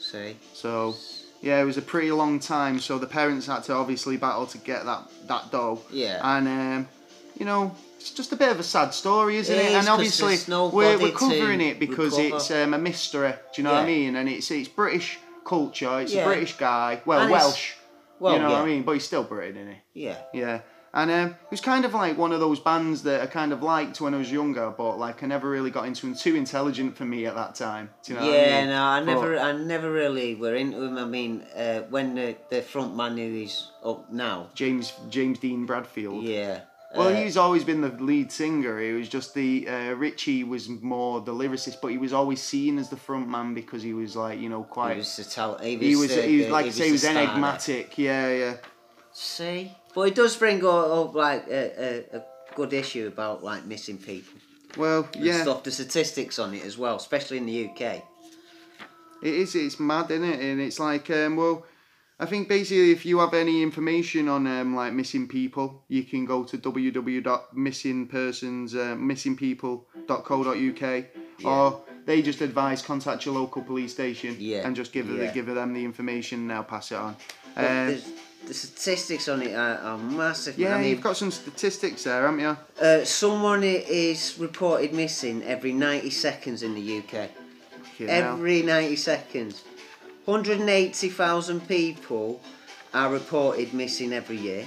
Speaker 2: See,
Speaker 1: So, yeah, it was a pretty long time. So the parents had to obviously battle to get that that dough.
Speaker 2: Yeah.
Speaker 1: And um, you know, it's just a bit of a sad story, isn't
Speaker 2: It
Speaker 1: it?
Speaker 2: is,
Speaker 1: and
Speaker 2: 'cause
Speaker 1: obviously
Speaker 2: there's nobody
Speaker 1: we're, we're
Speaker 2: to
Speaker 1: covering it because
Speaker 2: recover.
Speaker 1: it's um, a mystery. Do you know what I
Speaker 2: Yeah.
Speaker 1: mean? And it's it's British culture. It's a
Speaker 2: Yeah.
Speaker 1: British guy. Well,
Speaker 2: And it's-
Speaker 1: Welsh.
Speaker 2: well,
Speaker 1: you know what I
Speaker 2: yeah.
Speaker 1: mean? But he's still British, isn't he?
Speaker 2: yeah,
Speaker 1: Yeah. And um, it was kind of like one of those bands that I kind of liked when I was younger, but like I never really got into them. Too intelligent for me at that time. Do you know what I
Speaker 2: yeah.
Speaker 1: mean?
Speaker 2: No, I
Speaker 1: But-
Speaker 2: never, uh, I never really were into him. I mean, uh, when the, the front man who is up now,
Speaker 1: James James Dean Bradfield.
Speaker 2: yeah.
Speaker 1: Well,
Speaker 2: uh,
Speaker 1: he's always been the lead singer. It was just the uh, Richie was more the lyricist, but he was always seen as the front man because he was like you know quite.
Speaker 2: He was the talent. He was,
Speaker 1: he was,
Speaker 2: the,
Speaker 1: he was
Speaker 2: the-
Speaker 1: like I say, he was
Speaker 2: the star there.
Speaker 1: enigmatic. Yeah, yeah.
Speaker 2: See, but it does bring up, up like a, a, a good issue about like missing people
Speaker 1: Well,
Speaker 2: and
Speaker 1: yeah.
Speaker 2: stuff. The statistics on it as well, especially in the UK.
Speaker 1: It is. It's mad, isn't it? And it's like, um, well, I think basically, if you have any information on um, like missing people, you can go to www.missingpersons uh, missingpeople.co.uk, or they just advise contact your local police station
Speaker 2: Yeah,
Speaker 1: and just give her the,
Speaker 2: yeah.
Speaker 1: give them the information. and they'll pass it on.
Speaker 2: But
Speaker 1: Um,
Speaker 2: there's- the statistics on it are, are massive. man.
Speaker 1: yeah,
Speaker 2: I mean,
Speaker 1: you've got some statistics there, haven't you?
Speaker 2: Uh, someone i- is reported missing every 90 seconds in the UK.
Speaker 1: Fucking hell.
Speaker 2: Every 90 seconds. 180,000 people are reported missing every year.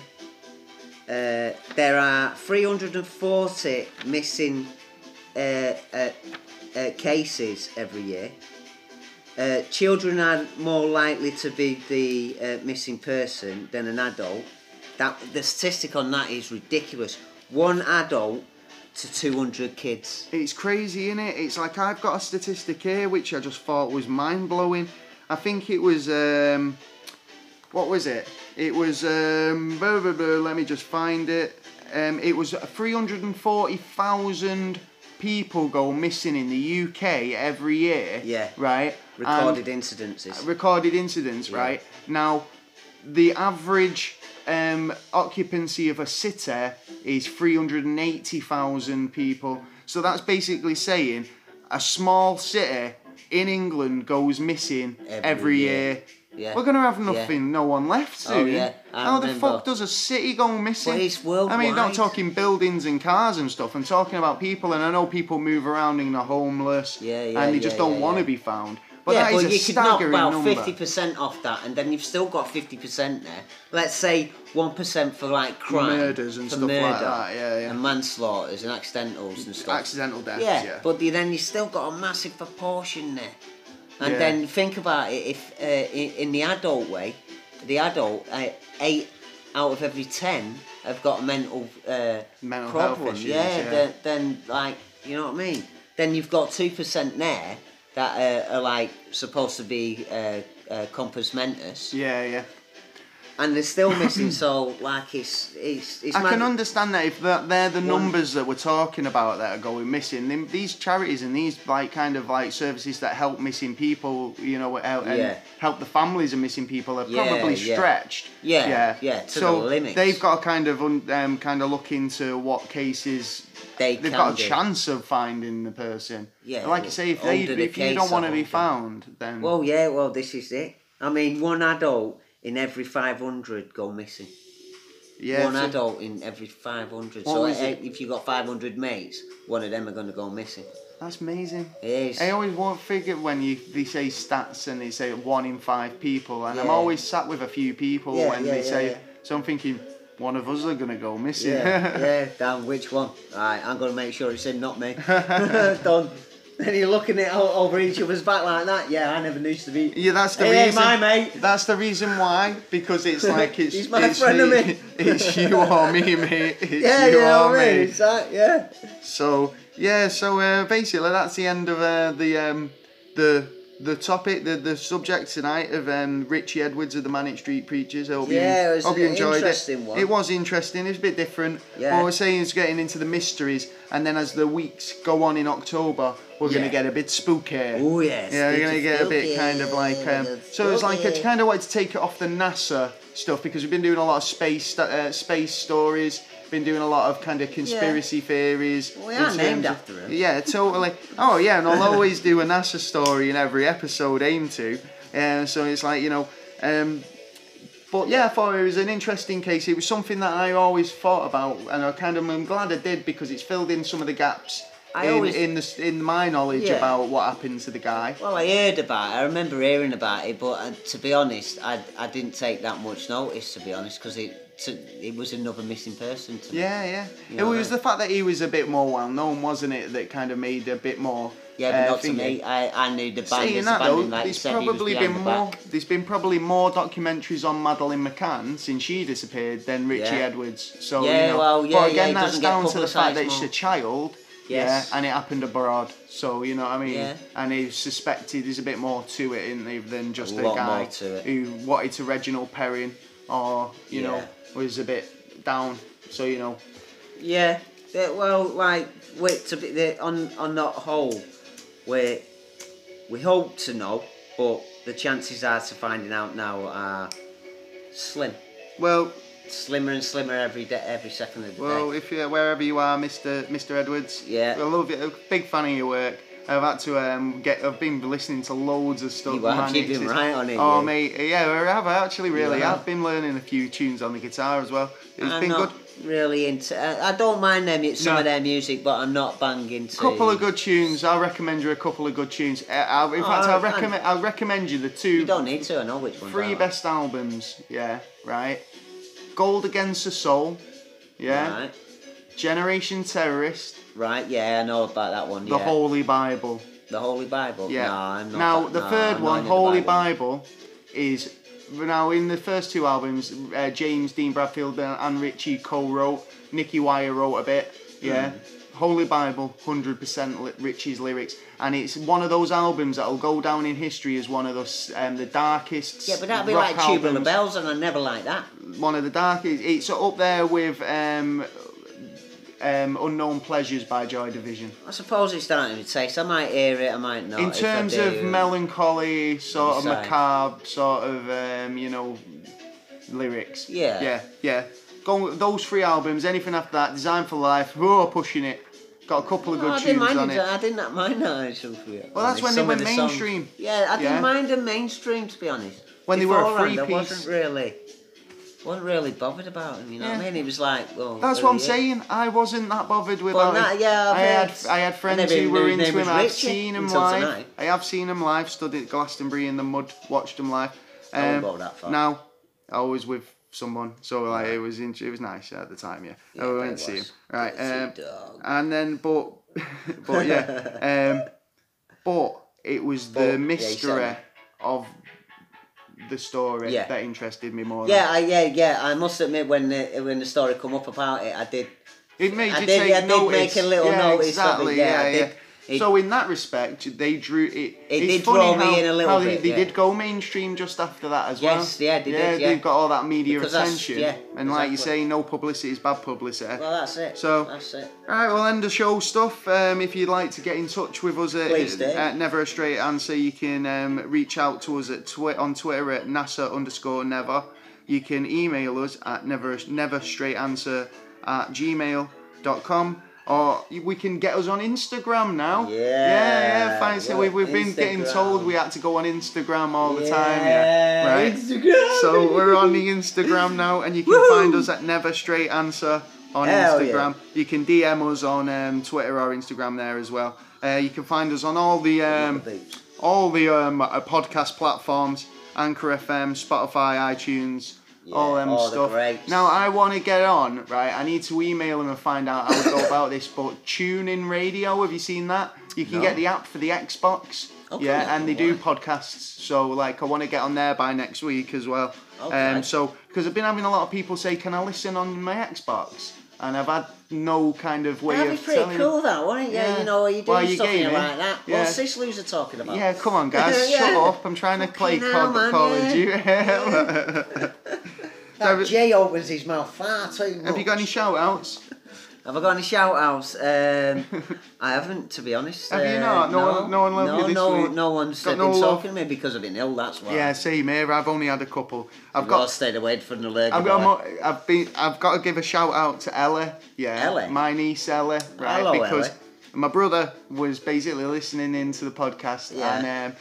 Speaker 2: Uh, there are 340 missing uh, uh, uh, cases every year. Uh, children are more likely to be the uh, missing person than an adult. That the statistic on that is ridiculous. One adult to 200 kids.
Speaker 1: It's crazy, innit? It's like I've got a statistic here which I just thought was mind blowing. I think it was um, what was it? It was um, blah, blah, blah, let me just find it. Um, it was 340,000 people go missing in the UK every year.
Speaker 2: Yeah.
Speaker 1: Right. And-
Speaker 2: Recorded incidences.
Speaker 1: recorded incidents, right? Now, the average um, occupancy of a city is 380,000 people. So that's basically saying a small city in England goes missing every,
Speaker 2: Every
Speaker 1: year.
Speaker 2: year. Yeah.
Speaker 1: We're going to have
Speaker 2: Yeah.
Speaker 1: nothing, no one left soon.
Speaker 2: Oh, yeah. I
Speaker 1: How the
Speaker 2: remember.
Speaker 1: fuck does a city go missing?
Speaker 2: Well, it's
Speaker 1: I mean, not
Speaker 2: worldwide.
Speaker 1: talking buildings and cars and stuff. I'm talking about people, and I know people move around and they're homeless
Speaker 2: Yeah, yeah,
Speaker 1: and they
Speaker 2: yeah,
Speaker 1: just don't
Speaker 2: yeah,
Speaker 1: want to be
Speaker 2: yeah.
Speaker 1: found. But
Speaker 2: yeah,
Speaker 1: that is
Speaker 2: but
Speaker 1: a
Speaker 2: you could knock
Speaker 1: staggering
Speaker 2: about
Speaker 1: number.
Speaker 2: fifty percent off that, and then you've still got fifty percent there. Let's say one percent for like crime,
Speaker 1: Murders and
Speaker 2: for
Speaker 1: stuff like
Speaker 2: murder,
Speaker 1: that, yeah, yeah.
Speaker 2: and manslaughters and accidentals and stuff.
Speaker 1: Accidental deaths,
Speaker 2: yeah,
Speaker 1: yeah.
Speaker 2: but you, then you still got a massive proportion there. And
Speaker 1: Yeah.
Speaker 2: then think about it: if uh, in, in the adult way, the adult uh, eight out of every ten have got a mental uh,
Speaker 1: Mental health
Speaker 2: problem.
Speaker 1: issues,
Speaker 2: yeah,
Speaker 1: yeah.
Speaker 2: Then, then like you know what I mean. Then you've got two percent there that uh, are like supposed to be uh, uh, compass mentis,
Speaker 1: yeah, yeah.
Speaker 2: and they're still
Speaker 1: (coughs)
Speaker 2: missing. so like it's it's it's.
Speaker 1: I can
Speaker 2: mad-
Speaker 1: understand that if that they're the numbers that we're talking about that are going missing. Then these charities and these like kind of like services that help missing people, you know, help, and
Speaker 2: Yeah.
Speaker 1: help the families of missing people are
Speaker 2: Yeah,
Speaker 1: probably
Speaker 2: yeah.
Speaker 1: stretched.
Speaker 2: Yeah, yeah, to
Speaker 1: so
Speaker 2: the limits.
Speaker 1: they've got to kind of un, um, kind of look into what cases
Speaker 2: They
Speaker 1: they've
Speaker 2: can
Speaker 1: got a
Speaker 2: do.
Speaker 1: chance of finding the person.
Speaker 2: Yeah,
Speaker 1: And like I
Speaker 2: well,
Speaker 1: say, if they
Speaker 2: older the
Speaker 1: if you
Speaker 2: case,
Speaker 1: don't
Speaker 2: the
Speaker 1: want to be
Speaker 2: older.
Speaker 1: found, then
Speaker 2: Well, yeah, well, this is it. I mean, one adult in every 500 go missing.
Speaker 1: yeah,
Speaker 2: one
Speaker 1: so-
Speaker 2: adult in every 500.
Speaker 1: What
Speaker 2: so
Speaker 1: was
Speaker 2: eh,
Speaker 1: it?
Speaker 2: if you've got 500 mates, one of them are going to go missing.
Speaker 1: that's amazing.
Speaker 2: It is.
Speaker 1: I always want figure when you they say stats and they say one in five people, and I'm
Speaker 2: Yeah.
Speaker 1: always sat with a few people
Speaker 2: Yeah,
Speaker 1: when
Speaker 2: yeah,
Speaker 1: they
Speaker 2: yeah,
Speaker 1: say.
Speaker 2: yeah.
Speaker 1: So I'm thinking one of us are gonna go (laughs) missing.
Speaker 2: yeah, yeah, damn, which one? Right, I'm going to make sure it's in,
Speaker 1: (laughs)
Speaker 2: not me. (laughs) Done. And you're looking it o- over each other's back like that. Yeah, I never used to be.
Speaker 1: Yeah, that's the
Speaker 2: Hey,
Speaker 1: reason.
Speaker 2: my mate.
Speaker 1: That's the reason why, because
Speaker 2: (laughs)
Speaker 1: it's like it's
Speaker 2: He's my
Speaker 1: it's
Speaker 2: frenemy.
Speaker 1: me- (laughs) It's you or me, mate. It's
Speaker 2: Yeah,
Speaker 1: you
Speaker 2: you know
Speaker 1: or
Speaker 2: what I mean?
Speaker 1: me.
Speaker 2: It's that, yeah.
Speaker 1: So yeah, so uh, basically that's the end of uh, the um, the the topic, the the subject tonight of um, Richie Edwards of the Manic Street Preachers. I hope
Speaker 2: Yeah,
Speaker 1: you,
Speaker 2: it was
Speaker 1: hope you
Speaker 2: an
Speaker 1: enjoyed it.
Speaker 2: interesting one.
Speaker 1: It was interesting. It was a bit different.
Speaker 2: Yeah.
Speaker 1: What we're saying is getting into the mysteries, and then as the weeks go on in October, we're gonna
Speaker 2: Yeah.
Speaker 1: get a bit spooky.
Speaker 2: Oh, yes.
Speaker 1: Yeah, we're gonna
Speaker 2: spooky,
Speaker 1: get a bit kind of like um,
Speaker 2: spooky.
Speaker 1: so. It's like I
Speaker 2: Spooky.
Speaker 1: kind of wanted to take it off the NASA stuff because we've been doing a lot of space st- uh, space stories, been doing a lot of kind of conspiracy theories.
Speaker 2: We
Speaker 1: in
Speaker 2: are named
Speaker 1: terms of-
Speaker 2: after 'em.
Speaker 1: Yeah, totally. Oh yeah, and I'll always do a NASA story in every episode, aim to. Uh, so it's like you know. Um, but yeah, I thought it was an interesting case. It was something that I always thought about, and I kind of am glad I did because it's filled in some of the gaps
Speaker 2: I
Speaker 1: in,
Speaker 2: always-
Speaker 1: in the s- in my knowledge
Speaker 2: Yeah.
Speaker 1: about what happened to the guy.
Speaker 2: Well, I heard about it. I remember hearing about it, but uh, to be honest, I, I didn't take that much notice. To be honest, because it to, it was another missing person. To me.
Speaker 1: Yeah, yeah.
Speaker 2: You
Speaker 1: it
Speaker 2: know,
Speaker 1: was
Speaker 2: like-
Speaker 1: the fact that he was a bit more well known, wasn't it? That kind of made a bit more.
Speaker 2: yeah, but
Speaker 1: uh,
Speaker 2: not to
Speaker 1: thingy.
Speaker 2: me. I, I knew the band
Speaker 1: Saying
Speaker 2: was
Speaker 1: that though,
Speaker 2: abandoned. Like you
Speaker 1: there's
Speaker 2: said, he was
Speaker 1: probably
Speaker 2: behind
Speaker 1: been
Speaker 2: the
Speaker 1: more.
Speaker 2: back.
Speaker 1: There's been probably more documentaries on Madeline McCann since she disappeared than Richie
Speaker 2: Yeah.
Speaker 1: Edwards. So
Speaker 2: Yeah,
Speaker 1: you know,
Speaker 2: well, yeah,
Speaker 1: but
Speaker 2: yeah,
Speaker 1: again,
Speaker 2: it
Speaker 1: that's
Speaker 2: doesn't get
Speaker 1: down to the fact
Speaker 2: publicised
Speaker 1: that she's a
Speaker 2: more.
Speaker 1: child.
Speaker 2: Yes.
Speaker 1: Yeah, and it happened abroad, so you know what I mean.
Speaker 2: Yeah.
Speaker 1: And he suspected there's a bit more to it, isn't there, than just
Speaker 2: A
Speaker 1: a,
Speaker 2: lot
Speaker 1: guy
Speaker 2: more to it.
Speaker 1: who wanted to Reginald Perrin, or you know,
Speaker 2: Yeah.
Speaker 1: was a bit down. So you know,
Speaker 2: Yeah. yeah, well, like wait to be the, on on that whole, we we hope to know, but the chances are to finding out now are slim,
Speaker 1: well,
Speaker 2: slimmer and slimmer every day, every second of the
Speaker 1: Well,
Speaker 2: day.
Speaker 1: if you wherever you are, Mister Mister Edwards,
Speaker 2: Yeah.
Speaker 1: I love you. Big fan of your work. I've had to um, get. I've been listening to loads of stuff.
Speaker 2: You have,
Speaker 1: man,
Speaker 2: you've
Speaker 1: it's
Speaker 2: been
Speaker 1: just-
Speaker 2: right on it,
Speaker 1: Oh
Speaker 2: you.
Speaker 1: mate, yeah, I have. I actually really
Speaker 2: have.
Speaker 1: have been learning a few tunes on the guitar as well. It's
Speaker 2: I'm
Speaker 1: been
Speaker 2: not
Speaker 1: good.
Speaker 2: really into. uh, I, I don't mind them. It's some
Speaker 1: No.
Speaker 2: of their music, but I'm not banging to.
Speaker 1: Couple of good tunes. I'll recommend you a couple of good tunes. Uh, I, in
Speaker 2: Oh,
Speaker 1: fact, I'll
Speaker 2: thanks.
Speaker 1: recommend. I'll recommend you the
Speaker 2: You
Speaker 1: two
Speaker 2: don't need to. I know which one.
Speaker 1: three best albums. Yeah, right. Gold Against the Soul. Yeah.
Speaker 2: Right.
Speaker 1: Generation Terrorist.
Speaker 2: Right. Yeah, I know about that one.
Speaker 1: The
Speaker 2: yeah.
Speaker 1: Holy Bible.
Speaker 2: The Holy Bible.
Speaker 1: Yeah.
Speaker 2: No, I'm not.
Speaker 1: now
Speaker 2: that-
Speaker 1: the
Speaker 2: no,
Speaker 1: third
Speaker 2: I'm not
Speaker 1: one,
Speaker 2: into the
Speaker 1: Holy Bible. is now in the first two albums. Uh, James Dean Bradfield and and Richie co-wrote. Nicky Wire wrote a bit. Yeah.
Speaker 2: Hmm.
Speaker 1: Holy Bible, 100% li- Richie's lyrics, and it's one of those albums that'll go down in history as one of those um, the darkest.
Speaker 2: Yeah, but that'd be
Speaker 1: rock
Speaker 2: like Tubular
Speaker 1: albums
Speaker 2: Bells, and I never like that.
Speaker 1: one of the darkest. It's up there with um, um, Unknown Pleasures by Joy Division.
Speaker 2: I suppose it's starting to taste. I might hear it. I might not.
Speaker 1: In
Speaker 2: If I
Speaker 1: terms of
Speaker 2: do-
Speaker 1: melancholy, sort of
Speaker 2: Inside.
Speaker 1: macabre, sort of um, you know, lyrics.
Speaker 2: Yeah.
Speaker 1: Yeah, yeah. Go on with those three albums, anything after that, Design for Life, we're pushing it. Got a couple of
Speaker 2: Oh,
Speaker 1: good
Speaker 2: I
Speaker 1: tunes
Speaker 2: didn't mind
Speaker 1: on it.
Speaker 2: I did not mind that actually. to be
Speaker 1: Well, that's
Speaker 2: honest.
Speaker 1: when they
Speaker 2: Some
Speaker 1: were
Speaker 2: of the songs-
Speaker 1: mainstream.
Speaker 2: Yeah, I didn't
Speaker 1: Yeah.
Speaker 2: mind them mainstream to be honest.
Speaker 1: When they were a
Speaker 2: Beforehand, I
Speaker 1: three-piece.
Speaker 2: wasn't really, wasn't really bothered about them. You know what
Speaker 1: Yeah.
Speaker 2: I mean? It was like, well,
Speaker 1: That's
Speaker 2: there
Speaker 1: what I'm
Speaker 2: he is.
Speaker 1: saying. I wasn't that bothered with
Speaker 2: Well,
Speaker 1: that.
Speaker 2: no, yeah, I've
Speaker 1: I had
Speaker 2: heard-
Speaker 1: I had friends
Speaker 2: I never
Speaker 1: who
Speaker 2: even
Speaker 1: were
Speaker 2: knew his
Speaker 1: into
Speaker 2: name
Speaker 1: him.
Speaker 2: was
Speaker 1: I've
Speaker 2: Richie
Speaker 1: seen him
Speaker 2: until
Speaker 1: live.
Speaker 2: tonight.
Speaker 1: I have seen him live. Stood at Glastonbury in the mud, watched him live.
Speaker 2: I won't go that far.
Speaker 1: No, I was with someone, so like it was in, it was nice at the time. Yeah, Oh, I
Speaker 2: Yeah,
Speaker 1: went
Speaker 2: it
Speaker 1: to see him.
Speaker 2: was.
Speaker 1: Right, um,
Speaker 2: Dirty dog.
Speaker 1: and then but (laughs) but
Speaker 2: (laughs)
Speaker 1: yeah, um, but it was
Speaker 2: But, yeah,
Speaker 1: the
Speaker 2: he
Speaker 1: mystery
Speaker 2: said it.
Speaker 1: of the story
Speaker 2: Yeah.
Speaker 1: that interested me more. than-
Speaker 2: Yeah, I, yeah, yeah. I must admit, when the, when the story come up about it, I did.
Speaker 1: It made
Speaker 2: I
Speaker 1: you
Speaker 2: did-
Speaker 1: take
Speaker 2: yeah, I did
Speaker 1: notice.
Speaker 2: make a little
Speaker 1: yeah,
Speaker 2: notice of it,
Speaker 1: Exactly.
Speaker 2: yeah, I
Speaker 1: yeah,
Speaker 2: did.
Speaker 1: yeah.
Speaker 2: It-
Speaker 1: so in that respect, they drew it. it's
Speaker 2: did
Speaker 1: funny
Speaker 2: draw me
Speaker 1: how-
Speaker 2: in a little
Speaker 1: how they,
Speaker 2: bit,
Speaker 1: They
Speaker 2: yeah.
Speaker 1: did go mainstream just after that as
Speaker 2: Yes,
Speaker 1: well.
Speaker 2: yeah, they did, yeah.
Speaker 1: they've got all that media
Speaker 2: Because that's-
Speaker 1: attention,
Speaker 2: yeah,
Speaker 1: and like you
Speaker 2: exactly.
Speaker 1: say, no publicity is bad publicity.
Speaker 2: Well, that's it.
Speaker 1: So-
Speaker 2: that's it.
Speaker 1: All right, we'll end the show stuff. Um, if you'd like to get in touch with us at,
Speaker 2: Please do.
Speaker 1: at Never a Straight Answer, you can um, reach out to us at twi- on Twitter at NASA underscore Never. You can email us at never never straight answer at gmail.com or you- we can get us on Instagram now.
Speaker 2: Yeah,
Speaker 1: yeah, yeah. Fancy
Speaker 2: we're
Speaker 1: we've, we've been getting
Speaker 2: Instagram.
Speaker 1: told we had to go on Instagram all the time. Yeah, right.
Speaker 2: Instagram.
Speaker 1: So we're on the Instagram now, and you can
Speaker 2: Woohoo!
Speaker 1: find us at Never Straight Answer on
Speaker 2: Hell
Speaker 1: Instagram. You can DM us on um, Twitter or Instagram there as well. Uh, you can find us on all the um, all the um, uh, podcast platforms: Anchor FM, Spotify, iTunes. all them
Speaker 2: all the
Speaker 1: stuff.
Speaker 2: greats.
Speaker 1: now I want to get on, right? I need to email them and find out how to go about this. But tune in radio, have you seen that? You can
Speaker 2: No.
Speaker 1: get the app for the Xbox.
Speaker 2: Okay,
Speaker 1: yeah, and they
Speaker 2: why?
Speaker 1: do podcasts. So like, I want to get on there by next week as well. Um,
Speaker 2: Okay.
Speaker 1: so because I've been having a lot of people say, "Can I listen on my Xbox?" And I've had no kind of way
Speaker 2: That'd
Speaker 1: of
Speaker 2: be pretty
Speaker 1: telling.
Speaker 2: cool, that, wouldn't it? Yeah,
Speaker 1: Yeah.
Speaker 2: you know, you
Speaker 1: Why
Speaker 2: doing
Speaker 1: you
Speaker 2: stuff in
Speaker 1: gaming?
Speaker 2: like that.
Speaker 1: Yeah.
Speaker 2: What's this loser talking about?
Speaker 1: Yeah, come on,
Speaker 2: (laughs)
Speaker 1: guys,
Speaker 2: Yeah.
Speaker 1: shut up! I'm trying to play
Speaker 2: Fucking
Speaker 1: Call,
Speaker 2: hell, man,
Speaker 1: Call of
Speaker 2: yeah.
Speaker 1: Duty.
Speaker 2: (laughs)
Speaker 1: (laughs)
Speaker 2: that Jay opens his mouth far too much.
Speaker 1: Have you got any shout outs?
Speaker 2: Have I got any shout outs? Um, (laughs) I haven't, to be honest.
Speaker 1: Have you
Speaker 2: Uh,
Speaker 1: not? No one- no one loved
Speaker 2: no,
Speaker 1: you this
Speaker 2: no,
Speaker 1: week.
Speaker 2: No one's
Speaker 1: Got
Speaker 2: been
Speaker 1: no love.
Speaker 2: talking to me because I've been ill, that's why.
Speaker 1: Yeah, same here. I've only had a couple. I've
Speaker 2: I've got to
Speaker 1: got.
Speaker 2: stay away from the lurgy.
Speaker 1: I've got.
Speaker 2: boy.
Speaker 1: mo- I've been. I've got to give a shout out to Ella. Yeah.
Speaker 2: Ella?
Speaker 1: My niece Ella. Right.
Speaker 2: Hello,
Speaker 1: because
Speaker 2: Ella.
Speaker 1: my brother was basically listening into the podcast
Speaker 2: Yeah.
Speaker 1: and. Um,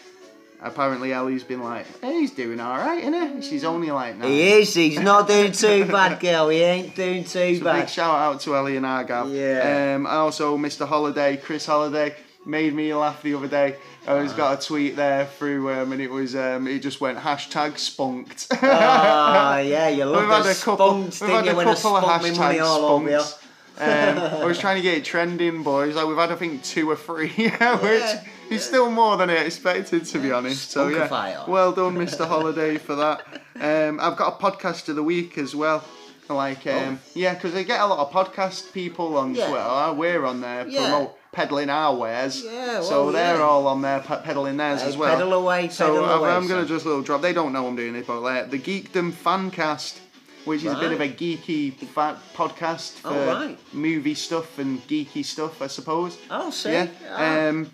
Speaker 1: Apparently Ellie's been like, hey, he's doing all right, innit? She's only like nine.
Speaker 2: He is, he's not
Speaker 1: (laughs)
Speaker 2: doing too bad, girl. He ain't doing too
Speaker 1: So big
Speaker 2: bad.
Speaker 1: shout out to Ellie and Argyle.
Speaker 2: Yeah.
Speaker 1: Um, and also Mr. Holiday, Chris Holiday, made me laugh the other day. I was got a tweet there through, um, and it was um, it just went hashtag spunked. (laughs)
Speaker 2: Ah, yeah, you love
Speaker 1: we've had
Speaker 2: the
Speaker 1: a couple,
Speaker 2: spunked,
Speaker 1: we've
Speaker 2: didn't
Speaker 1: had
Speaker 2: you,
Speaker 1: a
Speaker 2: when I
Speaker 1: couple of
Speaker 2: spunk me money
Speaker 1: hashtags
Speaker 2: all over you.
Speaker 1: spunked. um, (laughs) I was trying to get it trending, boys. Like we've had, I think, two or three, (laughs) yeah, which
Speaker 2: Yeah.
Speaker 1: is still more than I expected, to be honest. So yeah,
Speaker 2: Spunkifier.
Speaker 1: well done, Mr. Holiday, for that. Um, I've got a podcast of the week as well. Like, um, yeah, because I get a lot of podcast people on
Speaker 2: Oh. Yeah.
Speaker 1: Twitter. We're on there
Speaker 2: Yeah.
Speaker 1: promote peddling our wares.
Speaker 2: Yeah,
Speaker 1: so
Speaker 2: well,
Speaker 1: they're
Speaker 2: yeah.
Speaker 1: all on there pe- peddling theirs
Speaker 2: Hey,
Speaker 1: as well.
Speaker 2: pedal away,
Speaker 1: so
Speaker 2: pedal
Speaker 1: I'm,
Speaker 2: away,
Speaker 1: I'm gonna
Speaker 2: son.
Speaker 1: just little drop. They don't know I'm doing this, but like the Geekdom Fancast, which is a bit
Speaker 2: Right.
Speaker 1: of a geeky fa- podcast for
Speaker 2: Oh, right.
Speaker 1: movie stuff and geeky stuff, I suppose.
Speaker 2: Oh, see.
Speaker 1: Yeah.
Speaker 2: Ah.
Speaker 1: Um,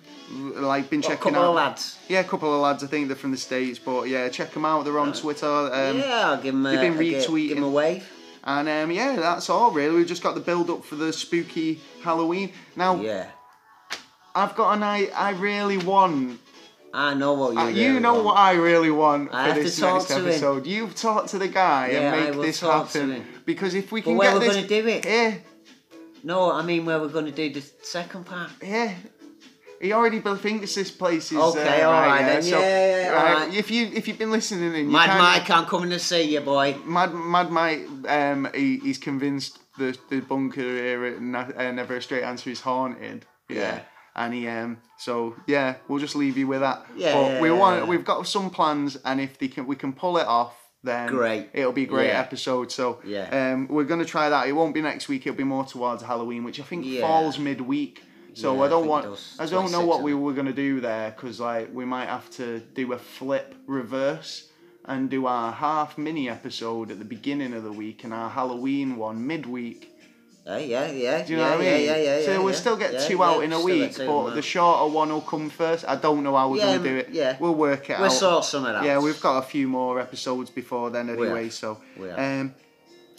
Speaker 1: like been
Speaker 2: What,
Speaker 1: checking
Speaker 2: couple
Speaker 1: out.
Speaker 2: of lads?
Speaker 1: Yeah, a couple of lads. I think they're from the states, but yeah, check them out. They're on Twitter. Um,
Speaker 2: yeah, I'll give him a,
Speaker 1: they've been
Speaker 2: I'll gi- Give him a
Speaker 1: retweeting.
Speaker 2: wave.
Speaker 1: And um, yeah, that's all really. We've just got the build up for the spooky Halloween. Now
Speaker 2: Yeah.
Speaker 1: I've got an I. I really want.
Speaker 2: I know what you
Speaker 1: uh,
Speaker 2: really
Speaker 1: you know
Speaker 2: want.
Speaker 1: what I really want
Speaker 2: um, I
Speaker 1: for
Speaker 2: have to
Speaker 1: this
Speaker 2: talk
Speaker 1: next
Speaker 2: to him.
Speaker 1: episode. You've talked to the guy
Speaker 2: Yeah, I
Speaker 1: and make
Speaker 2: will
Speaker 1: this
Speaker 2: talk to
Speaker 1: happen
Speaker 2: him.
Speaker 1: because if we can
Speaker 2: when
Speaker 1: get
Speaker 2: we're
Speaker 1: this,
Speaker 2: gonna do it?
Speaker 1: Yeah,
Speaker 2: No, I mean where we're going to do the second part.
Speaker 1: Yeah. He already be- thinks this place is
Speaker 2: Okay,
Speaker 1: uh,
Speaker 2: alright
Speaker 1: right,
Speaker 2: then,
Speaker 1: So,
Speaker 2: yeah, yeah,
Speaker 1: right,
Speaker 2: alright.
Speaker 1: If you if you've been listening, and you
Speaker 2: Mad
Speaker 1: kinda-
Speaker 2: Mike, I'm coming to see you, boy.
Speaker 1: Mad Mad Mike, um, he, he's convinced the the bunker here at Na- uh, Never a Straight Answer is haunted. Yeah.
Speaker 2: Yeah.
Speaker 1: And he um so yeah, we'll just leave you with that.
Speaker 2: Yeah,
Speaker 1: But
Speaker 2: yeah,
Speaker 1: we
Speaker 2: yeah,
Speaker 1: want
Speaker 2: yeah.
Speaker 1: we've got some plans, and if they can we can pull it off, then
Speaker 2: Great.
Speaker 1: It'll be a great
Speaker 2: Yeah.
Speaker 1: episode. So
Speaker 2: Yeah.
Speaker 1: um, we're gonna try that. It won't be next week. It'll be more towards Halloween, which I think
Speaker 2: Yeah.
Speaker 1: falls midweek. So
Speaker 2: Yeah,
Speaker 1: I
Speaker 2: I
Speaker 1: don't
Speaker 2: think
Speaker 1: want.
Speaker 2: it does.
Speaker 1: I don't know
Speaker 2: 26,
Speaker 1: what
Speaker 2: I
Speaker 1: we
Speaker 2: think.
Speaker 1: were gonna do there because like we might have to do a flip reverse and do our half mini episode at the beginning of the week and our Halloween one midweek.
Speaker 2: Uh, yeah, yeah.
Speaker 1: Do you know
Speaker 2: yeah,
Speaker 1: what I
Speaker 2: yeah,
Speaker 1: mean?
Speaker 2: yeah, yeah, yeah.
Speaker 1: So we'll
Speaker 2: yeah.
Speaker 1: still get
Speaker 2: Yeah,
Speaker 1: two
Speaker 2: yeah,
Speaker 1: out in a
Speaker 2: still
Speaker 1: week,
Speaker 2: get two
Speaker 1: but
Speaker 2: out.
Speaker 1: the shorter one will come first. I don't know how we're
Speaker 2: Yeah,
Speaker 1: going to do it.
Speaker 2: yeah.
Speaker 1: We'll work it out.
Speaker 2: We'll sort some of that.
Speaker 1: Yeah, we've got a few more episodes before then
Speaker 2: We
Speaker 1: anyway,
Speaker 2: have.
Speaker 1: so.
Speaker 2: We have.
Speaker 1: Um,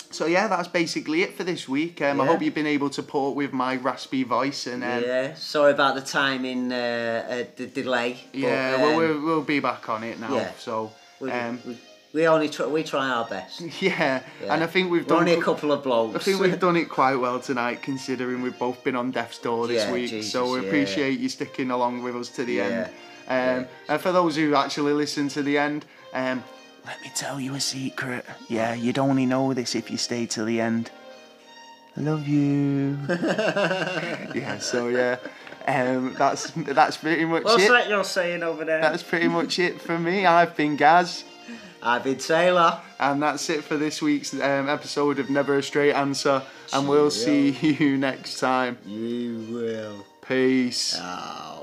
Speaker 1: so yeah, that's basically it for this week. Um, I
Speaker 2: Yeah.
Speaker 1: hope you've been able to put up with my raspy voice and um, yeah,
Speaker 2: yeah, sorry about the timing, uh, uh, the delay. but,
Speaker 1: well,
Speaker 2: um,
Speaker 1: we'll, we'll be back on it now.
Speaker 2: yeah.
Speaker 1: So
Speaker 2: we,
Speaker 1: um,
Speaker 2: we, we only try, we try our
Speaker 1: (laughs)
Speaker 2: best.
Speaker 1: yeah.
Speaker 2: Yeah.
Speaker 1: and I think we've
Speaker 2: We're
Speaker 1: done
Speaker 2: only a couple of blows.
Speaker 1: I think
Speaker 2: (laughs)
Speaker 1: we've done it quite well tonight, considering we've both been on death's door this
Speaker 2: Yeah,
Speaker 1: week.
Speaker 2: Jesus,
Speaker 1: so we
Speaker 2: yeah.
Speaker 1: appreciate you sticking along with us to the
Speaker 2: Yeah,
Speaker 1: end. Um,
Speaker 2: yeah.
Speaker 1: And for those who actually listen to the end, um, let me tell you a secret. Yeah, you'd only know this if you stay till the end. Love you. (laughs) yeah. So yeah, um, that's that's pretty much
Speaker 2: What's
Speaker 1: it.
Speaker 2: that you're saying over there?
Speaker 1: That's pretty much it for me. I've been Gaz.
Speaker 2: I've been Taylor.
Speaker 1: And that's it for this week's um, episode of Never a Straight Answer. (laughs) And we'll see you next time.
Speaker 2: You will.
Speaker 1: Peace.
Speaker 2: Ow.